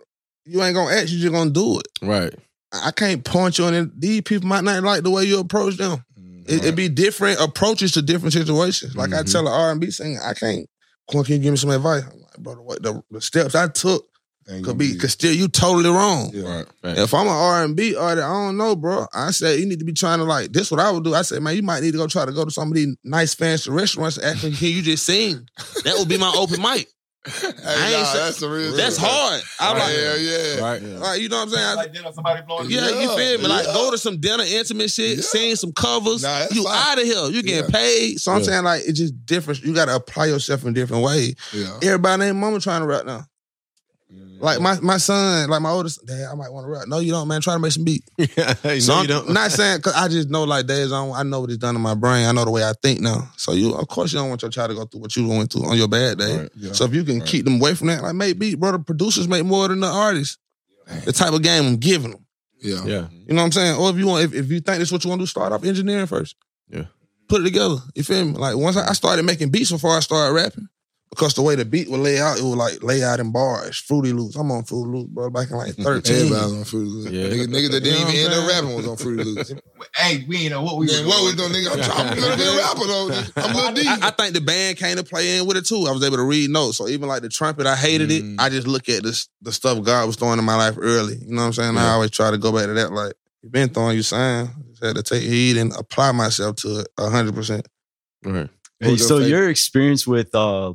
you ain't gonna act, you just gonna do it. Right. I can't point you on it. These people might not like the way you approach them. It, it be different approaches to different situations. Like I tell an R and B singer, I can't. Quan, can you give me some advice? I'm like, brother, what the, the steps I took Could Mm-hmm. be, cause still you totally wrong. Right. If I'm an R and B artist, I don't know, bro. I said you need to be trying to like. This what I would do. I said, man, you might need to go try to go to some of these nice fancy restaurants. and Ask them, can you just sing? That would be my open mic. I ain't nah, say- that's the real. That's deal. hard. I'm like, Hell yeah. Right. like, you know what I'm saying? I- Like dinner, somebody blowing yeah, you Yeah, feel me? Like yeah. go to some dinner intimate shit, Yeah. sing some covers. Nah, that's you fine. out of here. You getting paid. So I'm Yeah. saying like it's just different. You gotta apply yourself in different ways. Yeah. Everybody named mama trying to rap now. Like my, my son, like my oldest, dad, I might want to rap. No, you don't, man. Try to make some beat. you So know I'm you don't. not saying because I just know like days on. I know what it's done to my brain. I know the way I think now. So you, of course, you don't want your child to go through what you went through on your bad day. Right, yeah. So if you can Right. keep them away from that, like make beat, bro. The producers make more than the artists. The type of game I'm giving them. Yeah. Yeah. You know what I'm saying? Or if you want, if, if you think this is what you want to do, start off engineering first. Yeah. Put it together. You feel me? Like once I, I started making beats before I started rapping, because the way the beat would lay out, it would like lay out in bars, Fruity Loops. I'm on Fruity Loops, bro, back in like 13. Everybody's on Fruity Loops. Yeah. Niggas, niggas uh, that You know didn't what I'm even end up saying? rapping was on Fruity Loops. Hey, we ain't know what we Then were what we doing. doing, nigga? I'm, I'm a little bit rapper though. nigga. I'm I, Lil D. I- I think the band came to play in with it too. I was able to read notes. So even like the trumpet, I hated Mm. it. I just look at this the stuff God was throwing in my life early. You know what I'm saying? I always try to go back to that. Like, you been throwing you sign. Just had to take heed and apply myself to it hundred percent. Right. Hey, so favorite? your experience with uh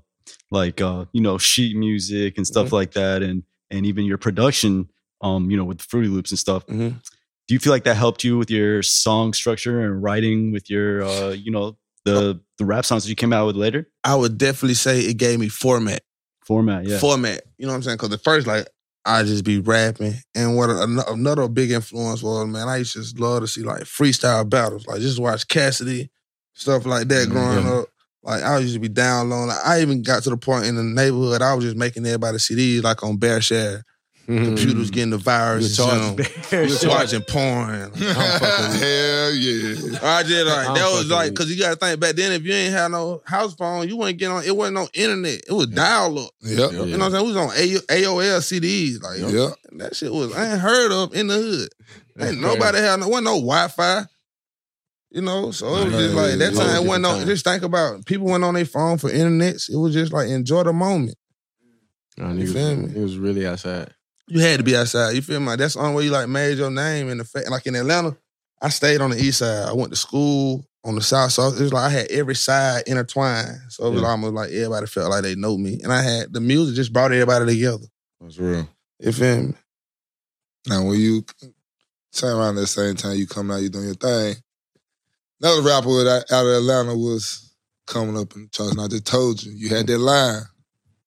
like uh you know sheet music and Mm-hmm. stuff like that and and even your production um you know with the fruity loops and stuff Mhm. do you feel like that helped you with your song structure and writing with your uh you know the the rap songs that you came out with later I would definitely say it gave me format. format yeah Format. You know what I'm saying? Cause at first, like, I just be rapping. And what an- another big influence was, man, I used to just love to see like freestyle battles. Like just watch Cassidy, stuff like that growing up. Like I used to be down low. Like, I even got to the point in the neighborhood I was just making everybody CDs like on Bear Share. Computers getting the virus, you know, watching porn. Hell yeah. I just I like that don't was fucking like with because you got to think back then if you ain't had no house phone you wouldn't get on it wasn't no internet it was dial up Yep. Yeah. you know what I'm saying we was on A- AOL CDs like Yep. that shit was I ain't heard of in the hood. Ain't nobody had no wasn't no Wi Fi. You know, so it was Right, just right, like that yeah, time yeah, it wasn't no time. just think about people went on their phone for internets. It was just like enjoy the moment. Nah, You niggas- feel me? It was really outside. You had to be outside. You feel me? Like, that's the only way you like made your name in the fa- like in Atlanta. I stayed on the east side. I went to school on the south. So it was like I had every side intertwined. So it was Yeah. almost like everybody felt like they know me. And I had the music just brought everybody together. That's real. You feel me? Now when you turn around at the same time you come out, you doing your thing. Another rapper that I- out of Atlanta was coming up in Charleston. I just told you. You had that line.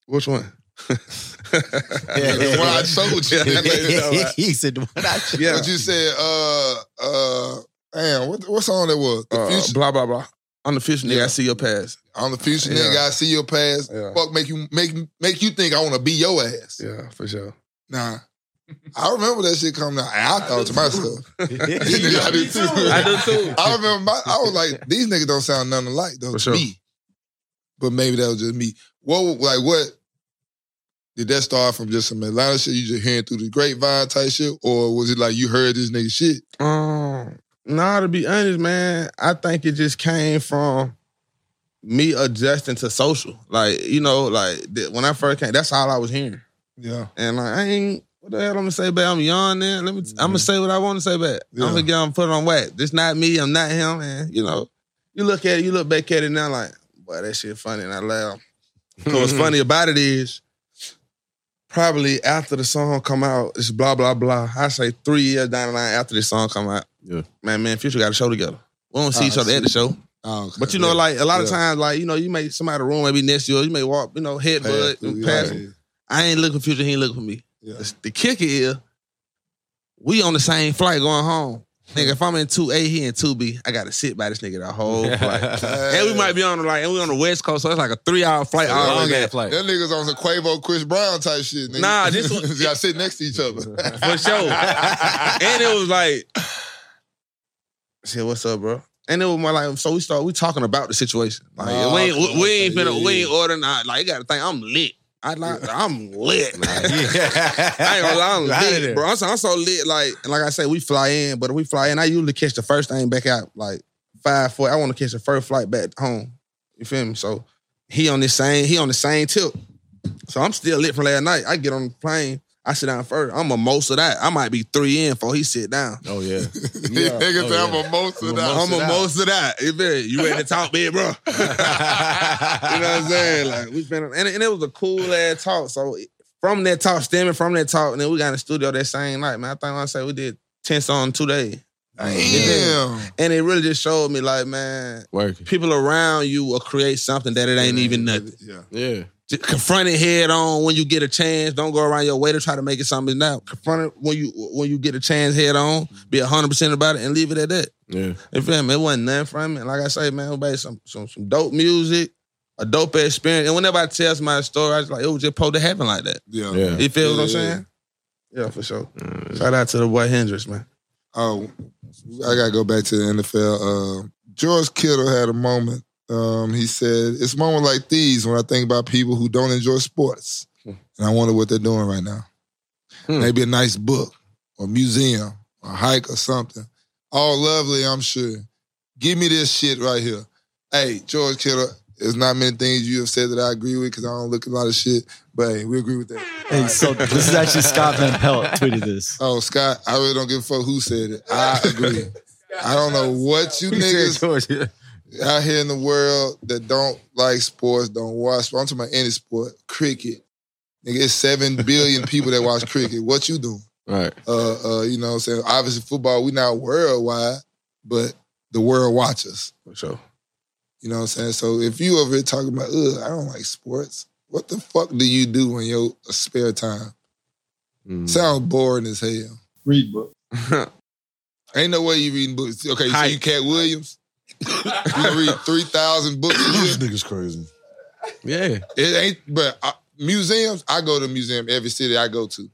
Which one? That's what I told you. he said, "What I yeah. But you said, uh, uh, damn, what, what song that was? The Uh, future. blah blah blah. I'm the fish nigga. Yeah. I see your past. I'm the future Yeah. nigga. I see your past. Yeah. Fuck, make you make make you think I want to be your ass. Yeah, for sure. Nah, I remember that shit coming out. And I thought to myself, these niggas, I did too. I I, do too. remember. My, I was like, these niggas don't sound nothing alike though. For To sure. me, but maybe that was just me. What like what? Did that start from just some Atlanta shit you just hearing through the grapevine type shit, or was it like you heard this nigga shit? Um, nah, to be honest, man, I think it just came from me adjusting to social. Like, you know, like th- when I first came, that's all I was hearing. Yeah, And like, I ain't what the hell I'm gonna say back. I'm young then. Let me. I'm gonna say what I want to say back. Mm-hmm. Yeah. I'm gonna get on put it on wax. This not me. I'm not him. And you know, you look at it. You look back at it now, like, boy, that shit funny. And I laugh. 'Cause what's funny about it is, probably after the song come out, it's blah blah blah. I say three years down the line after this song come out. Yeah. Man, man, Future got a show together. We don't see Ah, each other I at the show, oh, okay. but you know, Yeah. like a lot of Yeah. times, like you know, you may somebody in the room maybe next to you, or you may walk, you know, headbutt, Pass through, and pass. yeah. I ain't looking for Future. He ain't looking for me. Yeah. The- The kicker is, we on the same flight going home. Nigga, if I'm in 2A, he in 2B, I gotta sit by this nigga the whole flight. and we might be on the like, and we on the West Coast, so it's like a three hour flight all the way back. flight. Them niggas on some Quavo, Chris Brown type shit. Nigga. Nah, this one- y'all sit next to each other. For sure. and it was like, I said, what's up, bro? And it was more like, so we start we talking about the situation. Like Ah, we ain't okay, we, we ain't okay, finna yeah, we yeah. ain't ordering out. Like you gotta think I'm lit. I like I'm lit. I ain't gonna I lie, I'm lit, bro. I'm so, I'm so lit. Like, and like I said, we fly in, but if we fly in, I usually catch the first thing back out, like five, four. I want to catch the first flight back home. You feel me? So he on this same, he on the same tip. So I'm still lit from last night. I get on the plane. I sit down first. I'm a most of that. I might be three in before he sit down. Oh yeah. These niggas say Oh, I'm a most of that. I'm a most of that. You bet. You ready to talk, big bro? you know what I'm saying? Like we been, and, and it was a cool ass talk. So from that talk, stemming from that talk, and then we got in the studio that same night. Man, I think I say we did ten songs two days, Damn. and it really just showed me like, man, Working. people around you will create something that it ain't even nothing. Yeah. Yeah. Just confront it head on when you get a chance. Don't go around your way to try to make it something now. Confront it when you when you get a chance head on. Be hundred percent about it and leave it at that. Yeah. You feel me? It wasn't nothing from it. Like I say, man, it was based on some, some some dope music, a dope experience. And whenever I tell my story, I was like, it was just supposed to happen like that. Yeah. Yeah. You feel what I'm Yeah. Mm. saying? Yeah, for sure. Shout out to the boy Hendrix, man. Oh, I gotta go back to the NFL. Uh, George Kittle had a moment. Um, he said, "It's moments like these when I think about people who don't enjoy sports, and I wonder what they're doing right now. Maybe a nice book, or museum, or hike, or something. All lovely, I'm sure. Give me this shit right here. Hey, George Kittle, there's not many things you have said that I agree with because I don't look at a lot of shit, but hey, we agree with that. Hey, so this is actually Scott Van Pelt tweeted this. Oh, Scott, I really don't give a fuck who said it. I agree. I don't know what you niggas out here in the world that don't like sports, don't watch sports. I'm talking about any sport, cricket. Nigga, it's seven billion people that watch cricket. What you doing? Right. Uh, uh, you know what I'm saying? Obviously, football, we not worldwide, but the world watches. For sure. You know what I'm saying? So if you over here talking about, ugh, I don't like sports, what the fuck do you do in your spare time? Mm. Mm. Sound boring as hell. Read book. Ain't no way you reading books. Okay, so Hype. you Cat Williams. you gonna read three thousand books a year. This nigga's crazy. Yeah. It ain't, but I, museums. I go to a museum every city I go to.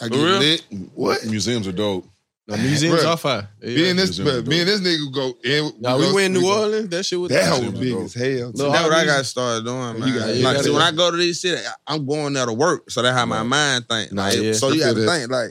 I get real? lit. What? Museums are dope. The museum's Bruh. off fire. Yeah. Me and this, museum but me and this nigga go in. Nah, we go- went to New go- Orleans. That shit was That that hell shit was was big dope. as hell. Little- too. That's what I reason- got to start doing, man. Oh, You gotta- you like, gotta see, do when it. I go to these cities, I'm going there to work, so that's how my mind think. Nah, Like, yeah. So you got I feel to that. think like,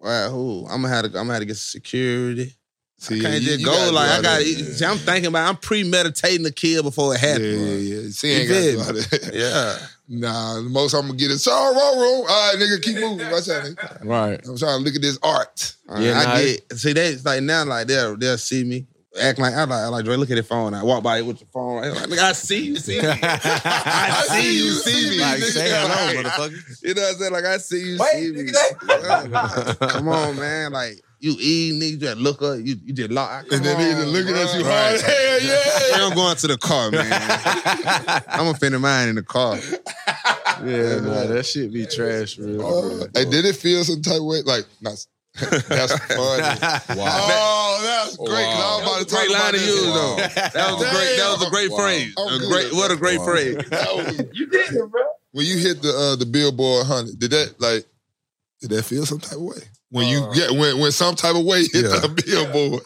wow, who? I'm gonna have to, I'm gonna have to get security. See, Can't you- just you go gotta do like all I got. that. Yeah. See, I'm thinking about. I'm premeditating the kill before it Yeah, happened. yeah, yeah. See, You ain't got to feel do all that. Yeah. Nah, the most I'm gonna get is sorry, wrong, wrong. All right, nigga, keep moving. Watch out, nigga. right. I'm trying to look at this art. Yeah, I nah, get see they it's like now like they'll they'll see me act like I like I like Dre look at your phone. I walk by you with your phone. Right? Like nigga, I see you, see me. I see you, see me, Like, nigga. say hello, motherfucker. You know what I'm saying? Like I see you, Wait, see me. nigga, Come on, man. Like you eating, nigga, you just look up, you you just lock. And then nigga just looking at you hard. Hell yeah. Man, I'm going to the car, man. I'm gonna finish mine in the car. Yeah, nah, that shit be trash, real. Uh, hey, did it feel some type of way? Like, nah, that's funny. Oh, that's great. 'cause I was about to talk Great about line to this. use though. That was a great. That was a great Wow. phrase. I'm A good. great. What a great Wow. phrase. That was- You did it, bro. when you hit the uh, the Billboard hundred, did that like did that feel some type of way? When you get when when some type of way hit Uh, Yeah. the Billboard,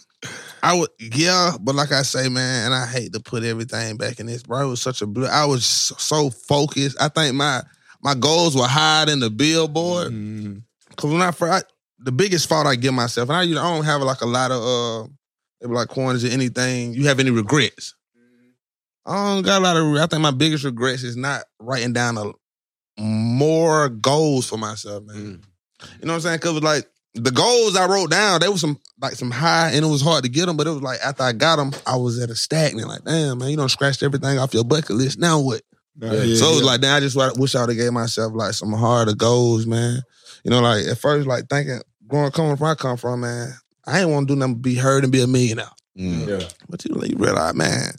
I would, yeah, but like I say, man, and I hate to put everything back in this, bro. It was such a blue. I was so- so focused. I think my my goals were higher than the billboard. Mm-hmm. Cause when I, fir- I the biggest fault I give myself, and I, you know, I don't have like a lot of uh, they were like corners or anything. You have any regrets? I don't got a lot of. re- I think my biggest regrets is not writing down a more goals for myself, man. You know what I'm saying? Cause like the goals I wrote down, they was some like some high, and it was hard to get them. But it was like after I got them, I was at a stagnant. Like damn, man, you don't scratched everything off your bucket list. Now what? so it was like then I just wa- wish I would have gave myself like some harder goals, man. You know, like at first, like thinking growing coming from where I come from, man, I ain't want to do nothing but be heard and be a millionaire. But you, you realize, man,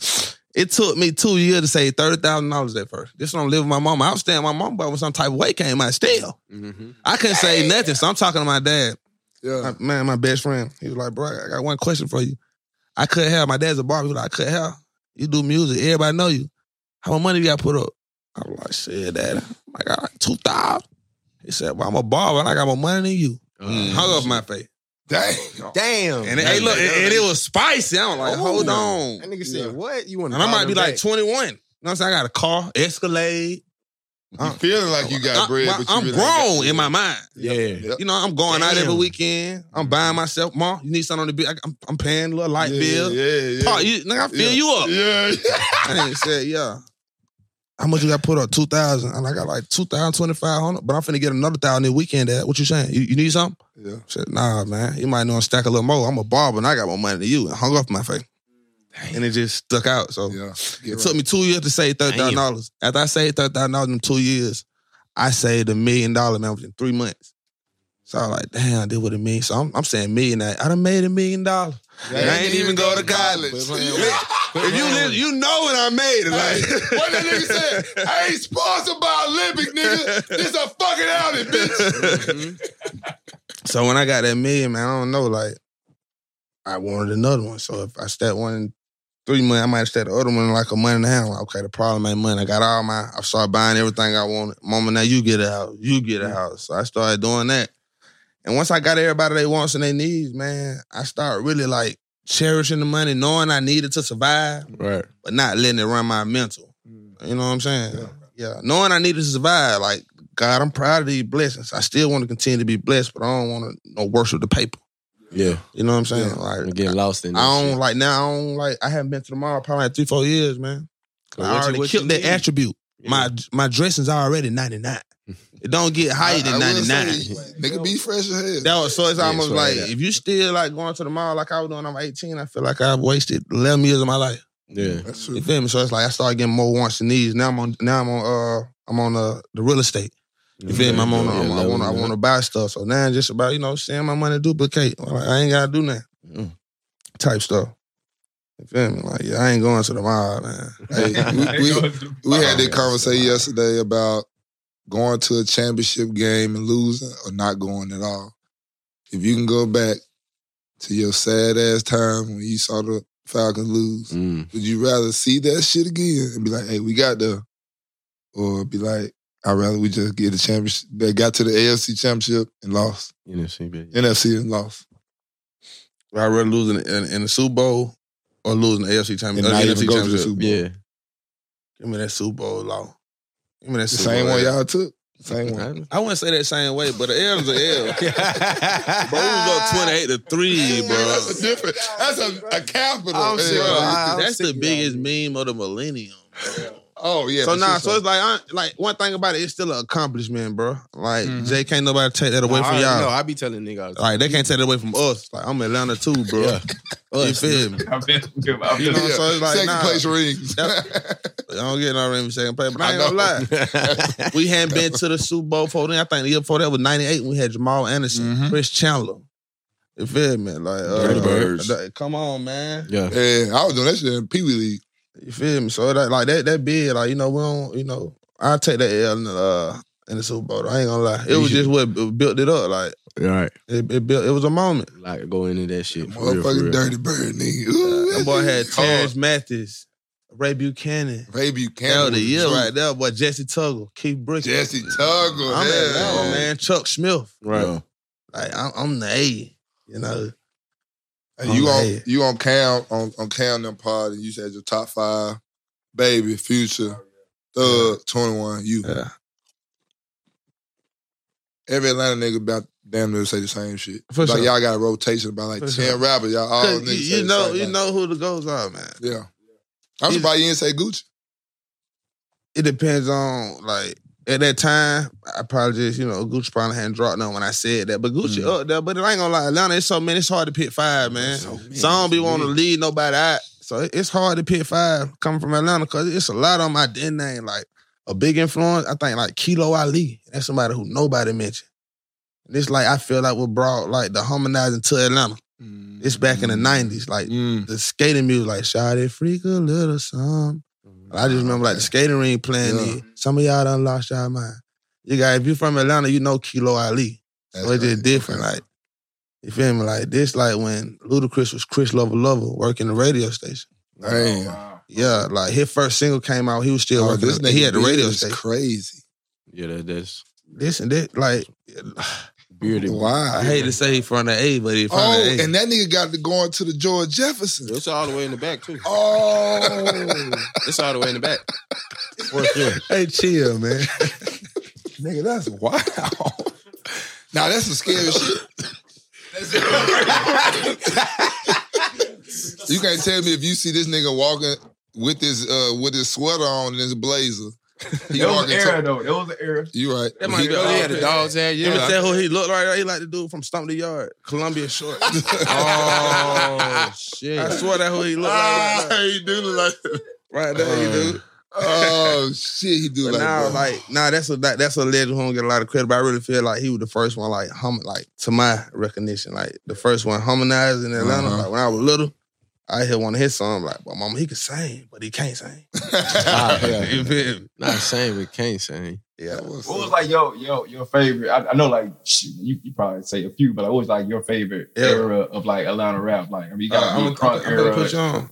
it took me two years to save thirty thousand dollars at first. This one I'm living with my mama. I was staying with my mama, but when some type of way came out, still, I couldn't say nothing. So I'm talking to my dad. yeah, My- man, my best friend. He was like, bro, I got one question for you. I cut hair. My dad's a barber. He was like, I cut hair. You do music. Everybody know you. How much money you got put up? I was like, shit, dad. I got like 2000 He said, well, I'm a barber and I got more money than you. Oh, Hung up my face. dang, Damn. And, it- hey, look, and, and it was spicy. I'm like, hold Ooh. on. Oh. That nigga said, "What you want?" And I might be like 21. You know what I'm saying? I got a car, Escalade. you feeling like you got I, bread, but you am really ain't Uh, grown got in my mind. "Yeah." Yep. You know, I'm going out every Damn. weekend. I'm buying myself. Ma, you need something on the bill. I- I'm, I'm paying a little light yeah, bill. Yeah, yeah, Pa, you, nigga, I fill yeah. you up. Yeah, yeah. I ain't said, yeah. How much you got put up? Two thousand, and I got like two thousand twenty five hundred. But I'm finna get another thousand this weekend. At what you saying? You, you need something? Yeah. Said, nah, man. You might know I stack a little more. I'm a barber, and I got more money than you. And hung off my face, and it just stuck out. So Yeah. it took me two years to save thirty thousand dollars. After I saved thirty thousand dollars in two years, I saved a million dollar man within three months. So I was like, damn, I did what it means. So I'm, I'm saying million. I done made a million dollars. Yeah, And I ain't even go to college. If you live, you know what I made. Like, What that nigga said? I ain't sponsored by Olympic, nigga. This a fucking outing, bitch. Mm-hmm. so when I got that million, man, I don't know. Like, I wanted another one. So if I stack one in three months, I might stack the other one in like a month and a half. Like, okay, the problem ain't money. I got all my. I started buying everything I wanted. Mama, now you get a house. You get a house. So I started doing that. And once I got everybody they wants and they needs, man, I started really like cherishing the money, knowing I needed to survive. Right. but not letting it run my mental. You know what I'm saying? Yeah. Knowing I needed to survive, like, God, I'm proud of these blessings. I still want to continue to be blessed, but I don't want to no worship the paper. Yeah. You know what I'm saying? I'm Like, getting lost in I that don't shit. like now, I don't like, I haven't been to the mall probably like three, four years, man. Well, I what you- already what you killed that need? attribute. My my dressing's already 99. it don't get higher than I will 99. say, Nigga be fresh as hell. That was so it's almost so like that- if you still like going to the mall like I was doing, when I'm 18, I feel like I've wasted 11 years of my life. Yeah. That's You true. feel me? So it's like I started getting more wants and needs. Now I'm on. Now I'm on. Uh, I'm on uh, the real estate. You feel me? I'm on. I'm, I want. I want to buy stuff. So now it's just about you know seeing my money duplicate. Like, I ain't gotta do nothing. Mm. Type stuff. You feel me? Like yeah, I ain't going to the mall, man. Hey, we, we, we had that conversation yesterday about going to a championship game and losing or not going at all. If you can go back to your sad ass time when you saw the Falcons lose, Mm. would you rather see that shit again and be like, hey, we got the, or be like, I'd rather we just get the championship. They got to the AFC championship and lost, NFC, baby. NFC and lost. I rather losing in, in the Super Bowl or losing the AFC And championship. not uh, even NFC go to the championship. Super Bowl. Yeah. Give me that Super Bowl law. Give me that The Super same Bowl. one y'all took. Same one. I wouldn't say that same way, but the L's are L. Bro, we was up 28 to 3, bro. That's a different. That's a, a capital. I'm sick Yeah. of that. Bro, I'm that's sick the of biggest meme of the millennium. Oh yeah. so for nah, sure. so it's like I, like one thing about it, it's still an accomplishment, bro. Like Mhm. Jay can't nobody take that away I from already y'all. know. I be telling nigga all the time. Like they can't take it away from us. Like I'm Atlanta too, bro. Yeah. You feel me? I've been, I've been, You know, so it's like second nah, place rings. I don't get no ring for second place, but I I ain't gonna lie. yeah. We hadn't been to the Super Bowl for then. I think the year before that was '98. We had Jamal Anderson, Mhm. Chris Chandler. You feel me? Like uh, Dirty Birds. th- Come on, man. yeah, I was doing that shit in Pee Wee League. You feel me? So that, like that, that bid, like you know, we don't, you know, I take that L in the, uh, in the Super Bowl. though. I ain't gonna lie. It was just what bu- built it up. Like All right. it, it built. It was a moment. Like go into that shit. for real, for Motherfucking real. dirty bird nigga. Ooh, that boy had hard. Terrence Mathis, Ray Buchanan. Baby, you can't. That was the year right there. Boy, Jesse Tuggle, Keith Brick. Jesse Tuggle. I'm yeah. at L, man. Chuck Smith. Right. Like I'm, I'm the A. You know. Hey, I'm you on the A. you on Cam on on Cam them pod and you said your top five, baby, future, thug, twenty one, you. Yeah. Every Atlanta nigga about damn near say the same shit. For like sure. y'all got a rotation about like For ten sure. rappers. Y'all all 'Cause niggas. you, say you the know, same you thing. know who the goals are, man. Yeah. I'm He's- surprised you didn't say Gucci. It depends on like at that time. I probably just you know Gucci probably hadn't dropped none when I said that, but Gucci up there. But it ain't gonna lie, Atlanta it's so many. Mm. It's hard to pick five, man. So, I don't be want to lead nobody out. So it- it's hard to pick five coming from Atlanta because it's a lot on my den name. Like a big influence, I think like Kilo Ali. That's somebody who nobody mentioned. And It's like I feel like what brought like the harmonizing to Atlanta. It's back in the nineties, like the skating music, like "Shout It Freak a Little Something." I just remember like the skating ring playing Yeah. it. Some of y'all done lost y'all mind. You got if you from Atlanta, you know Kilo Ali. That's so it's crazy. just different. Okay. Like you feel me? Like this, like when Ludacris was Chris Lover Lover working the radio station. Damn. Yeah, like his first single came out, he was still Oh, working. this the- he nigga had the radio beard is station. crazy. Yeah, that, that's This and that, like bearded. I Wow. hate to say he from the A, but he from Oh, the A. and that nigga got to going to the George Jefferson. It's all the way in the back too. Oh, It's all the way in the back. hey, chill, man. nigga, that's wow. Now that's some scary shit. you can't tell me if you see this nigga walking with his uh with his sweater on and his blazer It was an era, though. It was an era. You right. That might be- oh, he had the dogs Yeah, hat, yeah. Remember that who he looked like? He like the dude from Stomp the Yard, Columbia Short. Oh, shit! I swear that who he looked Ah, like. he do look like Right there, he do. Oh shit, he do But like now, that. like now, that's a that, that's a legend who don't get a lot of credit. But I really feel like he was the first one, like hum, like to my recognition, like the first one harmonized in Atlanta. Uh-huh. Like when I was little, I hear one of his songs, like, "But mama, he can sing, but he can't sing." Ah, yeah. You feel me? Not saying we can't say. Yeah. What was like yo, yo, your favorite? I, I know like shoot, you, you probably say a few, but like, what was like your favorite Yeah. era of like Atlanta rap? Like I mean, you got Uh, uh, I'm- crunk I'm gonna era. put you on.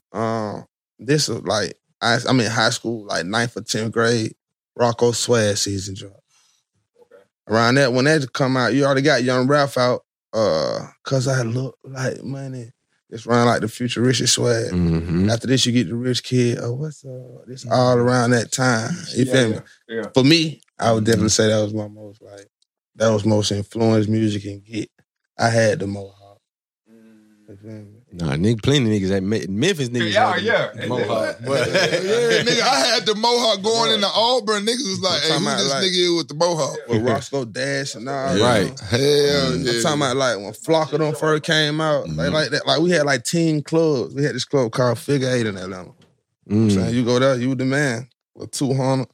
Um, this is like I, I'm in high school, like ninth or tenth grade. Rocco Swag season drop. Around that when that come out, you already got Young Ralph out. Uh, cause I look like money. It's around like the future richest swag. Mm-hmm. After this, you get the rich kid. Oh, what's up? This all around that time. You Yeah, feel me? yeah, yeah. For me, I would definitely say that was my most like that was most influenced music and get. I had the mohawk. You feel me? Nah, nigga, plenty of niggas that Me- Memphis niggas. Yeah, had yeah. the Mohawk. yeah, nigga, I had the mohawk going into Auburn. Niggas was like, "Hey, who Talking about, this like- nigga is with the mohawk?" with Roscoe Dash and all that. Right. Hell yeah! Mm-hmm. I'm talking about like when Flock of them first came out, they like that. Like we had like 10 clubs. We had this club called Figure Eight in Atlanta. I'm Mm. Mm-hmm. saying you go there, you the man with 200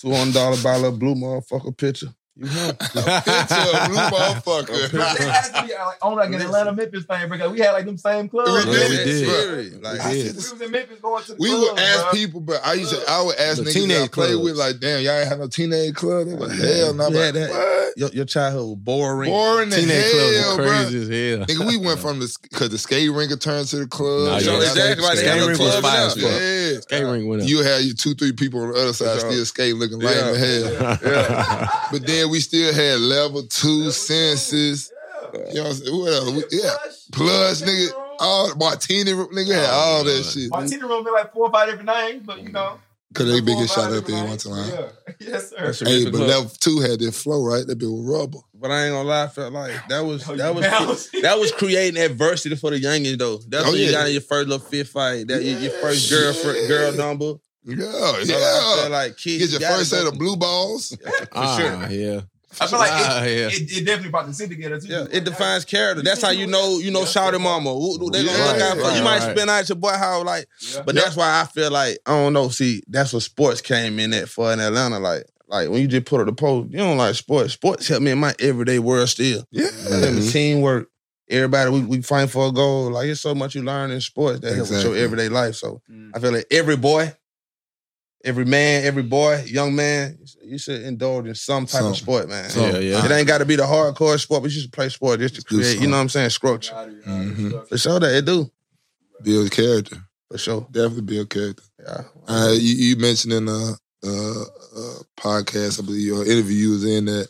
200 dollar bottle of blue motherfucker picture. You him. picture of blue motherfucker. That has to be like, on like an Atlella Memphis thing because we had like them same clubs. We did. we did. Serious. Like, I Yeah. said We this- was in Memphis going to the We club, would ask bruh. people, but I used to, I would ask The niggas teenage that I played clubs. with, like, "Damn, y'all ain't had no teenage club." They were like, "Hell, no!" I'm Yeah, like, that- what? your, your childhood was boring. Boring the Teenage hell, clubs were bro. crazy as hell. Nigga, we went from the because the skate rink had turned to the Nah, club. yeah. Y'all Exactly, had the like, they had skate the rink club was out. fire as fuck. Skate ring went Yeah, up. you had your two, three people on the other side still skate looking lame Yeah. as hell. Yeah. But then we still had level two senses. You know what I'm saying? What else? We- yeah. Plus, nigga, all martini room, nigga, Oh, had all that shit. Martina room been like four or five different names, but you know. Cause they big four or get shot five up there one different time. names. Yeah. Yes, sir. That's a Hey, real but club. level two had that flow, right? That bit was rubber. But I ain't gonna lie, I felt like that was Oh, that you was bouncing. that was creating adversity for the youngins though. That's Oh, when you yeah. got in your first little fifth fight, that your, your first girlfriend Yeah. girl number. Yeah, So, like, I yeah. felt like kids, Get you your gotta first go- set of blue balls. ah, yeah. I feel like it- ah, yeah. It, it definitely brought the city together too. Yeah, it defines character. That's how you know you know Yeah. shouty mama. Who- who They gonna Yeah. look out for. You Right, might right. spend out at your boy house like, Yeah. but that's why I feel like I don't know. See, that's what sports came in at for in Atlanta. Like, like when you just put up the post, you don't like sports. Sports helped me in my everyday world still. Yeah. Helped Mm-hmm. me Teamwork. Everybody, we, we fighting for a goal. Like it's so much you learn in sports that helps with Exactly. your everyday life. So Mm. I feel like every boy, every man, every boy, young man, you should indulge in some type Some. of sport, man. So, Yeah, yeah. It ain't got to be the hardcore sport, but you should play sport just to Just do create, you know what I'm saying, structure. Mm-hmm. Mhm. For sure that it do. Build character. For sure. Definitely build character. Yeah. Uh, you, you mentioned in a, a, a uh, podcast, I believe, or interview you was in that,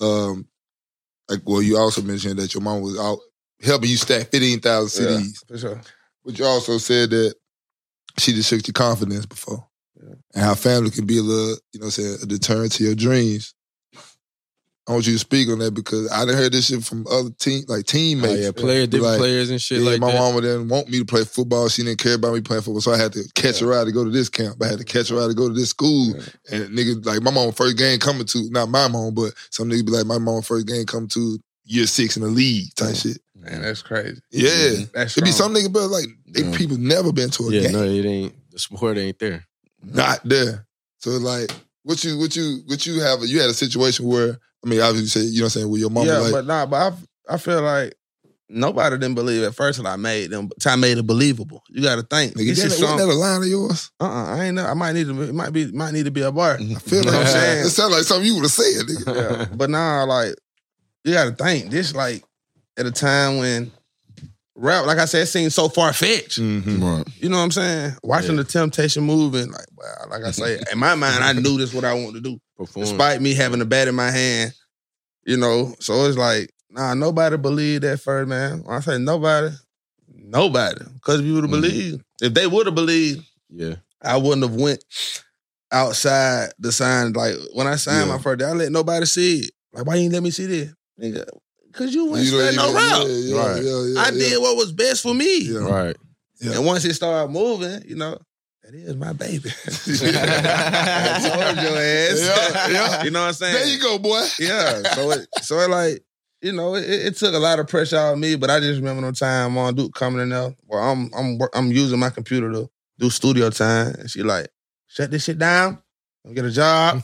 um, like, well, you also mentioned that your mom was out helping you stack 15,000 Yeah. CDs, For sure. but you also said that she just shook your confidence before. And how family can be a little, you know what I'm saying, a deterrent to your dreams. I want you to speak on that because I done heard this shit from other team, like Oh, teammates. yeah, players, different Like, players and shit Yeah, like my that. mama didn't want me to play football. She didn't care about me playing football, so I had to catch a ride to go to this camp. I had to catch a ride to go to this school. And niggas like my mom first game coming to not my mom, but some niggas be like my mom first game coming to year six in the league type shit. Man, that's crazy. Yeah, That's it be strong. some nigga, but like they Yeah. people never been to a Yeah, game, no, it ain't. The sport ain't there. not there. So like, what you what you what you have? You had a situation where I mean, obviously, you said you know what I'm saying with your mama, yeah, like but nah, but I, I feel like nobody didn't believe at first that I made them. I made it believable. You got to think. nigga, this that, is wasn't that some, a line of yours? uh-uh, I ain't know. I might need to. It might be. Might need to be a bar. I feel like Yeah. it sounded like something you would have said, nigga. Yeah. but now, like, you gotta think. This like at a time when rap, like I said, it seems so far fetched. Mm. Mm-hmm. You know what I'm saying? Watching the temptation moving, like, wow, like I say, in my mind, I knew this what I wanted to do. Perform. Despite me having a bat in my hand, you know. So it's like, nah, nobody believed that first, man. When I say nobody, nobody. Cause if you would Mm-hmm. have believed, if they would have believed, Yeah. I wouldn't have went outside the sign. Like when I signed Yeah. my first day, I let nobody see it. Like why you ain't let me see this, nigga? Cause you went You know, studying no yeah, route. yeah, yeah, yeah, I yeah. did what was best for me. Yeah. Right. Yeah. And once it started moving, you know, That is my baby. I told your ass. Yeah, yeah. You know what I'm saying? There you go, boy. Yeah. So it, so it like, you know, it, it took a lot of pressure out of me, but I just remember no time Mon Duke coming in there where I'm I'm wor- I'm using my computer to do studio time. And she like, shut this shit down, go get a job.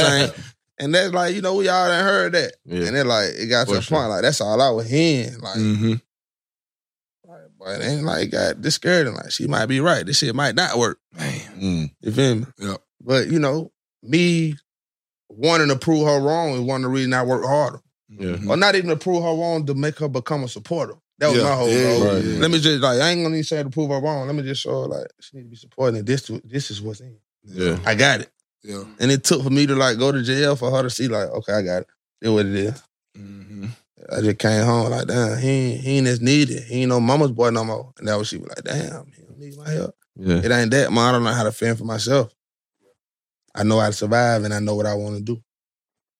ain't and that's like, you know, we all done heard that. Yeah. And it like it got For to a sure. Mm. point, like that's all I was hearing. Like, Mm-hmm. but it ain't like got discouraging. Like she might be right. This shit might not work. Mm. You feel me? Yep. But you know, me wanting to prove her wrong is one of the reasons I worked harder. Yeah. Or not even to prove her wrong to make her become a supporter. That was Mm-hmm. Yeah. my whole Yeah, goal. right, yeah. Let me just like I ain't gonna even say to prove her wrong. Let me just show her like she need to be supporting it. This this is what's in. Yeah. I got it. Yeah. And it took for me to like go to jail for her to see like, okay, I got it. It what it is. Mm-hmm. I just came home like, damn, he ain't, he ain't as needed. He ain't no mama's boy no more. And that was she was like, damn, he don't need my help. Yeah. It ain't that, man. I don't know how to fend for myself. I know how to survive and I know what I want to do.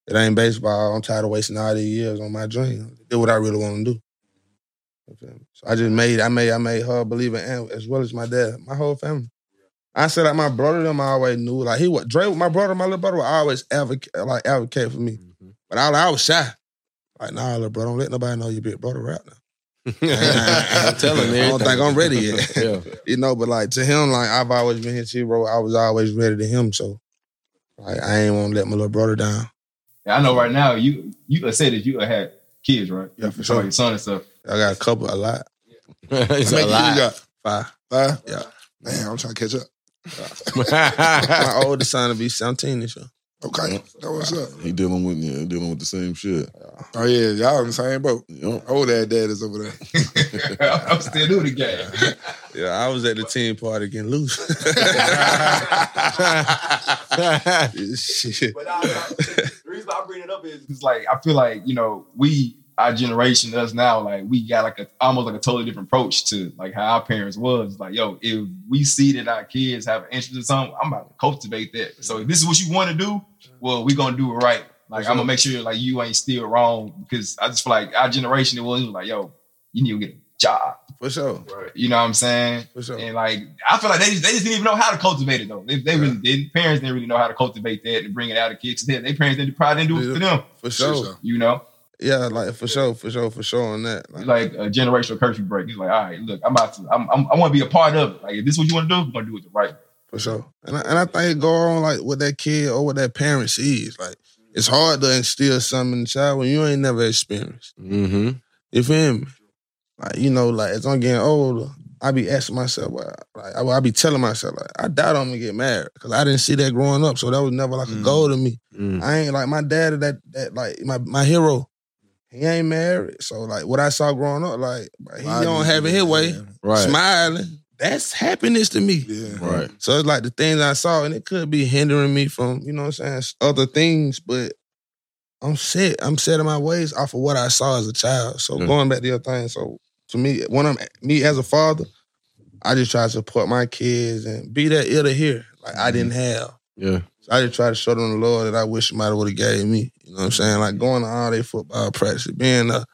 It ain't baseball. I'm tired of wasting all these years on my dream. Do what I really want to do. You feel me? So I just made, I made, I made her believe in and as well as my dad, my whole family. I said like my brother, them I always knew. Like he was Dre, my brother, my little brother would always advocate like advocate for me. Mm-hmm. But I, I was shy. Like, nah, little brother, don't let nobody know your big brother right now. I'm telling I don't everything. think I'm ready yet. Yeah. You know, but like to him, like I've always been his hero. I was always ready to him, so like I ain't want to let my little brother down. I know right now you you done said that you done had kids, right? Yeah, Some for of sure. Your son and stuff. I got a couple, a lot, it's How a many kids you lot. got? five. Five? Yeah. Man, I'm trying to catch up. My oldest son will be seventeen this year. Okay. That what's up. He dealing with yeah, dealing with the same shit. Oh, yeah. Y'all in the same boat. Yup. Old dad dad is over there. I'm still new to the game. Yeah, I was at the team party getting loose. Shit. But nah, nah, the reason I bring it up is it's like I feel like you know we our generation us now like we got like a almost like a totally different approach to like how our parents was like yo if we see that our kids have an interest in something I'm about to cultivate that so if this is what you want to do well we gonna do it right like I'm gonna make sure like you ain't still wrong because I just feel like our generation it was, it was like yo you need to get a job For sure. you know what I'm saying For sure. and like I feel like they just, they just didn't even know how to cultivate it though. They, they really didn't. Parents didn't really know how to cultivate that and bring it out of kids. They, they parents didn't probably didn't do it for them. For sure. so. You know, Yeah, like for sure, for sure, for sure on that. It's like Like, a generational curfew break. It's like, all right, look, I'm about to, I'm, I'm, I want to be a part of it. Like, if this is what you want to do, we're gonna do it the right. way. For sure. And I, and I think it go on like what that kid or what that parent sees. Like it's hard to instill something in the child when you ain't never experienced. Mm-hmm. You feel me? Like, you know, like as I'm getting older, I be asking myself, well, like I, I be telling myself, like, I doubt I'm gonna get married because I didn't see that growing up. So that was never like a goal to me. I ain't like my dad is that that like my, my hero. He ain't married. So like what I saw growing up, like he don't have it his way, smiling. That's happiness to me. Yeah. Right. So it's like the things I saw, and it could be hindering me from, you know what I'm saying, other things, but I'm set. I'm set in my ways off of what I saw as a child. So Yeah. going back to your thing, so to me, when I'm me as a father, I just try to support my kids and be that ear to hear. Like I didn't have. Yeah. So I just try to show them the Lord that I wish somebody would have gave me. You know what I'm saying? Like going to all their football practice, being a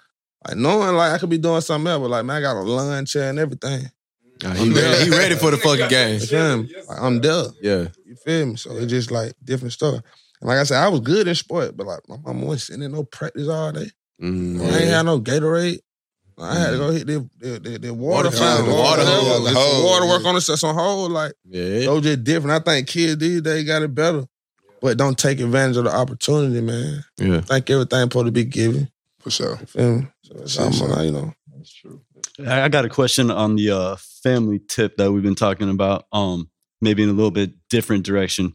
like knowing like I could be doing something else, but like man, I got a lawn chair and everything. he, ready, he ready for the fucking game. You feel me? Like, I'm there. Yeah. You feel me? So it's just like different stuff. And like I said, I was good in sport, but like my mama wasn't sitting in no practice all day. Mm-hmm. I ain't had no Gatorade. I had to go hit the, the, the, the water, Water fountain, fountain, or water whatever. hose, It's hose, water work yeah. on the on hold. Like Yeah. those just different. I think kids these days got it better, but don't take advantage of the opportunity, man. Yeah. I think everything supposed to be given. For sure. You feel me? So it's Shit, something son. like, you know. That's true. I I got a question on the uh, family tip that we've been talking about. Um, maybe in a little bit different direction.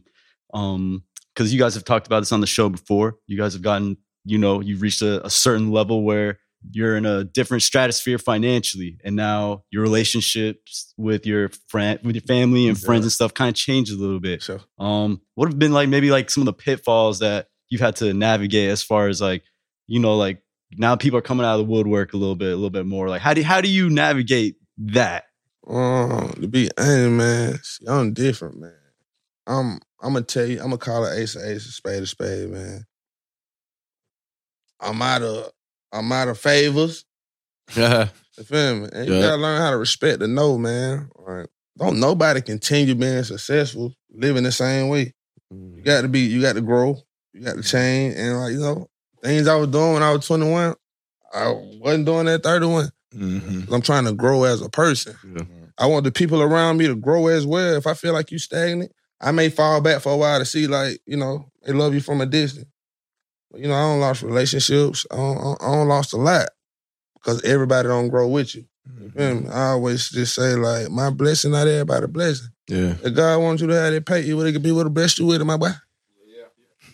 Um, because you guys have talked about this on the show before. You guys have gotten, you know, you've reached a, a certain level where you're in a different stratosphere financially, and now your relationships with your friend, with your family and friends and stuff, kind of changed a little bit. Sure. Um, what have been like maybe like some of the pitfalls that you've had to navigate as far as like, you know, like now people are coming out of the woodwork a little bit, a little bit more. Like, how do how do you navigate that? Um, to be honest, man, see, I'm different, man. I'm I'm gonna tell you, I'm gonna call it ace of ace, a spade a spade, man. I'm out of I'm out of favors. Yeah. You feel me? And you Yeah. gotta learn how to respect the no, man. Like don't nobody continue being successful living the same way. Mm-hmm. You got to be, you got to grow, you got to change, and like you know, things I was doing when I was twenty one, I wasn't doing that thirty one. I'm trying to grow as a person. I want the people around me to grow as well. If I feel like you stagnant, I may fall back for a while to see like you know they love you from a distance. But, you know, I don't lost relationships. I don't, I don't- I don't lost a lot because everybody don't grow with you. You feel me? I always just say like, my blessing not everybody blessing. Yeah. If God wants you to have it, pay you what it could be, what bless you with it, my boy.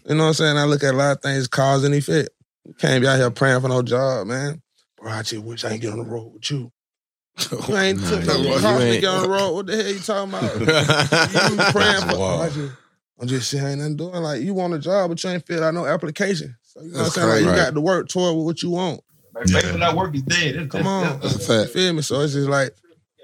You know what I'm saying? I look at a lot of things cause and effect. You can't be out here praying for no job, man. Bro, I just wish I ain't get on the road with you. You ain't took no you cost to ain't- get on the road. What the hell you talking about? you praying for? I just, I'm just saying, ain't nothing doing. Like you want a job, but you ain't filled out no application. So you know what I'm That's saying? Like, you crazy. got to work toward what you want. Like, faith without work is dead. That's- Come that's- on, that's- you feel me? So it's just like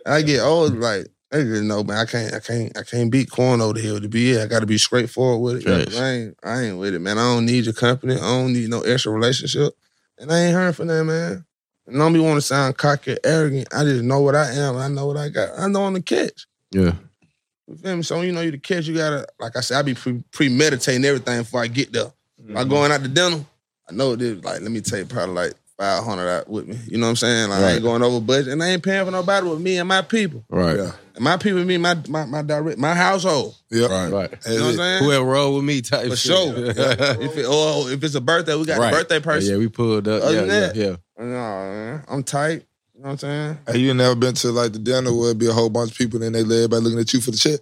I get old, like I just know, man. I can't, I can't, I can't beat corn over the hill to be it. I got to be straightforward with it. Facts. I ain't, I ain't with it, man. I don't need your company. I don't need no extra relationship, and I ain't hurting for that, man. And don't be want to sound cocky, arrogant. I just know what I am. and I know what I got. I know on the catch. Yeah. You feel me? So you know you the catch. You gotta, like I said, I be pre- premeditating everything before I get there. Like Mm-hmm. going out to dinner, I know it is like let me take probably like five hundred out with me. You know what I'm saying? Like I Right. ain't going over budget, and I ain't paying for nobody with me and my people. Right. And my people mean my my my direct my household. Yep. Right. Right. You know what I'm saying? Whoever roll with me type For shit. sure. if it, or if it's a birthday, we got Right. a birthday Yeah, person. we pulled up. Other Yeah, than yeah, that- yeah. No, man, I'm tight. You know what I'm saying? Have you never been to like the dinner where it be a whole bunch of people and they let everybody looking at you for the check?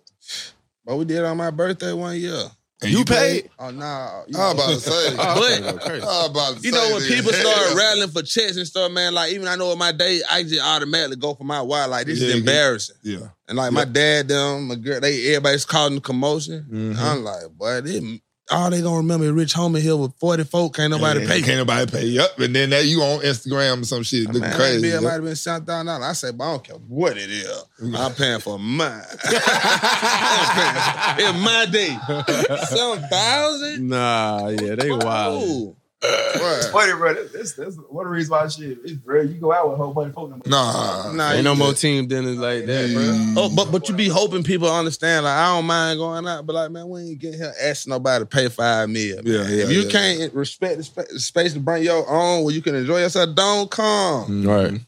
But we did on my birthday one year. And you, paid? Oh nah. You I was about to say. But- I was about to Oh, You say know when that. people Yeah. start rattling for checks and stuff, man. Like even I know in my day, I just automatically go for my wife. Like this Yeah, is yeah. embarrassing. Yeah. And like my dad, them, my girl, they everybody's causing commotion. Mhm. I'm like, boy, they, all they gonna remember is Rich Homie here with forty folk. Can't nobody Yeah, pay. Can't nobody pay. Yep. And then that you on Instagram or some shit looking Man, that crazy. bill Yep. might have been shot down. I say, but I don't care what it is. I'm paying for mine. I'm paying for- in my day, some thousand. Nah, yeah, they wild. Ooh. that's funny, bro. That's, that's, that's one of the reasons why shit. It's real. You go out with a whole bunch of folks. and- Nah. Nah, Ain't you no just- more team dinners like that, bro. Oh, but but you be hoping people understand. Like I don't mind going out, but like man, we ain't getting here asking nobody to pay five mil. Yeah, yeah. if you yeah. can't respect the, spa- the space to bring your own, where you can enjoy yourself, don't come. Mm. Mm-hmm. Right.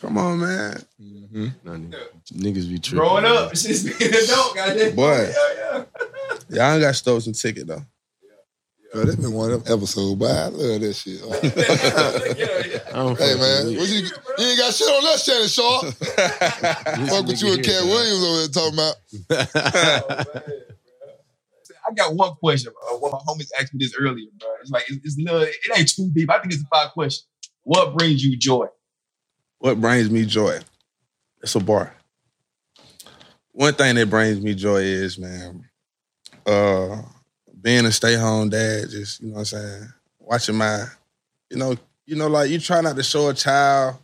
Come on, man. Nah, n- Niggas be tripping. Growing up, shit's being an adult, goddamn. Boy. Yeah, yeah. Y'all ain't got stole some ticket though. Bro, that Uh, been one of them episodes, but I love that shit. yeah, yeah. I don't hey fucking man, with- what you, you ain't got shit on that Shannon Shaw. Fuck with you and Cat Williams over there talking about. Oh, man, bro. I got one question. bro. One of my homies asked me this earlier, bro. It's like it's, it's little, it ain't too deep. I think it's a five question. What brings you joy? What brings me joy? It's a bar. One thing that brings me joy is, man, uh, being a stay-home dad, just, you know what I'm saying, watching my, you know, you know, like you try not to show a child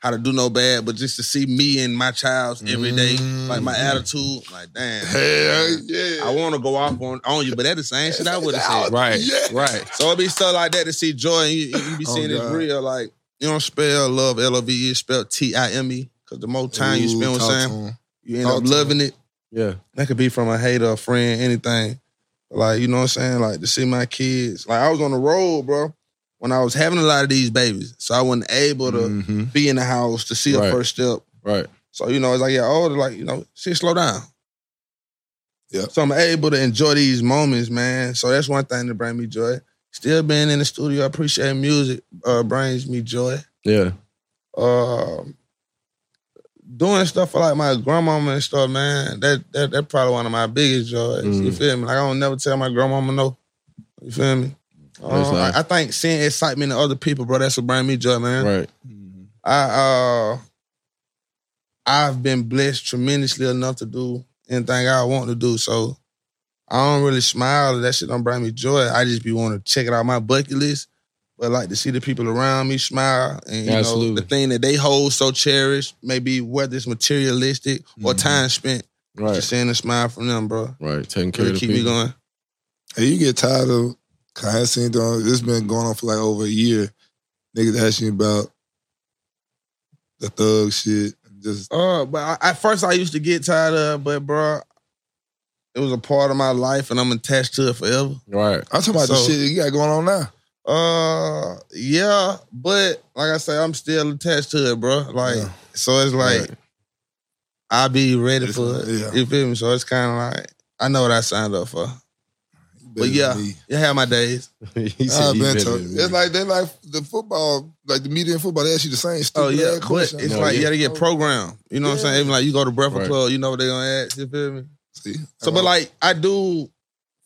how to do no bad, but just to see me and my child's every day, like my attitude, like, damn, Hey, yeah. I want to go off on, on you, but that the same shit I would have said. Right. Yeah. Right. So it be stuff like that to see joy, and you, you be seeing it's Oh, God. real. Like you don't spell love L O V E, spell T I M E. Because the more time you spend with Ooh, talk Sam, to him. you end Talk up to loving it. Yeah. That could be from a hater, a friend, anything. Like you know what I'm saying. Like to see my kids. Like I was on the road, bro, when I was having a lot of these babies, so I wasn't able to Mhm. be in the house to see Right. a first step. Right. So you know, as I get older, like you know, shit, slow down. Yeah. So I'm able to enjoy these moments, man. So that's one thing that brings me joy. Still being in the studio, appreciating music uh, brings me joy. Yeah. Um, doing stuff for like my grandmama and stuff, man. That that that probably one of my biggest joys. You Mm. feel me? Like I don't never tell my grandmama no. You feel me? That's Um, nice. I, I think seeing excitement in other people, bro, that's what brings me joy, man. Right. I uh I've been blessed tremendously enough to do anything I want to do. So I don't really smile. That shit don't bring me joy. I just be want to check it out my bucket list. But like to see the people around me smile and you know Absolutely. the thing that they hold so cherished, maybe whether it's materialistic Mm-hmm. or time spent, Right. just seeing a smile from them, bro. Right. Taking care Really of the keep me people. going. Hey, you get tired of cause I seen though, this been going on for like over a year. Niggas asking you about the thug shit, Just uh, but I, at first I used to get tired of, it, but bro, it was a part of my life, and I'm attached to it forever. Right. I'm talking about the So- shit you got going on now. Uh, yeah, but like I say, I'm still attached to it, bro. Like, Yeah. so it's like I be ready It's- for it. yeah. You feel me? So it's kind of like I know what I signed up for. But yeah, you have my days. He said I've he been better told. than me. Uh, It's like they like the football, like the media and football. They ask you the same stupid Oh yeah, ass but question. it's I'm like you got to get oh, programmed. You know what I'm saying? Even like you go to Breakfast Right. Club, you know what they gonna ask. You feel me? see, So, but like I do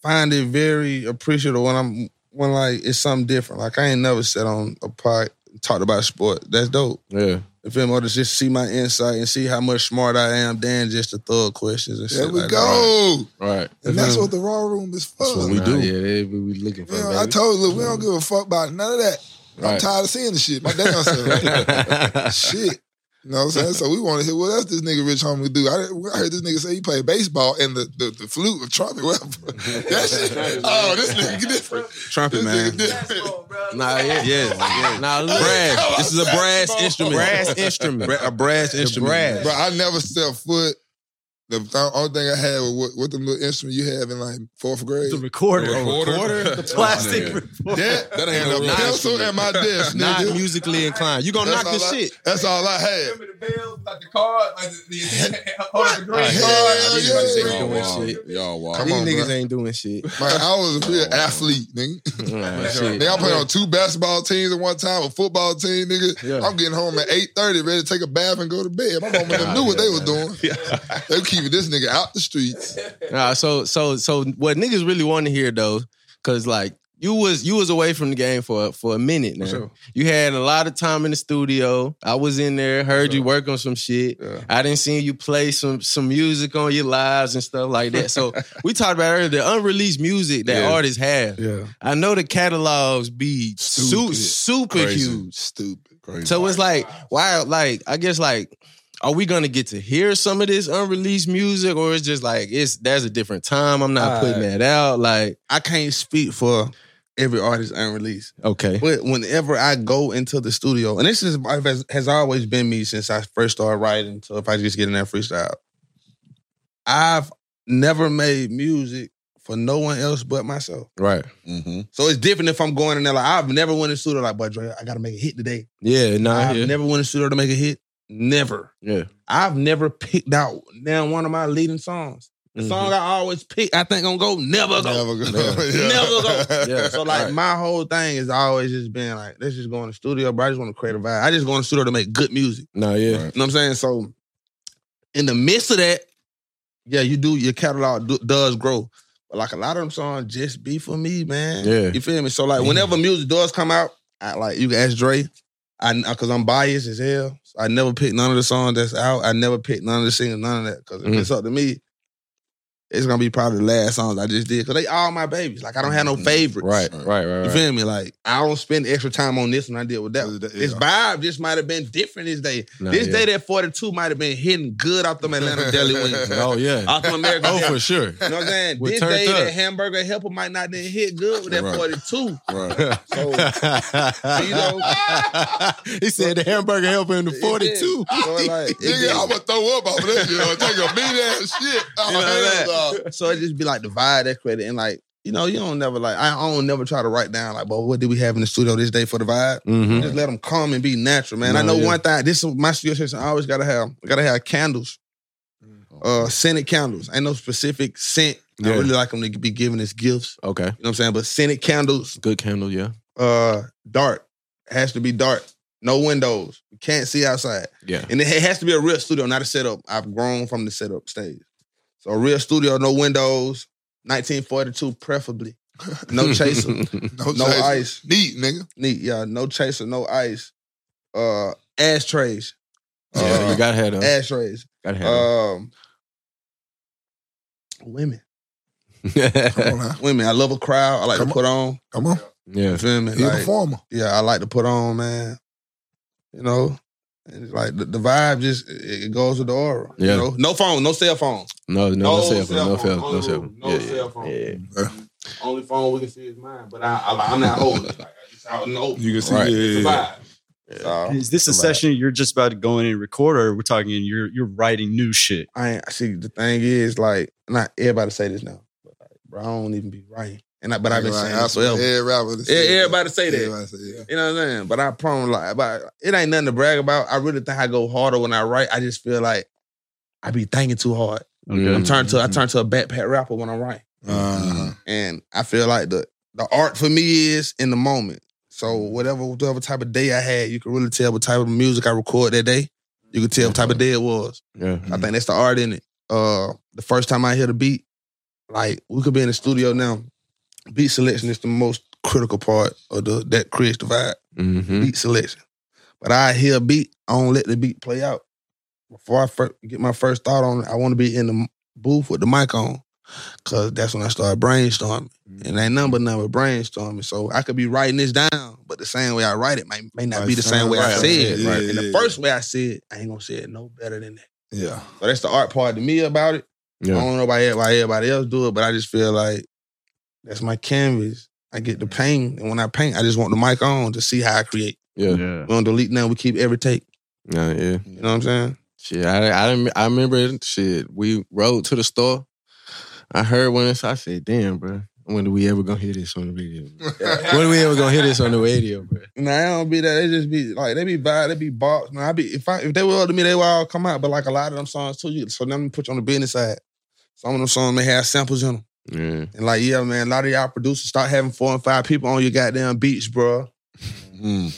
find it very appreciative when I'm when like it's something different. Like I ain't never sat on a pod talked about sport. That's dope. Yeah. If him or to just see my insight and see how much smart I am than just to thug questions and there shit we like that. go. Right. And that's what the raw room is for. That's what we do. Yeah, they, we, we looking for. You know, baby. I told you, look, we don't give a fuck about none of that. I'm Right. tired of seeing the shit. My damn self. shit. You know what I'm saying? So we want to hear what else this nigga Rich Homie do. I, I heard this nigga say he played baseball and the, the, the flute or trumpet, whatever. that shit. Oh, this nigga different. Trumpet This man. nigga different. nah, yeah, yeah, yeah. Nah, look. Brass. This is a brass instrument. Brass instrument. Bra- a brass instrument. brass. Bro, I never stepped foot. The th- only thing I had was what, what the little instrument you have in like fourth grade. the recorder. Recorder. Plastic recorder. That, that ain't no a real pencil at my desk, Not nigga. musically inclined. You gonna That's knock this all I- shit. That's all I had. Remember the bells, like the card, like the, the, oh, the green Hell card. yeah, These niggas yeah. ain't Y'all doing shit. Y'all wild. Come These on, niggas bro. ain't doing shit. Like, I was a real athlete, nigga. Nah, Nigga, shit. I played on two basketball teams at one time, a football team, nigga. Yeah. I'm getting home at 8.30, ready to take a bath and go to bed. My mama them knew what they was doing. They were keeping this nigga out the streets. Nah, so so so what niggas really want to hear though, cause like you was you was away from the game for for a minute now. You had a lot of time in the studio. I was in there, heard you work on some shit. I didn't see you play some some music on your lives and stuff like that. So we talked about earlier the unreleased music that Yeah. artists have. Yeah. I know the catalogs be su- Stupid. super Crazy. huge. Stupid. Crazy. So it's like, why? Like, I guess like, are we gonna get to hear some of this unreleased music, or it's just like it's there's a different time. I'm not putting that out. Like, I can't speak for every artist unreleased. okay, But whenever I go into the studio, and this is has, has always been me since I first started writing. So if I just get in that freestyle, I've never made music for no one else but myself. right, Mm-hmm. So it's different if I'm going in there. Like I've never went in the studio like, "Boy, Dre, I gotta make a hit today." yeah, nah, I've yeah, never went in the studio to make a hit. Never. yeah. I've never picked out now one of my leading songs. The song I always pick, I think gonna go never go. Never go. Mm-hmm. Never. Yeah. Never go. Yeah. So like Right. my whole thing is always just been like, let's just go in the studio, bro. I just want to create a vibe. I just go in the studio to make good music. nah, yeah, You know what I'm saying? So in the midst of that, yeah, you do your catalog do, does grow. But like a lot of them songs just be for me, man. Yeah. You feel me? So like whenever music does come out, I like you can ask Dre. I because I'm biased as hell. So I never pick none of the songs that's out. I never pick none of the singers, none of that. Cause if Mm. it's up to me, it's gonna be probably the last songs I just did. Cause they all my babies. Like I don't have no favorites. Mm. right, right, right, You right. feel me? Like I don't spend extra time on this one. I did with that. one. Yeah. This vibe just might have been different this day. Nah, this yeah. day that 42 might have been hitting good off them Atlanta deli wings. Oh yeah, Off them American oh deli. for sure. You know what I'm saying? We're this turned day up. that hamburger helper might not have hit good with that Right. 42. Right. So you know he said the hamburger helper in the it forty two. did. So, like, it Nigga, did. I'm gonna throw up off of this, you know, take a mean ass shit. Oh, You know what hell no. I'm saying? So it just be like the vibe that's created. And like, you know, you don't never like, I don't never try to write down like, well, what did we have in the studio this day for the vibe? Mm-hmm. Just let them come and be natural, man. I No, know yeah. one thing. This is my studio session. I always gotta have gotta have candles, uh, scented candles. Ain't no specific scent. Yeah. I really like them to be giving us gifts. Okay, You know what I'm saying? But scented candles, good candle, yeah, uh, dark has to be dark. No windows. You can't see outside. yeah. And it has to be a real studio, not a setup. I've grown from the setup stage. So a real studio, no windows. 1942, preferably. No chaser. Uh, No chaser. ice. Neat, nigga. Neat, yeah. No chaser, no ice. Uh ashtrays. Oh, yeah, Uh, you gotta have them. ashtrays. Gotta have Um women. Come them. on, now. Women. I love a crowd. I like Come to on. put on. Come on. yeah, You feel me? He a Like, performer. yeah, I like to put on, man. You know? And it's like the, the vibe just it, it goes with the aura. Yeah. You know? No phone, no cell phone. no, no, no, No cell phone, no cell cell phone, phone, no no cell phone. no yeah, cell phone. Yeah. yeah. Only phone we can see is mine, but I, I I'm not holding. it. Like, it's out in the open. You can see Right. yeah, yeah, yeah. So, Is this a session you're just about to go in and record, or we're talking you're you're writing new shit? I ain't, see. The thing is, like, not everybody say this now, but like, bro, I don't even be writing. And I, but I've been saying this forever. Everybody, Yeah, everybody say that. Everybody say that. You know what I'm saying? But I promise, like, but it ain't nothing to brag about. I really think I go harder when I write. I just feel like I be thinking too hard. Okay. I'm Mm. turned to I Mm-hmm. turn to a backpack rapper when I write, Uh-huh. and I feel like the the art for me is in the moment. So whatever whatever type of day I had, you can really tell what type of music I record that day. You can tell what type of day it was. Yeah. I think that's the art in it. Uh, the first time I hear the beat, like we could be in the studio now. Beat selection is the most critical part of the that creates the vibe Mm-hmm. beat selection. But I hear a beat, I don't let the beat play out. Before I fir- get my first thought on it, I want to be in the m- booth with the mic on. Cause that's when I start brainstorming. Mm. And that number number brainstorming. So I could be writing this down, but the same way I write it may, may not Might be the same sound way I right. say it. Yeah, and the yeah, first way I say it, I ain't gonna say it no better than that. Yeah. So that's the art part to me about it. Yeah. I don't know about everybody, everybody else do it, but I just feel like that's my canvas. I get Mm. to paint, and when I paint, I just want the mic on to see how I create. Yeah. Yeah. We don't delete now. We keep every take. Nah, yeah. You know what I'm saying? Shit, I I didn't, I remember it. shit. We rode to the store. I heard one. So I said, "Damn, bro, when do we ever gonna hear this on the radio? bro? when are we ever gonna hear this on the radio, bro?" Nah, I don't be that. They just be like they be vibe, they be bops. Nah, I be if I if they were all to me, they would all come out. But like a lot of them songs too, you so them put you on the business side. Some of them songs may have samples in them. Yeah, And like, yeah, man, a lot of y'all producers start having four and five people on your goddamn beats, bro. Mm-hmm.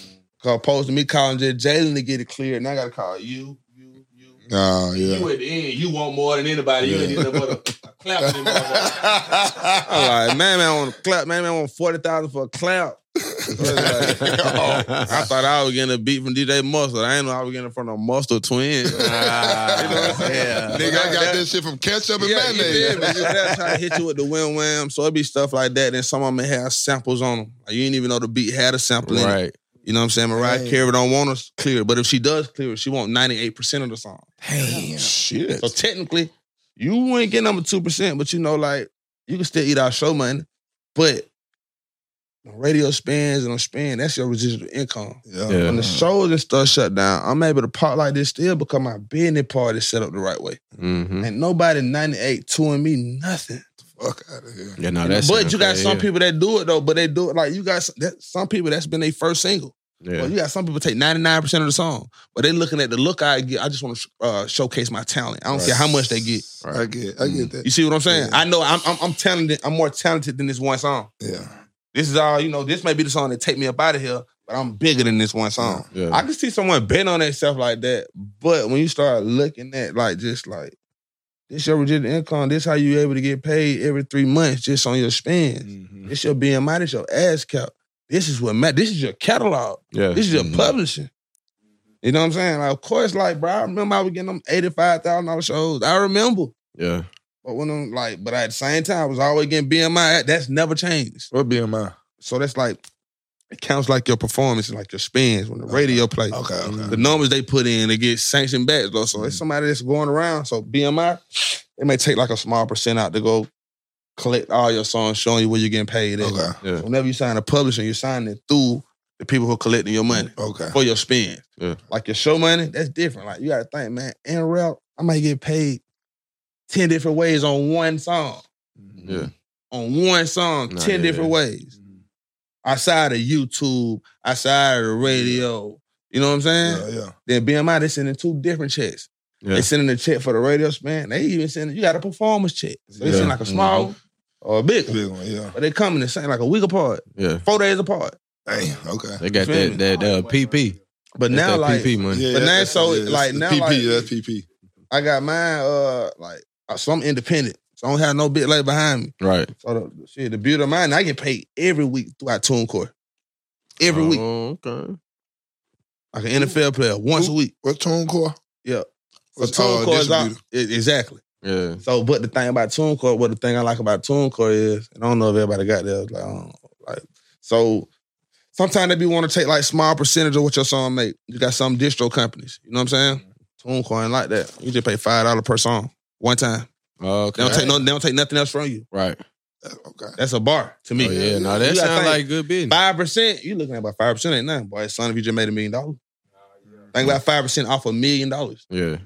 Cause opposed to me calling just Jalen to get it cleared, and I gotta call you, you, you. Oh, yeah. You at the end, you want more than anybody. You ain't Yeah. end up with a, a clap in them motherfuckers. I'm like, man, man, I want a clap, man, man, I want forty thousand for a clap. So it's like, Oh. I thought I was getting a beat from DJ Mustard. I ain't know I was getting it from the Mustard twins. Nigga, I got this shit from ketchup and Yeah, you did, but mayonnaise. you gotta try to hit you with the wham wham. So it be stuff like that. Then some of them have samples on them. Like you didn't even know the beat had a sample in it. right. You know what I'm saying? Mariah Dang. Carey don't want us clear, but if she does clear, it, she want 98% of the song. Damn. Shit. So technically, you ain't getting number two percent, but you know, like you can still eat our show money. But on radio spins and on spin, that's your residual income. Yeah. When the shows and stuff shut down, I'm able to pop like this still because my business part is set up the right way. Mm-hmm. And nobody 98 touring me nothing. Fuck out of here. Yeah, no, Oh, that's but you got yeah, some yeah. people that do it though, but they do it like you got some, that, some people that's been their first single. Yeah. Well, you got some people take 99% of the song, but they looking at the look I get. I just want to uh, showcase my talent. I don't care how much they get. I get, I get You that. see what I'm saying? Yeah. I know I'm, I'm I'm talented. I'm more talented than this one song. Yeah. This is all you know. This may be the song that take me up out of here, but I'm bigger than this one song. Yeah. I can see someone bent on themselves like that, but when you start looking at like just like this your residual income, this how you able to get paid every three months just on your spends. Mhm. This your BMI, this your ass cap. This is what matters. This is your catalog. Yeah. Mm-hmm. This is your Mhm. Mm-hmm. publishing. You know what I'm saying? Like, of course, like, bro, I remember I was getting them $85,000 shows. I remember. yeah. But when I'm like, but at the same time, I was always getting BMI. That's never changed. What BMI? So that's like, it counts like your performance, like your spins when the radio plays. Okay, okay. Mm. The numbers they put in, they get sanctioned back. Though. So it's somebody that's going around. So BMI, it may take like a small percent out to go collect all your songs, showing you where you're getting paid at. Okay. Yeah. Whenever you sign a publishing, you're signing it through the people who are collecting your money Okay. for your spend. Yeah. Like your show money, that's different. Like you gotta think, man, in route, I might get paid 10 different ways on one song. Yeah. On one song, Nah, 10 yeah, different yeah. ways. Outside of YouTube, outside of the radio. You know what I'm saying? Yeah, yeah. Then BMI, they sending two different checks. Yeah. They sending a check for the radio span. They even sending, you got a performance check. So they Yeah. send like a small one or a big one. Big one, yeah. But they coming the same, like a week apart, Yeah. four days apart. Damn, okay. They got Feel me? that that uh, PP. But That's now, that like, PP money. Yeah, But now that's- so, yeah, that's like, the now, PP, like- that's PP. I got mine. Uh, like uh, so I'm independent, so I don't have no big light behind me. Right. So the, the shit, the beauty of mine, I get paid every week throughout TuneCore. Every week, Oh, okay. like an NFL player, once a week. What tune core? Yeah. So What's uh, TuneCore is out distributor? e- exactly. Yeah. So, but the thing about TuneCore, what the thing I like about TuneCore is, and I don't know if everybody got there. Like, I don't know, like so. Sometimes they be want to take like small percentage of what your song make. You got some distro companies, you know what I'm Mm-hmm. saying? TuneCore ain't like that. You just pay five dollar per song one time. Okay. They don't take no. They don't take nothing else from you. Right. Okay. That's a bar to me. Oh, yeah, no, that sound like good business. Five percent, you looking at about five percent ain't nothing, boy. Son, if you just made a million dollars, think about five percent off a million dollars. Yeah.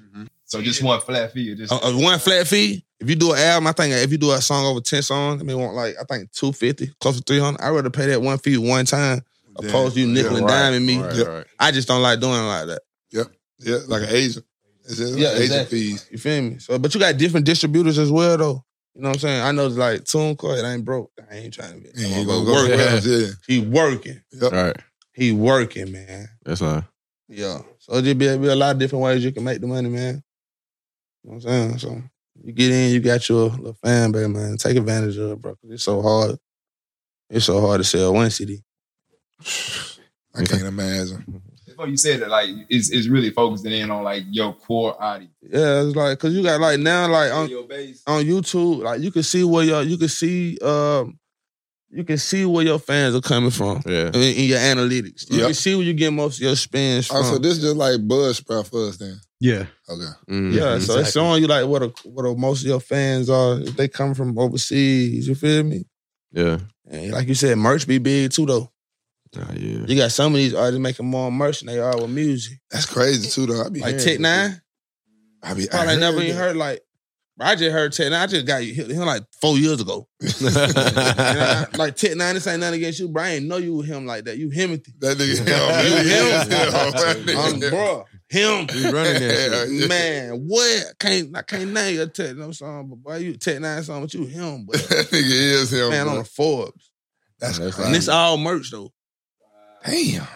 So just one flat fee. Just Uh, uh, one flat fee. If you do an album, I think uh, if you do a song over ten songs, I mean, want like I think two fifty, close to three hundred. I'd rather pay that one fee one time opposed to you nickel and right, diming me. right, Yep. right. I just don't like doing it like that. Yep. Yeah, like an agent. It's just like agent fees. You feel me? So, but you got different distributors as well, though. You know what I'm saying? I know it's like TuneCore, it ain't broke. I ain't trying to be. Yeah, I'm you gonna gonna go work. with it, yeah. He working. Yep. Right. He working, man. That's all. Yeah. So it just be, be a lot of different ways you can make the money, man. You know what I'm saying? So you get in, you got your little fan base, man. Take advantage of it, bro. 'cause It's so hard. It's so hard to sell one CD. I can't imagine. before you said that, like it's, it's really focusing in on like your core audience. Yeah, it's like cause you got like now like on Your base. on YouTube, like you can see where your you can see um you can see where your fans are coming from. Yeah. In, in your analytics. You Yep. can see where you get most of your spins from. Oh, so this just like Buzz Sprout for us then. Yeah. Okay. Mm-hmm. Yeah, so it's showing you like what a, what a, most of your fans are. If they come from overseas, you feel me? Yeah. And like you said, merch be big too though. Oh, yeah. You got some of these artists making more merch than they are with music. That's crazy too though. I be Like hearing Tech that shit. Nine, I be I probably heard never that. even heard like. bro, I just heard Tech Nine. I just got hit him like four years ago. And I- like Tech Nine, this ain't nothing against you, bro. I ain't know you with him like that. You him That nigga, You him, him? Um, bro, him. You running that shit. Man, what? Can't I can't name your Tech Nine song, but boy, you Tech Nine song, but you him, but That nigga is him. man bro. on the Forbes. That's, That's crazy. And it's all merch though. Damn.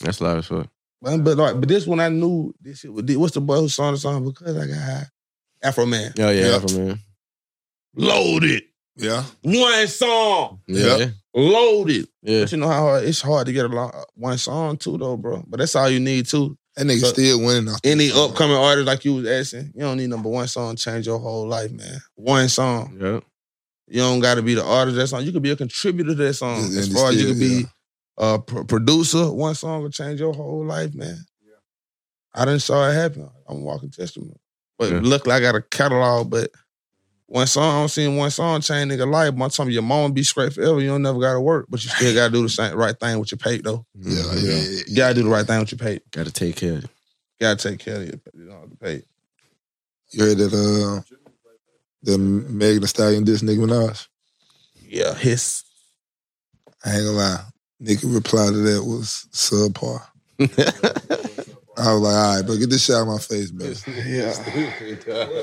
That's live as fuck. But, but like, but this one I knew this shit was deep. What's the boy who sung the song because I got high? Afro Man. Oh, yeah. Yeah. Afro Man. Loaded. Yeah. One song. Yeah. Yeah. Loaded. Yeah. But you know how hard it's hard to get a lot one song too though, bro. But that's all you need too. That nigga So- still winning. off Any this shit. upcoming artist like you was asking, you don't need number one song to change your whole life, man. One song. Yeah. You don't gotta be the artist of that song. You could be a contributor to that song. And As it far as you still- could be yeah. a pr- producer, one song will change your whole life, man. I didn't saw it happen. I'm a walking testimony. But Yeah. luckily, I got a catalog. But one song, I don't seen one song change nigga life. By the time your mom be straight forever, you don't never gotta work. But you still gotta do the same right thing with your pay though. Yeah, like, yeah. Oh, yeah, You gotta do the right thing with your pay. Mm-hmm. Gotta take care of it. Gotta take care of your you know, the pay. You heard that uh the Megan Thee Stallion diss Nicki Minaj? Yeah, his. I ain't gonna lie. Nicki reply to that was subpar. I was like, all right, bro, get this shit out of my face, man.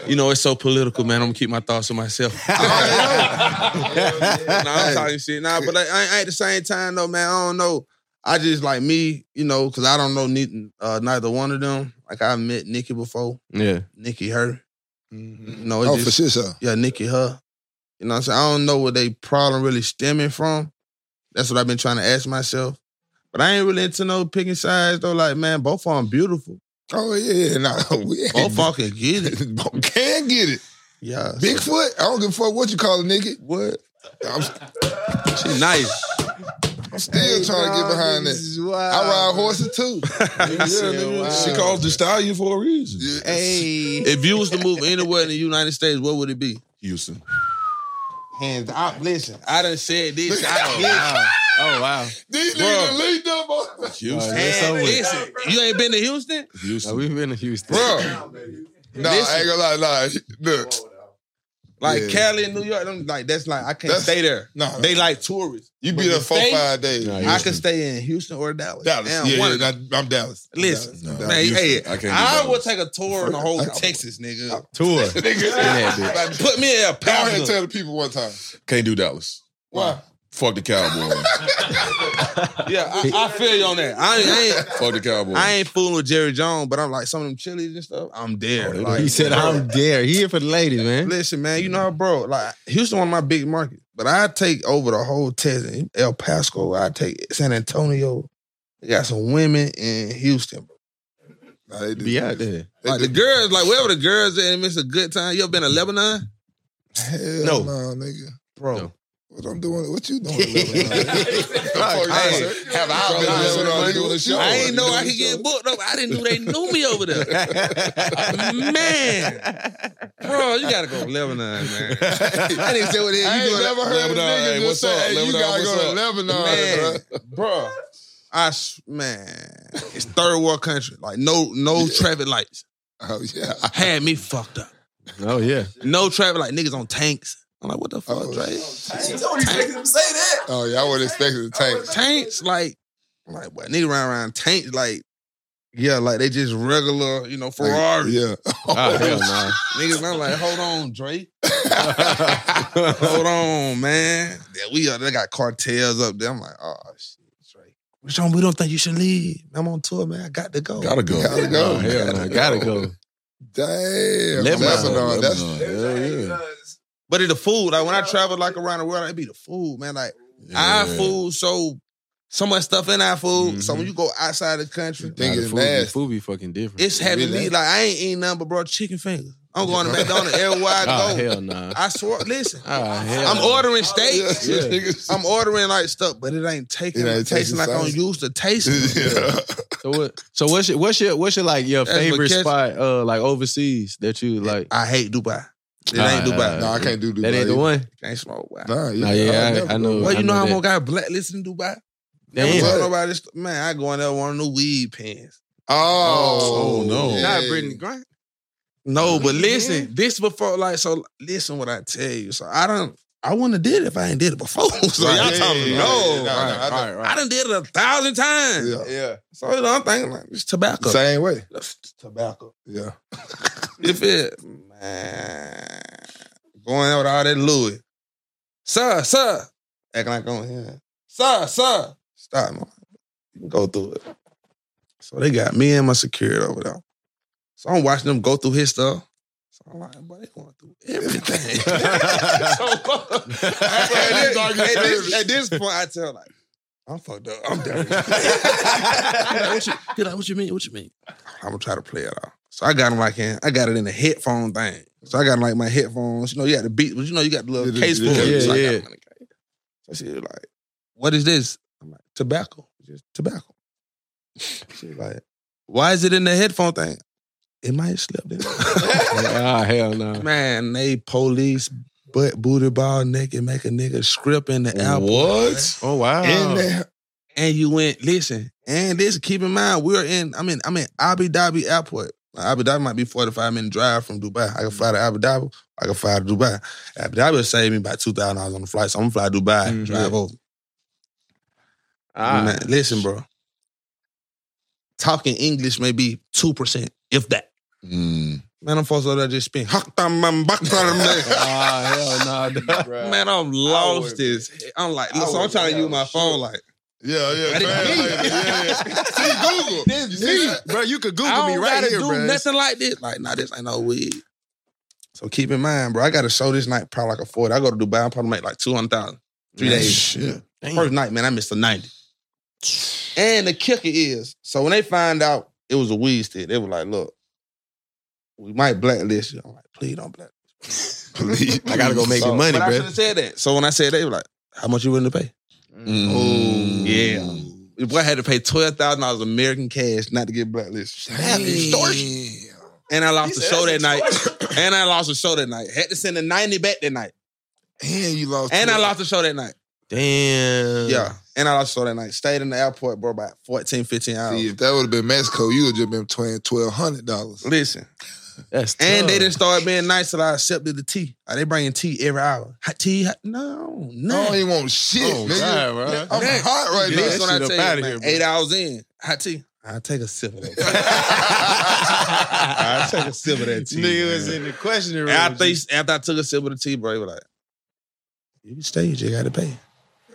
You know it's so political, man. I'm gonna keep my thoughts to myself. nah, I'm talking shit. Nah, but like, I, I at the same time though, man. I don't know. I just like me, you know, because I don't know neither, uh, neither one of them. Like I met Nikki before, Yeah. Nikki her. Mhm. You know, it's Oh, just, for sure, sure. yeah, Nikki her. You know, what I'm saying I don't know where they problem really stemming from. That's what I've been trying to ask myself. But I ain't really into no picking sides though. Like man, both of them beautiful. Oh yeah, yeah, nah, we Both of 'em can get it. can get it. Yeah, so- Bigfoot, I don't give a fuck what you call a nigga. What? I'm She nice. still trying to get behind that. I ride horses too. She calls the stallion for a reason. Yeah. Hey. If you was to move anywhere in the United States, what would it be? Houston. Hands out. Listen, I done said this. I Oh, wow. These Bro. niggas leaked up on Houston. Hey. It's Listen, over. listen, you ain't been to Houston? Now, Houston. we've been to Houston. Bro. Nah, I ain't gonna lie, nah. Look. Like Yeah. Cali and New York, them, like that's like I can't That's- stay there. Uh-huh. Nah. They like tourists. you but be there the four, state- five days. Nah, I can stay in Houston or Dallas. Dallas. Damn, yeah, one yeah, of them. that- I'm Dallas. I'm Listen, Dallas. No. man, hey, Houston. I can't do I, Dallas. will take a tour in the whole Texas, nigga. Tour. Nigga, Like, put me in a go ahead and passenger. tell the people one time. Can't do Dallas. Why? Fuck the Cowboys. Yeah, I, I feel you on that. I ain't, I ain't, Fuck the Cowboys. I ain't fooling with Jerry Jones, but I'm like some of them chilies and stuff. I'm there. like, he Oh, said, I'm there. He here for the ladies, man. Listen, man, you know how, bro, like Houston one of my big markets, but I take over the whole Texas, El Paso, I take San Antonio. They got some women in Houston, bro. Nah, they do. Be out there. They Like the do. girls, like wherever the girls at, and it's a good time. You ever been to Lebanon? Hell No. no, nigga. Bro, No. What I'm doing? What you doing? Hey, Have I Probably been that's what I'm on doing the this show. show? I ain't know I Doing could this show. get booked up. I didn't know they knew me over there. man, bro, you gotta go Lebanon, man. I didn't say what it is. You I ain't doing never heard a nigga just say, hey, you gotta go to Lebanon, bro. I s- man, it's third world country. Like no, no traffic lights. Oh yeah, had me fucked up. Oh yeah, no traffic light. Niggas on tanks. I'm like, what the fuck, Dre? Oh yeah, I wasn't expecting the tank. Tanks like, like what? Nigga round around tanks like, yeah, like they just regular, you know, Ferrari. Yeah. Ah. Oh, hell no. Niggas, I'm like, hold on, Drake. hold on, man. Yeah, we uh, they got cartels up there. I'm like, oh shit, Drake. Sean, we don't think you should leave. I'm on tour, man. I got to go. Gotta go. Gotta go. Oh, hell no, gotta go. Damn. Lebanon, Lebanon. That's Lebanon. Hell yeah. But it's the food. Like when I travel like around the world, it be the food, man. Like our Yeah. food, so so much stuff in our food. So when you go outside the country, think Nah, the it's food, be- nasty. food be fucking different. it's having Really? me like I ain't eating nothing but bro chicken fingers. I'm going to McDonald's everywhere I oh go. hell nah. I swear, listen. Oh hell. I'm nah. ordering steaks. Yeah. I'm ordering like stuff, but it ain't taking. It It ain't tasting tasting like I'm sauce. used to tasting. yeah. So what? So what's your what's your what's your like your That's favorite McKissick. spot? Uh, like overseas that you like. I hate Dubai. It Ah, ain't Dubai. No, I can't do Dubai. That ain't the one. Can't smoke. Wow. Nah, yeah, Nah, yeah, I'll I- never I know. go. Well, you know know how that. I got blacklisted in Dubai. Damn. Tell Right. nobody. this- Man, I go in there wanting new weed pens. Oh, Oh, no. yeah. Not Brittany Grant. No, but listen, this before like so. Listen what I tell you. So I don't. I wouldn't have did it if I ain't did it before. so Right. y'all Yeah, talking yeah, no. yeah, yeah. Nah, nah, I Right, I right. done did it a thousand times. Yeah. Yeah. So you know, I'm thinking like it's tobacco. Same way. It's tobacco. Yeah. If it man going out with all that Louis, sir, sir, acting like I'm here, sir, sir, stop, man. You can go through it. So they got me and my security over there. So I'm watching them go through his stuff. So I'm like, but they going through everything. so, at, this, at this- at this point, I tell like, I'm fucked up. I'm done. What you- he like, what you mean? What you mean? I'm gonna try to play it off. So I got him like in, I got it in the headphone thing. So I got like my headphones. You know, you got the beat, but you know, you got the little Yeah, case yeah, for it. So I got yeah. them in the case. So she was like, what is this? I'm like, tobacco. Just tobacco. She was like, why is it in the headphone thing? It might have slipped in. Ah hell no. Man, they police butt booty ball naked, make a nigga script in the album. What? Oh wow. Um, In there. And you went, listen, and this, keep in mind, we're in, I'm in, I'm in Abu Dhabi Airport. Abu Dhabi might be 45 minute drive from Dubai. I can fly to Abu Dhabi, I can fly to Dubai. Abu Dhabi will save me about $2,000 on the flight, so I'm gonna fly to Dubai, Mm-hmm. Mhm. drive over. Ah. Man, listen, bro. Talking English may be 2%, if that. Hmm. Mm. Man, I'm supposed to just spin. Man, Ah hell nah. dog. I'm lost as I'm like, I so I'm would- trying to I use my would- phone like Yeah, yeah. That is translator. me. Yeah, yeah. See Google. You see that? Bro, you could I Google me don't right gotta here, do bro. nothing like this. Like, nah, this ain't no weed. So keep in mind, bro. I got a show this night, probably like a 40. I go to Dubai, I probably make like 200,000. Three days. Shit. First night, man, I missed a 90. And the kicker is, so when they find out it was a weed stick, they were like, look, we might blacklist you. I'm like, please don't blacklist Please. I gotta go make So- the money, but I should bro. have said that. So when I said that, they were like, how much you willing to pay? Mm. Hmm. Yeah. The boy had to pay $12,000 American cash not to get blacklisted. And I lost the show that night. and I lost the show that night. Had to send a 90 back that night. And you lost. And two. I lost the show that night. Damn. Yeah. And I lost the show that night. Stayed in the airport, bro, about 14, 15 hours. See, if that would have been Mexico, you would have been paying twelve hundred dollars. Listen. That's tough. And they didn't start being nice till I accepted the tea. Are they bringing tea every hour? Hot tea? Hot? No, I no. don't even want shit, Oh, nigga. God, bro. I'm hot right Yeah, This that when I shit up tell you, outta man, here, bro. eight hours in, hot tea. I'll take a sip of that. I'll take a sip of that tea. Nigga was man. in the questioning room. after, they- after I took a sip of the tea, bro, he was like, you can stay, you just gotta pay.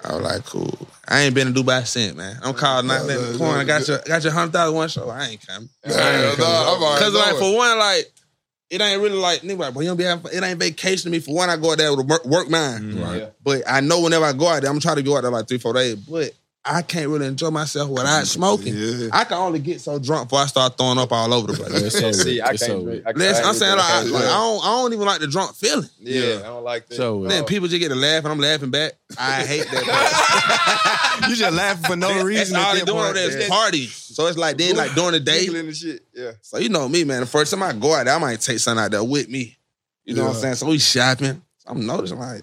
I was like, cool. I ain't been to Dubai since, man. I'm calling knock that in the corner. I got your got your hundred thousand one show. I ain't coming. now. Hell nah, I'm already Cause like knowing. for one, like, it ain't really like nigga, like, boy, you don't be having fun. it ain't vacation to me. For one, I go out there with a work, work mind. Mhm. But I know whenever I go out there, I'm trying to go out there like three, four days. But I I can't really enjoy myself without smoking. I can only get so drunk before I start throwing up all over the place. It's over. See, I It's can't over. drink. I can't- Listen, I I'm ain't saying drink. like, I I, can't like, I drink. don't, I don't even like the drunk feeling. Yeah, I don't like that. So, then Oh. uh, people just get to laugh, and I'm laughing back. I hate that. you just laughing for no reason. That's all they doing over there is party. So it's like then, like during the day, Giggling and shit. Yeah. so you know me, man. The first time I go out there, I might take something out there with me. You know what I'm Yeah. saying? So we shopping. I'm noticing like,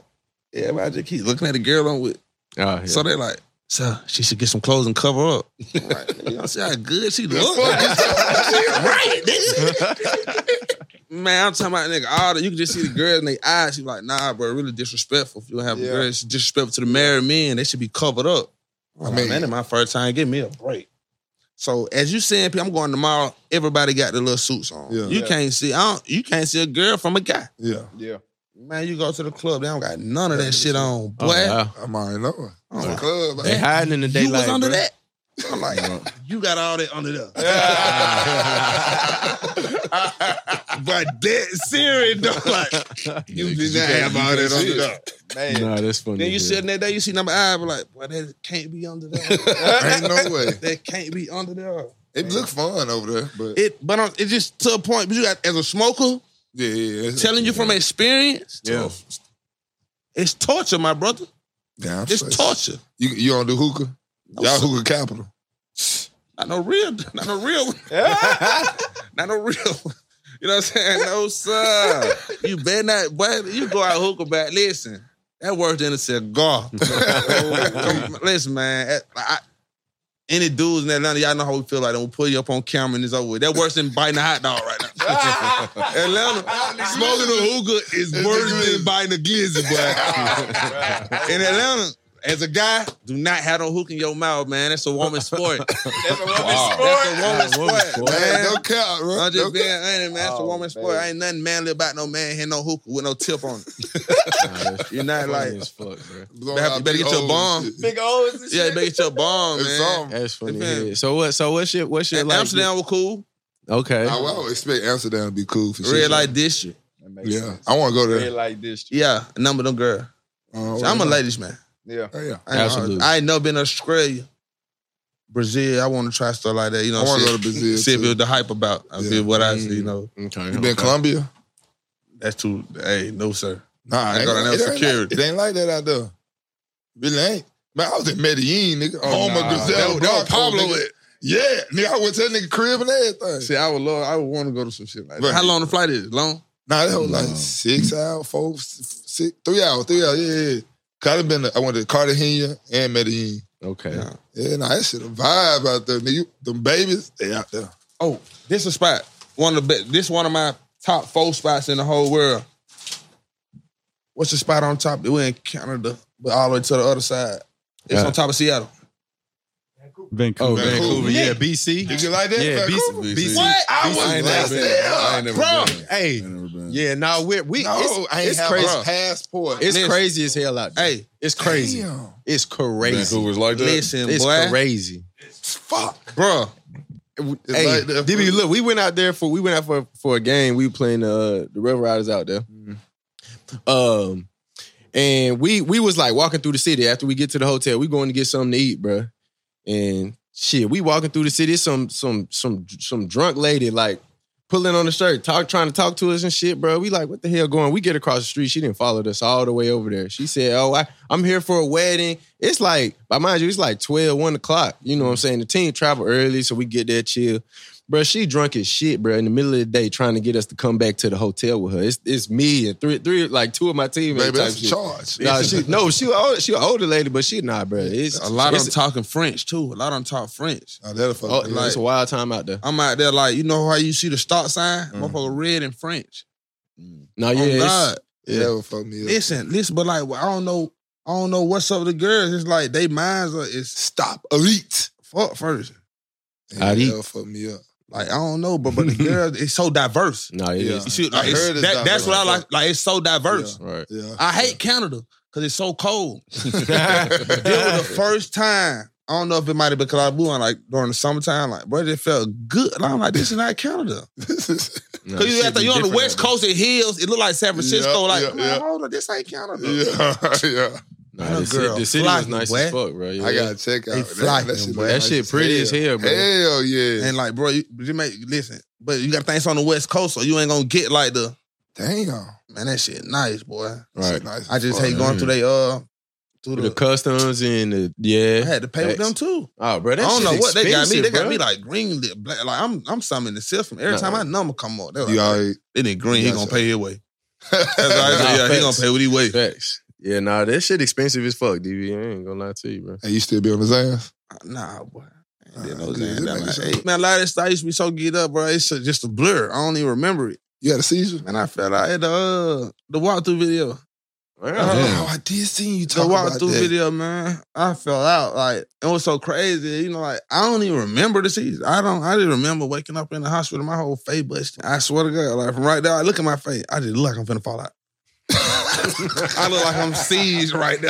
yeah, but I just keep looking at the girl I'm with. Ah, So they like, so she should get some clothes and cover up. I'm like, you know, see how good she look. right, nigga. Man, I'm talking about nigga. All the, you can just see the girls in their eyes. She's like, nah, bro, really disrespectful. If you don't have a girl, it's disrespectful to the married men. They should be covered up. I mean, man, it's my first time. Give me a break. So as you saying, I'm going tomorrow. Everybody got their little suits on. Yeah. You Yeah. can't see. I don't, you can't see a girl from a guy. Yeah. Yeah. Man, you go to the club. They don't got none of that shit on. Boy, I'm already knowing. Oh, The wow. club. They hiding in the you was daylight, under bruh. that. I'm like, you got all that under there. but that Siri don't like you did not have all that under there. Man. Nah, that's funny. Then you as hell. sitting there, day you see number eye, but like, boy, that can't be under there. Ain't no way. That can't be under there. It look fun over there, but It, but um, it's just to a point. But you got as a smoker, yeah, yeah. yeah. telling you from experience, Yeah. tough. it's torture, my brother. Yeah, I'm It's saying. torture. You you don't do hookah? Y'all hookah capital. Not no real, not no real, one. not no real. one. You know what I'm saying? No, sir. You better not, but you go out hookah back. Listen, that worse than a cigar. Come- Listen, man. that- I, any dudes in Atlanta, y'all know how we feel like. And we'll pull you up on camera and it's over with. That worse than biting a hot dog right now. Atlanta, smoking a hookah is worse than biting a glizzy, boy. in Atlanta, as a guy, do not have no hook in your mouth, man. That's a woman's sport. That's a woman's That's a woman's sport, man. Man, don't count, bro. I'm just Don't being count. honest, man. Oh, It's a woman's sport. Ain't nothing manly about no man hitting no hookah with no tip on it. You're not like, Funny as fuck, bro. Blowing better, out better big get your holes bomb. and shit. Big O's and Yeah, shit. better get your bomb, It's man. something. That's funny. Depends. as hell. So what? So what's your what's your like? Amsterdam was cool. Okay. I, I would expect Amsterdam to be cool for sure. Red light district. That makes Yeah, sense. I want to go Red there. light district. Yeah, a number of them girl. Uh, So I'm a ladies man. Yeah. Oh, yeah. I ain't, Oh, Absolutely. I ain't never been to Australia, Brazil. I want to try stuff like that. You know, I wanna see- go to Brazil, See if too. it was the hype about. I Yeah. did what I Mm. see. You know, Okay. You been Colombia? that's too. Hey, no sir. Nah, I ain't got gonna- no it, ain't like, security. it ain't like that out there. Really ain't. Man, I was in Medellin, nigga. home Oh, nah. of Gazelle, That- that was dog, Pablo. cool, nigga. at. Yeah, nigga, I went to that nigga crib and everything. See, I would love. I would want to go to some shit like that. Right. How long the flight is? Long? Nah, that was like six hours, four, s- six, three hours, three hours. Yeah, yeah. yeah. Cause I done been, to, I went to Cartagena and Medellin. Okay. Yeah. Yeah, nah, that shit a vibe out there, nigga. You- Them babies, they out there. Oh, this a spot. One of the best. This one of my top four spots in the whole world. What's the spot on top? We're in Canada, but all the way to the other side. It's Yeah. on top of Seattle. Vancouver. Oh, Vancouver. Vancouver. Yeah, BC. You get like that? Yeah, Vancouver? BC. What? I was I ain't never last been. there. I ain't never Bro, been. hey. I ain't never been. Yeah, nah, we're, we No, it's, I ain't it's have crazy. a passport. It's Listen. crazy as hell out there. Hey, It's crazy. Damn. It's crazy. Vancouver's like that. listen, It's boy, crazy. Fuck. bro. It's hey, like that. DB, look, we went out there for we went out for for a game. We were playing uh, the River Riders out there. Mm-hmm. Um, and we we was like walking through the city after we get to the hotel. We going to get something to eat, bruh. And shit, we walking through the city. Some some some some drunk lady like pulling on the shirt, talk trying to talk to us and shit, bro. We like, what the hell going? We get across the street. She didn't follow us all the way over there. She said, "Oh, I, I'm here for a wedding." It's like, but mind you, it's like 12, 1 o'clock. You know what I'm saying? The team travel early, so we get there chill. Bro, she drunk as shit, bro. In the middle of the day, trying to get us to come back to the hotel with her. It's it's me and three, three, like two of my teammates. Baby, type that's a shit. charge. Nah, she no, she old, she an older lady, but she not, bro. It's A lot of it's, them talking French too. A lot of them talk French. Nah, that'll fuck oh, me up. it's a wild time out there. I'm out there like, you know how you see the stop sign? Motherfucker red in French. No, yeah, oh it's- God. Mm. Yeah, that would fuck me up. Listen, listen, but like I don't know, I don't know what's up with the girls. It's like they minds are is Stop. Elite. fuck first. Yeah, Elite. that'll fuck me up. Like I don't know, but but the girls it's so diverse. no, it Yeah. is. You see, like, I it's- heard it's that- that's what I diverse. like. Like it's so diverse. right. Yeah. I hate Canada because it's so cold. That was the first time. I don't know if it might have been because I blew on like during the summertime. Like, bro, it felt good. And I'm like, this is not Canada. No, Cause you shit at the, be you're on the different west out coast, it hills. It look like San Francisco. Yeah, like, yeah, man, yeah. hold on, this ain't Canada. yeah. yeah. there. Nah, the, ci- the city was nice as fuck, bro. Yeah. I gotta check out. They That- fly, that, shit, boy. look That nice shit pretty as hell, bro. Hell yeah. And like, bro, you, you make listen, but you got things on the West Coast, so you ain't gonna get like the damn man. That shit nice, boy. Right. I just hate going through they uh through the, the. customs and the yeah. I had to pay with them too. Oh, bro, I that don't know shit's what they got me. They expensive, got bro. me like green lit, black. Like I'm, I'm something in the system. Every Nah. time my number come up, they're like, You all right? "It ain't green. You He gonna outside. pay his way." That's what I said, yeah, he gonna pay what he weigh. Facts. Yeah, nah, that shit expensive as fuck, DB. I ain't gonna lie to you, bro. And you still be on his ass? Nah, boy. I didn't know Zan down like, hey, man, a lot of this stuff used to be so get up, bro. It's a- just a blur. I don't even remember it. You had a seizure? And I felt I had the uh, the walkthrough video. Uh, Oh, I did see you The talk about walkthrough that. video, man. I fell out like it was so crazy. You know, like I don't even remember the season. I don't. I didn't remember waking up in the hospital. My whole face busted. I swear to God, like from right there, I look at my face. I just look like I'm finna fall out. I look like I'm seized right now.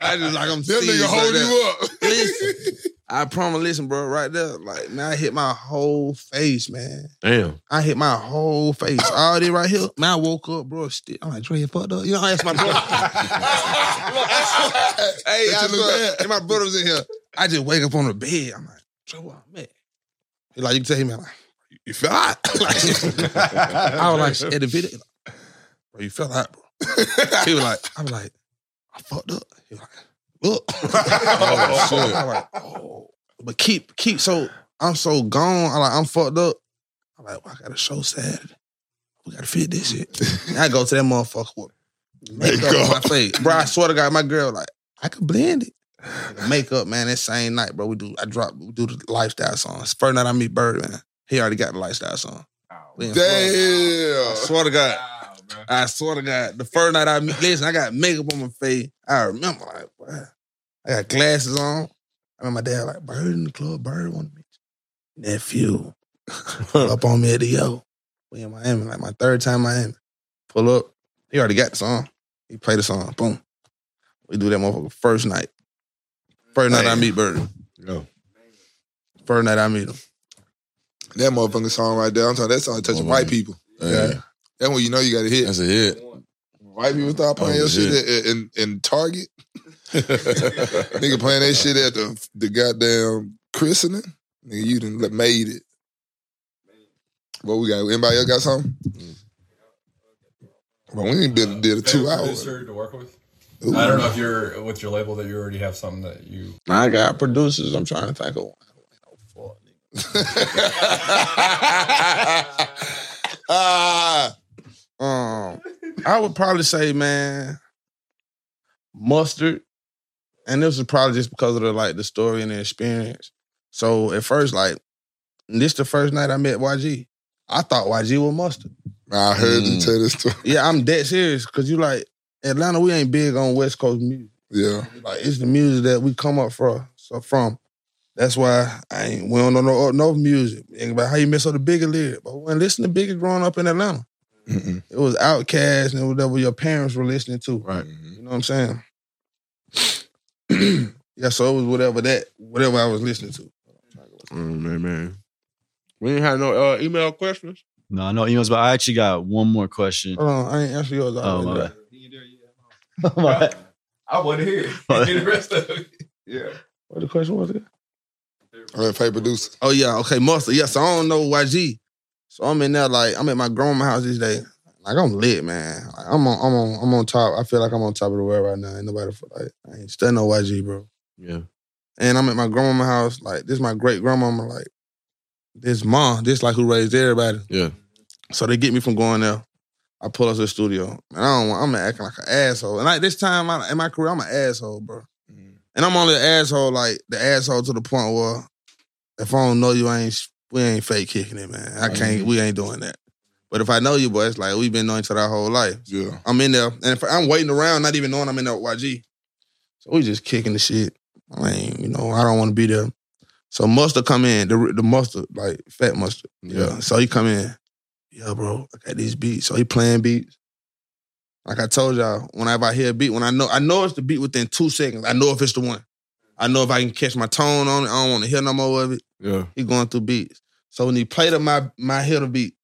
I just like I'm That seized. nigga hold right you up. there. Listen, I promise. Listen, bro, right there, like man, I hit my whole face, man. Damn. I hit my whole face. All this right here. Man, I woke up, bro. Still, I'm like, Dre, you fucked up. You know, I asked my brother. hey, That I shit look swear, bad. and my brother was in here. I just wake up on the bed. I'm like, Dre, what I'm at? He like, you can tell him, like, you feel hot. like, I was like, at the video, he like, bro, you feel hot, bro. He was like, I'm like, I fucked up. He was like, look. Oh, shit. I'm like, oh. But keep, keep, so I'm so gone. I'm like, I'm fucked up. I'm like, well, I got a show Saturday. We gotta fit this shit. And I go to that motherfucker with makeup on my Makeup. face. Bro, I swear to God, my girl, like, I could blend it. Makeup, man, that same night, bro. We do I drop we do the lifestyle songs. First night I meet Birdman. He already got the lifestyle song. We in Florida. I Damn. swear to God. I swear to God. The first night I meet listen, I got makeup on my face. I remember like, boy, I got glasses on. I remember my dad like, Bird in the club, Bird want me. Nephew. Pull up on me at the yo. We in Miami, like my third time in Miami. Pull up. He already got the song. He played the song. Boom. We do that motherfucker first night. First night I Damn. meet Bird. Yo. First night I meet him. That motherfucking song right there. I'm talking that song touching Motherfucker. white people. Yeah. That's when you know you got a hit. That's a hit. White people start playing Oh, your shit at, shit. in, in Target. Nigga playing that shit at the the goddamn christening. Nigga, you done le- made it. What we got? Anybody else got something? Mm. Well, we ain't been did a two hours. Producer to work with. Ooh. I don't know if you're with your label that you already have something that you. I got producers. I'm trying to think of one. Ah, Um, I would probably say, man, mustard. And this was probably just because of the like the story and the experience. So at first, like this the first night I met YG. I thought YG was mustard. I heard you Mm. tell this story. Yeah, I'm dead serious because you like Atlanta. We ain't big on West Coast music. Yeah, Like it's the music that we come up from. So from that's why I ain't we don't know no up north music. About how you mess up the bigger lyric, but when listen to bigger growing up in Atlanta, Mm-mm. it was Outkast and whatever your parents were listening to. Right. You know what I'm saying? yeah, so it was whatever that, whatever I was listening to. man, man. We ain't had no uh, email questions. No, no emails, but I actually got one more question. Hold on, I ain't answer yours. Oh, my already. bad. Oh, My bad. I want to hear What? the rest of it. Yeah. what the question was? Again? I mean, pay producer. Oh yeah, okay, mustard. Yeah, so I don't know YG. So I'm in there like I'm at my grandma house this day. Like I'm lit, man. Like, I'm on, I'm on, I'm on top. I feel like I'm on top of the world right now. Ain't nobody feel like I ain't studying no YG, bro. Yeah. And I'm at my grandma's house. Like this, my great grandmama. Like this mom, this like who raised everybody. Yeah. So they get me from going there. I pull up to the studio, and I don't. want- I'm acting like an asshole. And like this time I, in my career, I'm an asshole, bro. And I'm only an asshole, like the asshole to the point where if I don't know you, I ain't we ain't fake kicking it, man. I can't. We ain't doing that. But if I know you, boy, it's like we've been knowing each other our whole life. Yeah, I'm in there, and if I'm waiting around, not even knowing I'm in there with YG. So we just kicking the shit. I mean, you know, I don't want to be there. So mustard come in, the the mustard, like fat mustard. Yeah. So he come in. Yeah, bro, I got these beats. So he playing beats. Like I told y'all, whenever I hear a beat, when I know I know it's the beat within two seconds, I know if it's the one. I know if I can catch my tone on it. I don't want to hear no more of it. Yeah. He going through beats. So when he played up my my hitter beat,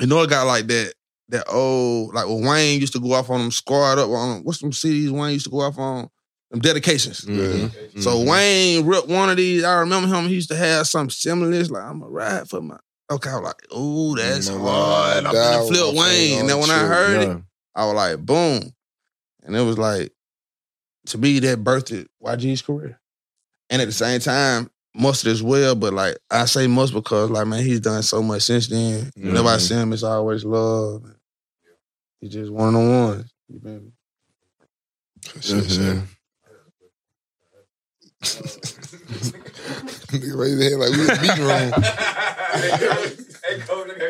you know it got like that that old like when Wayne used to go off on them squad up on what's them CDs Wayne used to go off on them Mm-hmm. dedications. So Wayne ripped one of these. I remember him. He used to have something similar. to this, Like I'm a ride for my. Okay, I was like, oh, that's Mm, hard. I'm that gonna was flip my Wayne. And then when I favorite, heard yeah. it, I was like, boom. And it was like, to me, that birthed YG's career. And at the same time, Mustard as well. But like I say Mustard because like man, he's done so much since then. Whenever I Mhm. see him, it's always love. He's just one on one. Mm-hmm. Nigga raised his hand like we in the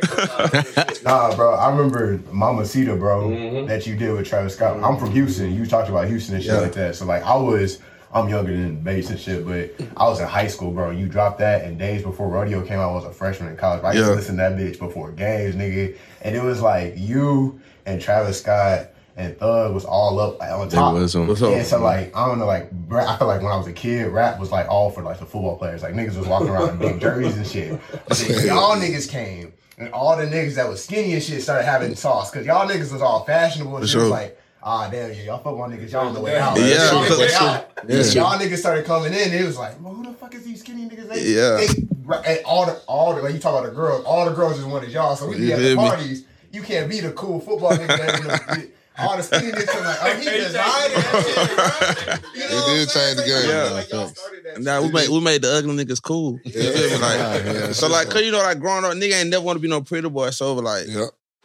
meeting room. Nah, bro. I remember Mama Cita, bro, Mm-hmm. that you did with Travis Scott. I'm from Houston. You talked about Houston and shit Yeah. like that. So like, I was. I'm younger than Bates and shit, but I was in high school, bro. You dropped that, and days before rodeo came out, I was a freshman in college. But I used Yeah. to listen to that bitch before games, nigga. And it was like you and Travis Scott and Thug was all up like, on They top. was on- What's up? And so like I don't know, like bra- I feel like when I was a kid, rap was like all for like the football players. Like niggas was walking around in big jerseys and shit. But then y'all niggas came, and all the niggas that was skinny and shit started having sauce because y'all niggas was all fashionable and For shit. It was sure. like. Ah, damn, yeah, y'all fuck my niggas, y'all on the way Oh, out. Yeah, Y'all on the that's way true. out. That's Y'all true. niggas started coming in, it was like, well, who the fuck is these skinny niggas? They, Yeah. they- right, and all the, all the, like you talk about the girls, all the girls just wanted y'all. So we You be at the feel me? parties, you can't be the cool football nigga that in the- all the skinny niggas are like, oh, he designed that shit, bro. You know what I'm did change the game. Nah, we made we made the ugly niggas cool. You feel me? Like, yeah, so like, cause you know, like growing up, nigga ain't never want to be no pretty boy. So like,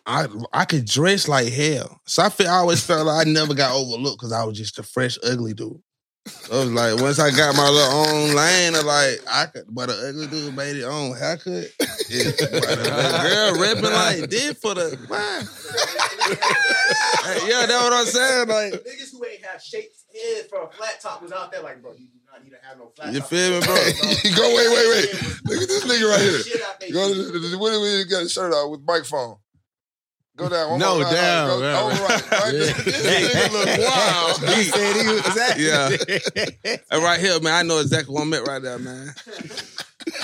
I I could dress like hell. So I feel I always felt like I never got overlooked because I was just a fresh ugly dude. So I was like, once I got my little own lane, I like I could, but an ugly dude made his own haircut. Yeah, but a girl rapping like did for the man. Hey, yeah, that's what I'm saying. Like, Niggas who ain't have shapes head for a flat top was out there like, bro, you do not need to have no flat you feel me, bro? Go wait, wait, wait. Look at this nigga right here. Go to the, the, what do we got a shirt on with microphone? Go down. One No, more down, Down. Go, right, oh, right, right. This nigga look wild. He said he was Yeah. And right here, man, I know exactly where I'm at right there, man.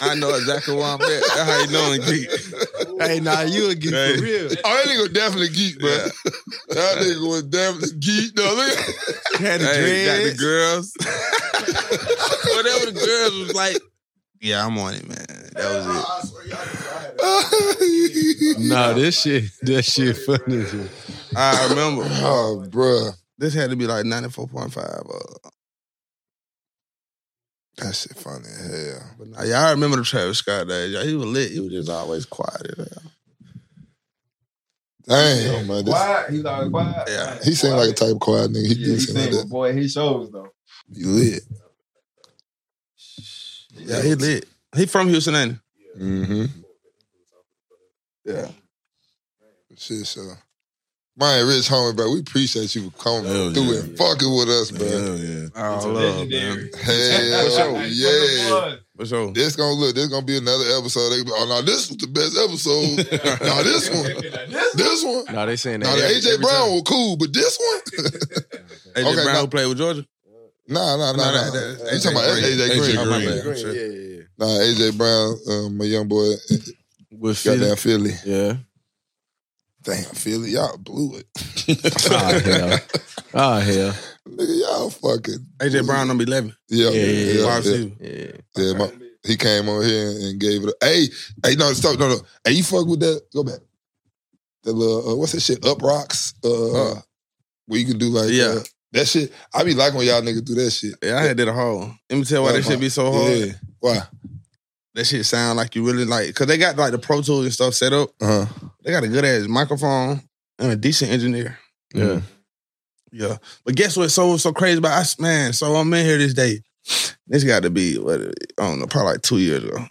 I know exactly where I'm at. That's how you know I'm geek. Hey, nah, you a geek Hey. for real. Oh, that nigga definitely geek, bro. That nigga was definitely geek. No, look. Had the Hey, got the dreads. girls. Whatever the girls was like. Yeah, I'm on it, man. That was it. no, this shit, this shit funny. as hell. I remember. Oh, bruh. This had to be like 94.5. Uh, That shit funny as hell. but nah, yeah, I remember the Travis Scott days. Y'all, he was lit. He was just always quiet. as hell. Damn, man. This, Quiet. He's always quiet. Yeah. he seemed like a type of quiet nigga. He Yeah, did he seem like sing, that. but boy, he shows though. He lit. Yeah, he lit. He from Houston, ain't he? Mm-hmm. Yeah. Shit, so. My rich homie, bro. We appreciate you for coming through and fucking with us, bro. Hell yeah. Oh, love, man. Hell For sure. yeah. For sure. This gonna look, this gonna be another episode. They gonna be, oh no, this was the best episode. no, this one. this one. No, they saying that. No, the every- AJ every Brown time. was cool, but this one? AJ Okay, Brown now- who played with Georgia? Nah, nah, nah. No, nah, that- that- you talking about AJ AJ Green. Green. AJ Green. Yeah, yeah, yeah, Nah, AJ Brown, um, my young boy with Philly. goddamn Philly. Philly. Yeah. Damn, Philly, y'all blew it. Oh hell. Ah, Oh hell. Nigga, y'all fucking. AJ Brown number eleven. Yeah, Yeah, yeah, yeah. yeah. Wide yeah. Yeah, my- he came on here and gave it. A, hey, hey, no, stop, no, no. Hey, you fuck with that? Go back. That little uh, what's that shit? Up rocks. Uh, where you can do like Yeah. uh, that shit. I be liking when y'all niggas do that shit. Yeah, I had that a whole. Let me tell you why Why that my- shit be so hard. Yeah. Why? That shit sound like you really like because they got like the Pro Tools and stuff set up. Uh-huh. They got a good ass microphone and a decent engineer. Yeah. Yeah, but guess what? So so crazy about us, man. So I'm in here this day. This got to be what I don't know, probably like two years ago.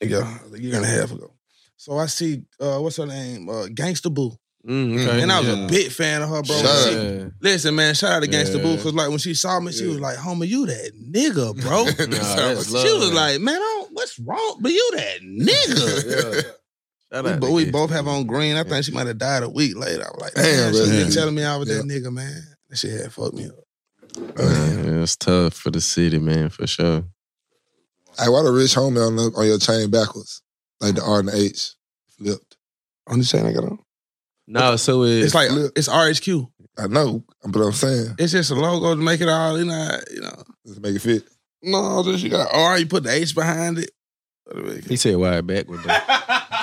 Yeah, a year and a half ago. So I see uh, what's her name, uh, Gangsta Boo, Mm, okay. and I was Yeah. a big fan of her, bro. Shout She- out. Listen, man, shout out to Gangsta Yeah. Boo because like when she saw me, she was like, "Homie, you that nigga, bro." Nah, that's she love, was man. like, "Man, I don't, what's wrong? But you that nigga." Shout We, out but to we Gangsta both have on green. I think she might have died a week later. I was like, Damn, "Damn, she bro. been Yeah. telling me I was that nigga, man." That shit had fucked me up. Uh, Yeah, it's tough for the city, man, for sure. Hey, why the rich homie on the, on your chain backwards, like the R and the H flipped? On the chain I got on. No, so it's, like it's RHQ. I know, but I'm saying it's just a logo to make it all. You know, you know. Just make it fit. No, just you got R. You put the H behind it. He said wide backward. though.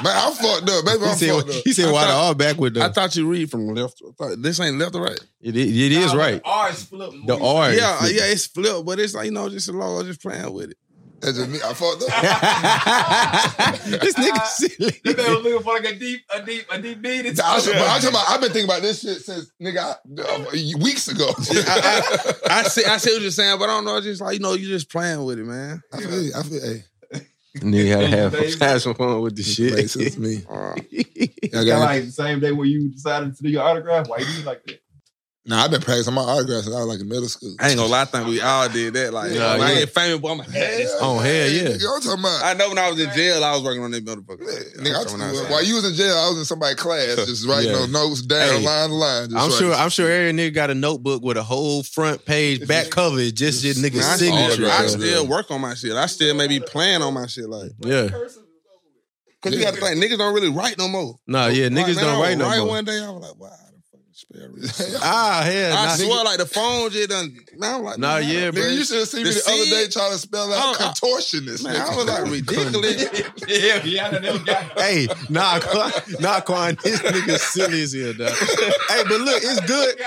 Man, I'm fucked up, baby. He I'm said- fucked up. he said, "Why the all backward though?" I thought you read from left. I thought, this ain't left to right. It is, it is right. R is flipped. The R is Yeah, flipped. yeah, it's flipped, but it's like you know, just a logo, just playing with it. That's just me. I fucked this nigga silly. This nigga was looking for like a deep, a deep, a deep beat. I was- but I'm talking about- I've been thinking about this shit since nigga I- uh, weeks ago. I see. I see what you're saying, but I don't know. It's just like you know, you just playing with it, man. I feel. you. I feel. Hey. Nigga had to have, Baby. have some fun with the shit. It's me. Uh, Y'all got like the same day when you decided to do your autograph. Why you do it like that? Nah, I've been practicing my autographs since I was like in middle school. I ain't gonna lie, I think we all did that. Like, Yeah, when I yeah. ain't famous, but I'm like, hey, this- Oh hell yeah! Nigga, I'm talking about. I know when I was in jail, I was working on that motherfucker. Nigga, I That's what I'm was- saying. while you was in jail, I was in somebody's class just writing Yeah. those notes down Hey, line to line. Just I'm sure. writing- I'm sure every nigga got a notebook with a whole front page back cover. It's Just your Man, I nigga's still- signature. I bro. still work on my shit. I still may be playing on my shit, like, Yeah. cause you got to think niggas don't really write no more. Nah, yeah, Like, niggas man, I don't was write no right more. One day I was like, wow, the fucking spell. really Ah, hell, I nah, swear, nigga- like the phone just done. Man, I'm like, Nah, man, yeah, bro. Nigga, you should have seen The me the other seed- day trying to spell out Oh, I- contortionist. Man, nigga. I was like ridiculous. yeah, yeah, I done got Hey, nah, Quan, nah, Quan, this nigga silly as hell, dog. Hey, but look, it's good.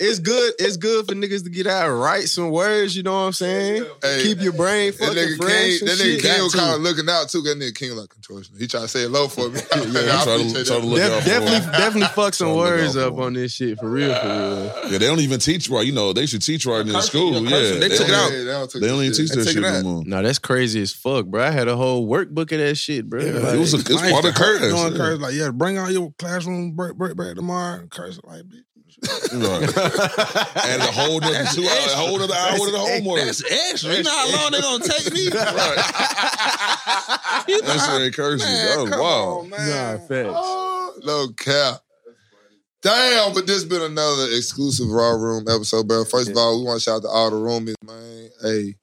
It's good. It's good for niggas to get out and write some words. You know what I'm saying? Hey, Keep your brain That fucking nigga King, fresh. and that shit. nigga King Got was to. kind of looking out too. 'cause That nigga King was like contortionist. He tried to say it low for me. yeah, he tried to- tried to look Def- out for definitely, him. definitely fuck some Trying to look words out for up on this shit for real, for real. Yeah, they don't even teach right. You know, they should teach right in Cursive, school. yeah, Yeah, cursive. They took it don't- out. They don't They don't even teach They that took shit it no out. more. No, that's crazy as fuck, bro. I had a whole workbook of that shit, bro. Yeah, Like, it was a, it's I used part to of curse, curse. doing yeah. curse, like, yeah, bring out your classroom break, break, break tomorrow. and Curse like, bitch. Right. and a whole nother two hour, a whole nother hour of the homework. That's extra. You know how long they gonna take me? You know That's how- very curses. Man, That was come wild. on, man. Low Oh, cap. Damn, but this been another exclusive Raw Room episode, bro. First of all, we want to shout out to all the roomies, man. Hey,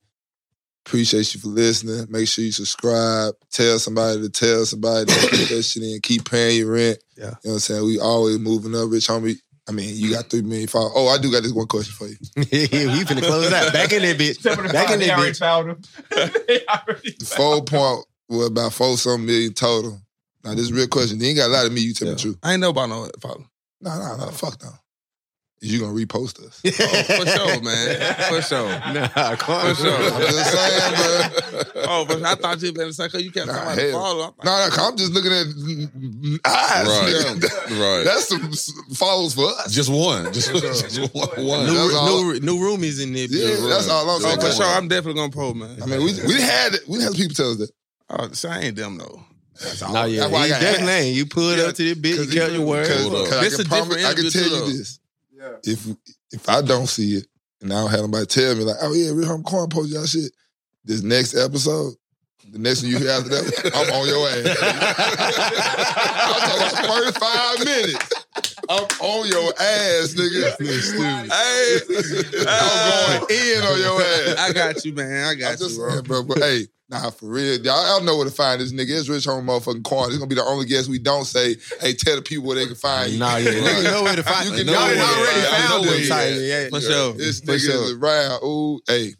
appreciate you for listening. Make sure you subscribe. Tell somebody to tell somebody to keep that shit in. Keep paying your rent. Yeah. You know what I'm saying? We always moving up, rich homie. I mean, you got three million followers. Oh, I do got this one question for you. we finna close out. Back in that bitch. Stepping Back in in the that already bitch. found him. They already found Four point, well, about four something million total. Now, this is a real question. You ain't got a lot of me. You tell me the truth. I ain't know about no problem. No, no, no. Fuck no. Is you gonna repost us? Oh, for sure, man. For sure. Nah, For Quan. sure. I'm just saying, bro. Oh, but I thought you been saying because you kept Nah, talking about the hell. follow. I'm like, No, no, 'cause I'm just looking at mm, mm, eyes. Right. nigga. That- Right. That's some s- follows for us. Just one. Just, just one. one. That's New, all- new, new roomies in there. Yeah, bitch. that's all I'm oh, saying. for sure. I'm definitely gonna pro, man. I mean, we we had we had people tell us that. Oh, so I ain't them though. That's all. Nah, yeah. That's why I You got definitely asked. ain't. You pulled up to the bitch. You kept your word. Because Hold up. I This can a promise, different I can tell interview, you though. this: if if I don't see it and I don't have nobody tell me like, oh yeah, real home corn post y'all shit. This next episode, the next one you hear after that, I'm on your ass. I'm talking about first five minutes. I'm on your ass, nigga. Hey, I'm going in on your ass. I got you, man. I I'm got you, just bro. saying, bro. But hey, nah, for real, y'all, y'all know where to find this nigga. It's Rich Homie Motherfucking Quan. It's gonna be the only guest we don't say. Hey, tell the people where they can find you. Nah, yeah. Right. Niggas know where to find You you. can Y'all know done where to already find- found you know them. where type, it Yeah, For sure. This For nigga sure. is around. Ooh, hey,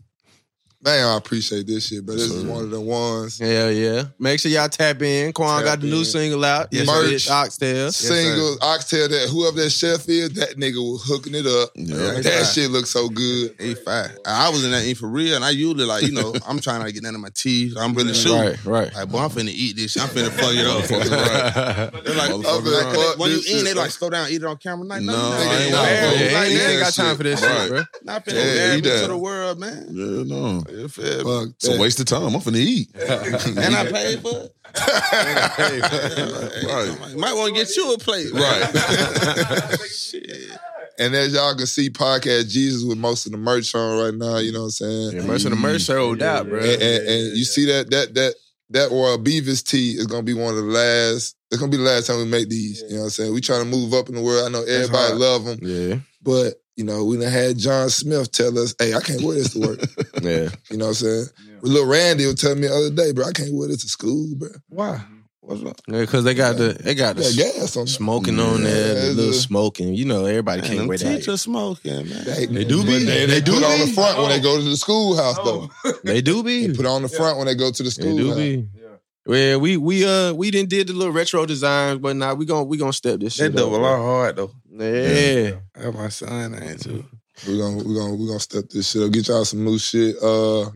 man, I appreciate this shit, but this is one of the ones. Hell yeah. Make sure y'all tap in. Quan Tap got the new in. single out. Yes, Yes, sir. bitch, Oxtail. Singles, oxtail that whoever that chef is, that nigga was hooking it up. Yeah. That shit looks so good. Hey, five. I was in that in for real, and I usually like you know I'm trying to get none of my teeth. I'm really shooting. Right, right. Like, boy, I'm finna eat this. shit. I'm finna fuck it up. They're like, oh, Motherfucker, like, right. when you This eat, shit- they like slow down, eat it on camera. Like, no, No, no, I ain't no, want no, to. no, Yeah, like, ain't that. that got time shit. for this Right. shit, bro. Not Yeah, finna yeah, he to down. the world, man. Yeah, no. You feel me? Fuck It's a waste of time. I'm finna eat. And I paid for it. right. Might want to get you a plate. Right. Shit. And as y'all can see, podcast Jesus with most of the merch on right now. You know what I'm saying? Yeah, Merch on the merch sold out, bro. and, and, and you see that that that that Royal Beavis tea is gonna be one of the last. It's gonna be the last time we make these. You know what I'm saying? We trying to move up in the world. I know everybody hard. love them, Yeah, but you know we done had John Smith tell us, "Hey, I can't wear this to work." yeah. you know what I'm saying? But Lil Randy was telling me the other day, bro, I can't wear this to school, bro. Why? Because they got the they got the That s- gas on that. smoking on Yeah, there, the it's little a- smoking. You know, everybody can't wear that. smoking, man. They, They do But be. They, they, They do put on be. the front when they Oh. go to the schoolhouse, though. They do be. They put on the front when they go to the They do schoolhouse. be. Well, we we uh we didn't did the little retro designs, but now we gon' we gonna step this That shit. double up, R hard though. bro. Yeah. I have my son in too. We're gonna we're gonna we're gonna step this shit up. Get y'all some new shit. Uh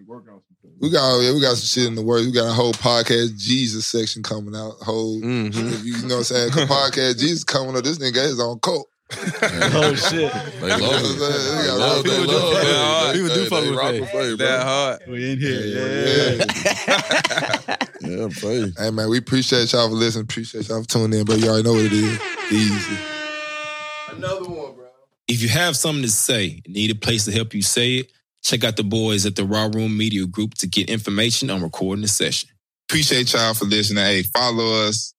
we got yeah, we got some shit in the works. We got a whole podcast Jesus section coming out. Whole Mm-hmm. if you, you know what I'm saying? 'Cause podcast Jesus coming up. This nigga got his own cult. oh shit. They love it. They love- they love it. love People do fuck with it. Faith. Faith, bro. That hard. We in here. Yeah, baby. Hey man, we appreciate y'all for listening. Appreciate y'all for tuning in, but you already know what it is. Easy. If you have something to say and need a place to help you say it, check out the boys at the Raw Room Media Group to get information on recording the session. Appreciate y'all for listening. Hey, follow us.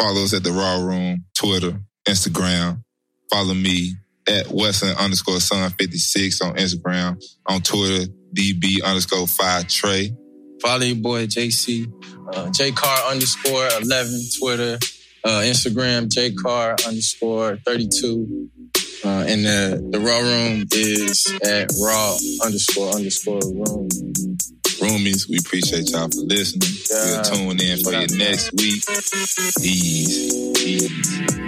Follow us at the Raw Room, Twitter, Instagram. Follow me at Wesson underscore son 56 on Instagram. On Twitter, DB underscore five Trey. Follow your boy JC, uh, JCar underscore 11, Twitter, uh, Instagram, JCar underscore 32. Uh, and the, the Raw Room is at Raw underscore underscore Room. Roomies, we appreciate y'all for listening. We'll tune in for you next week. Easy. Easy.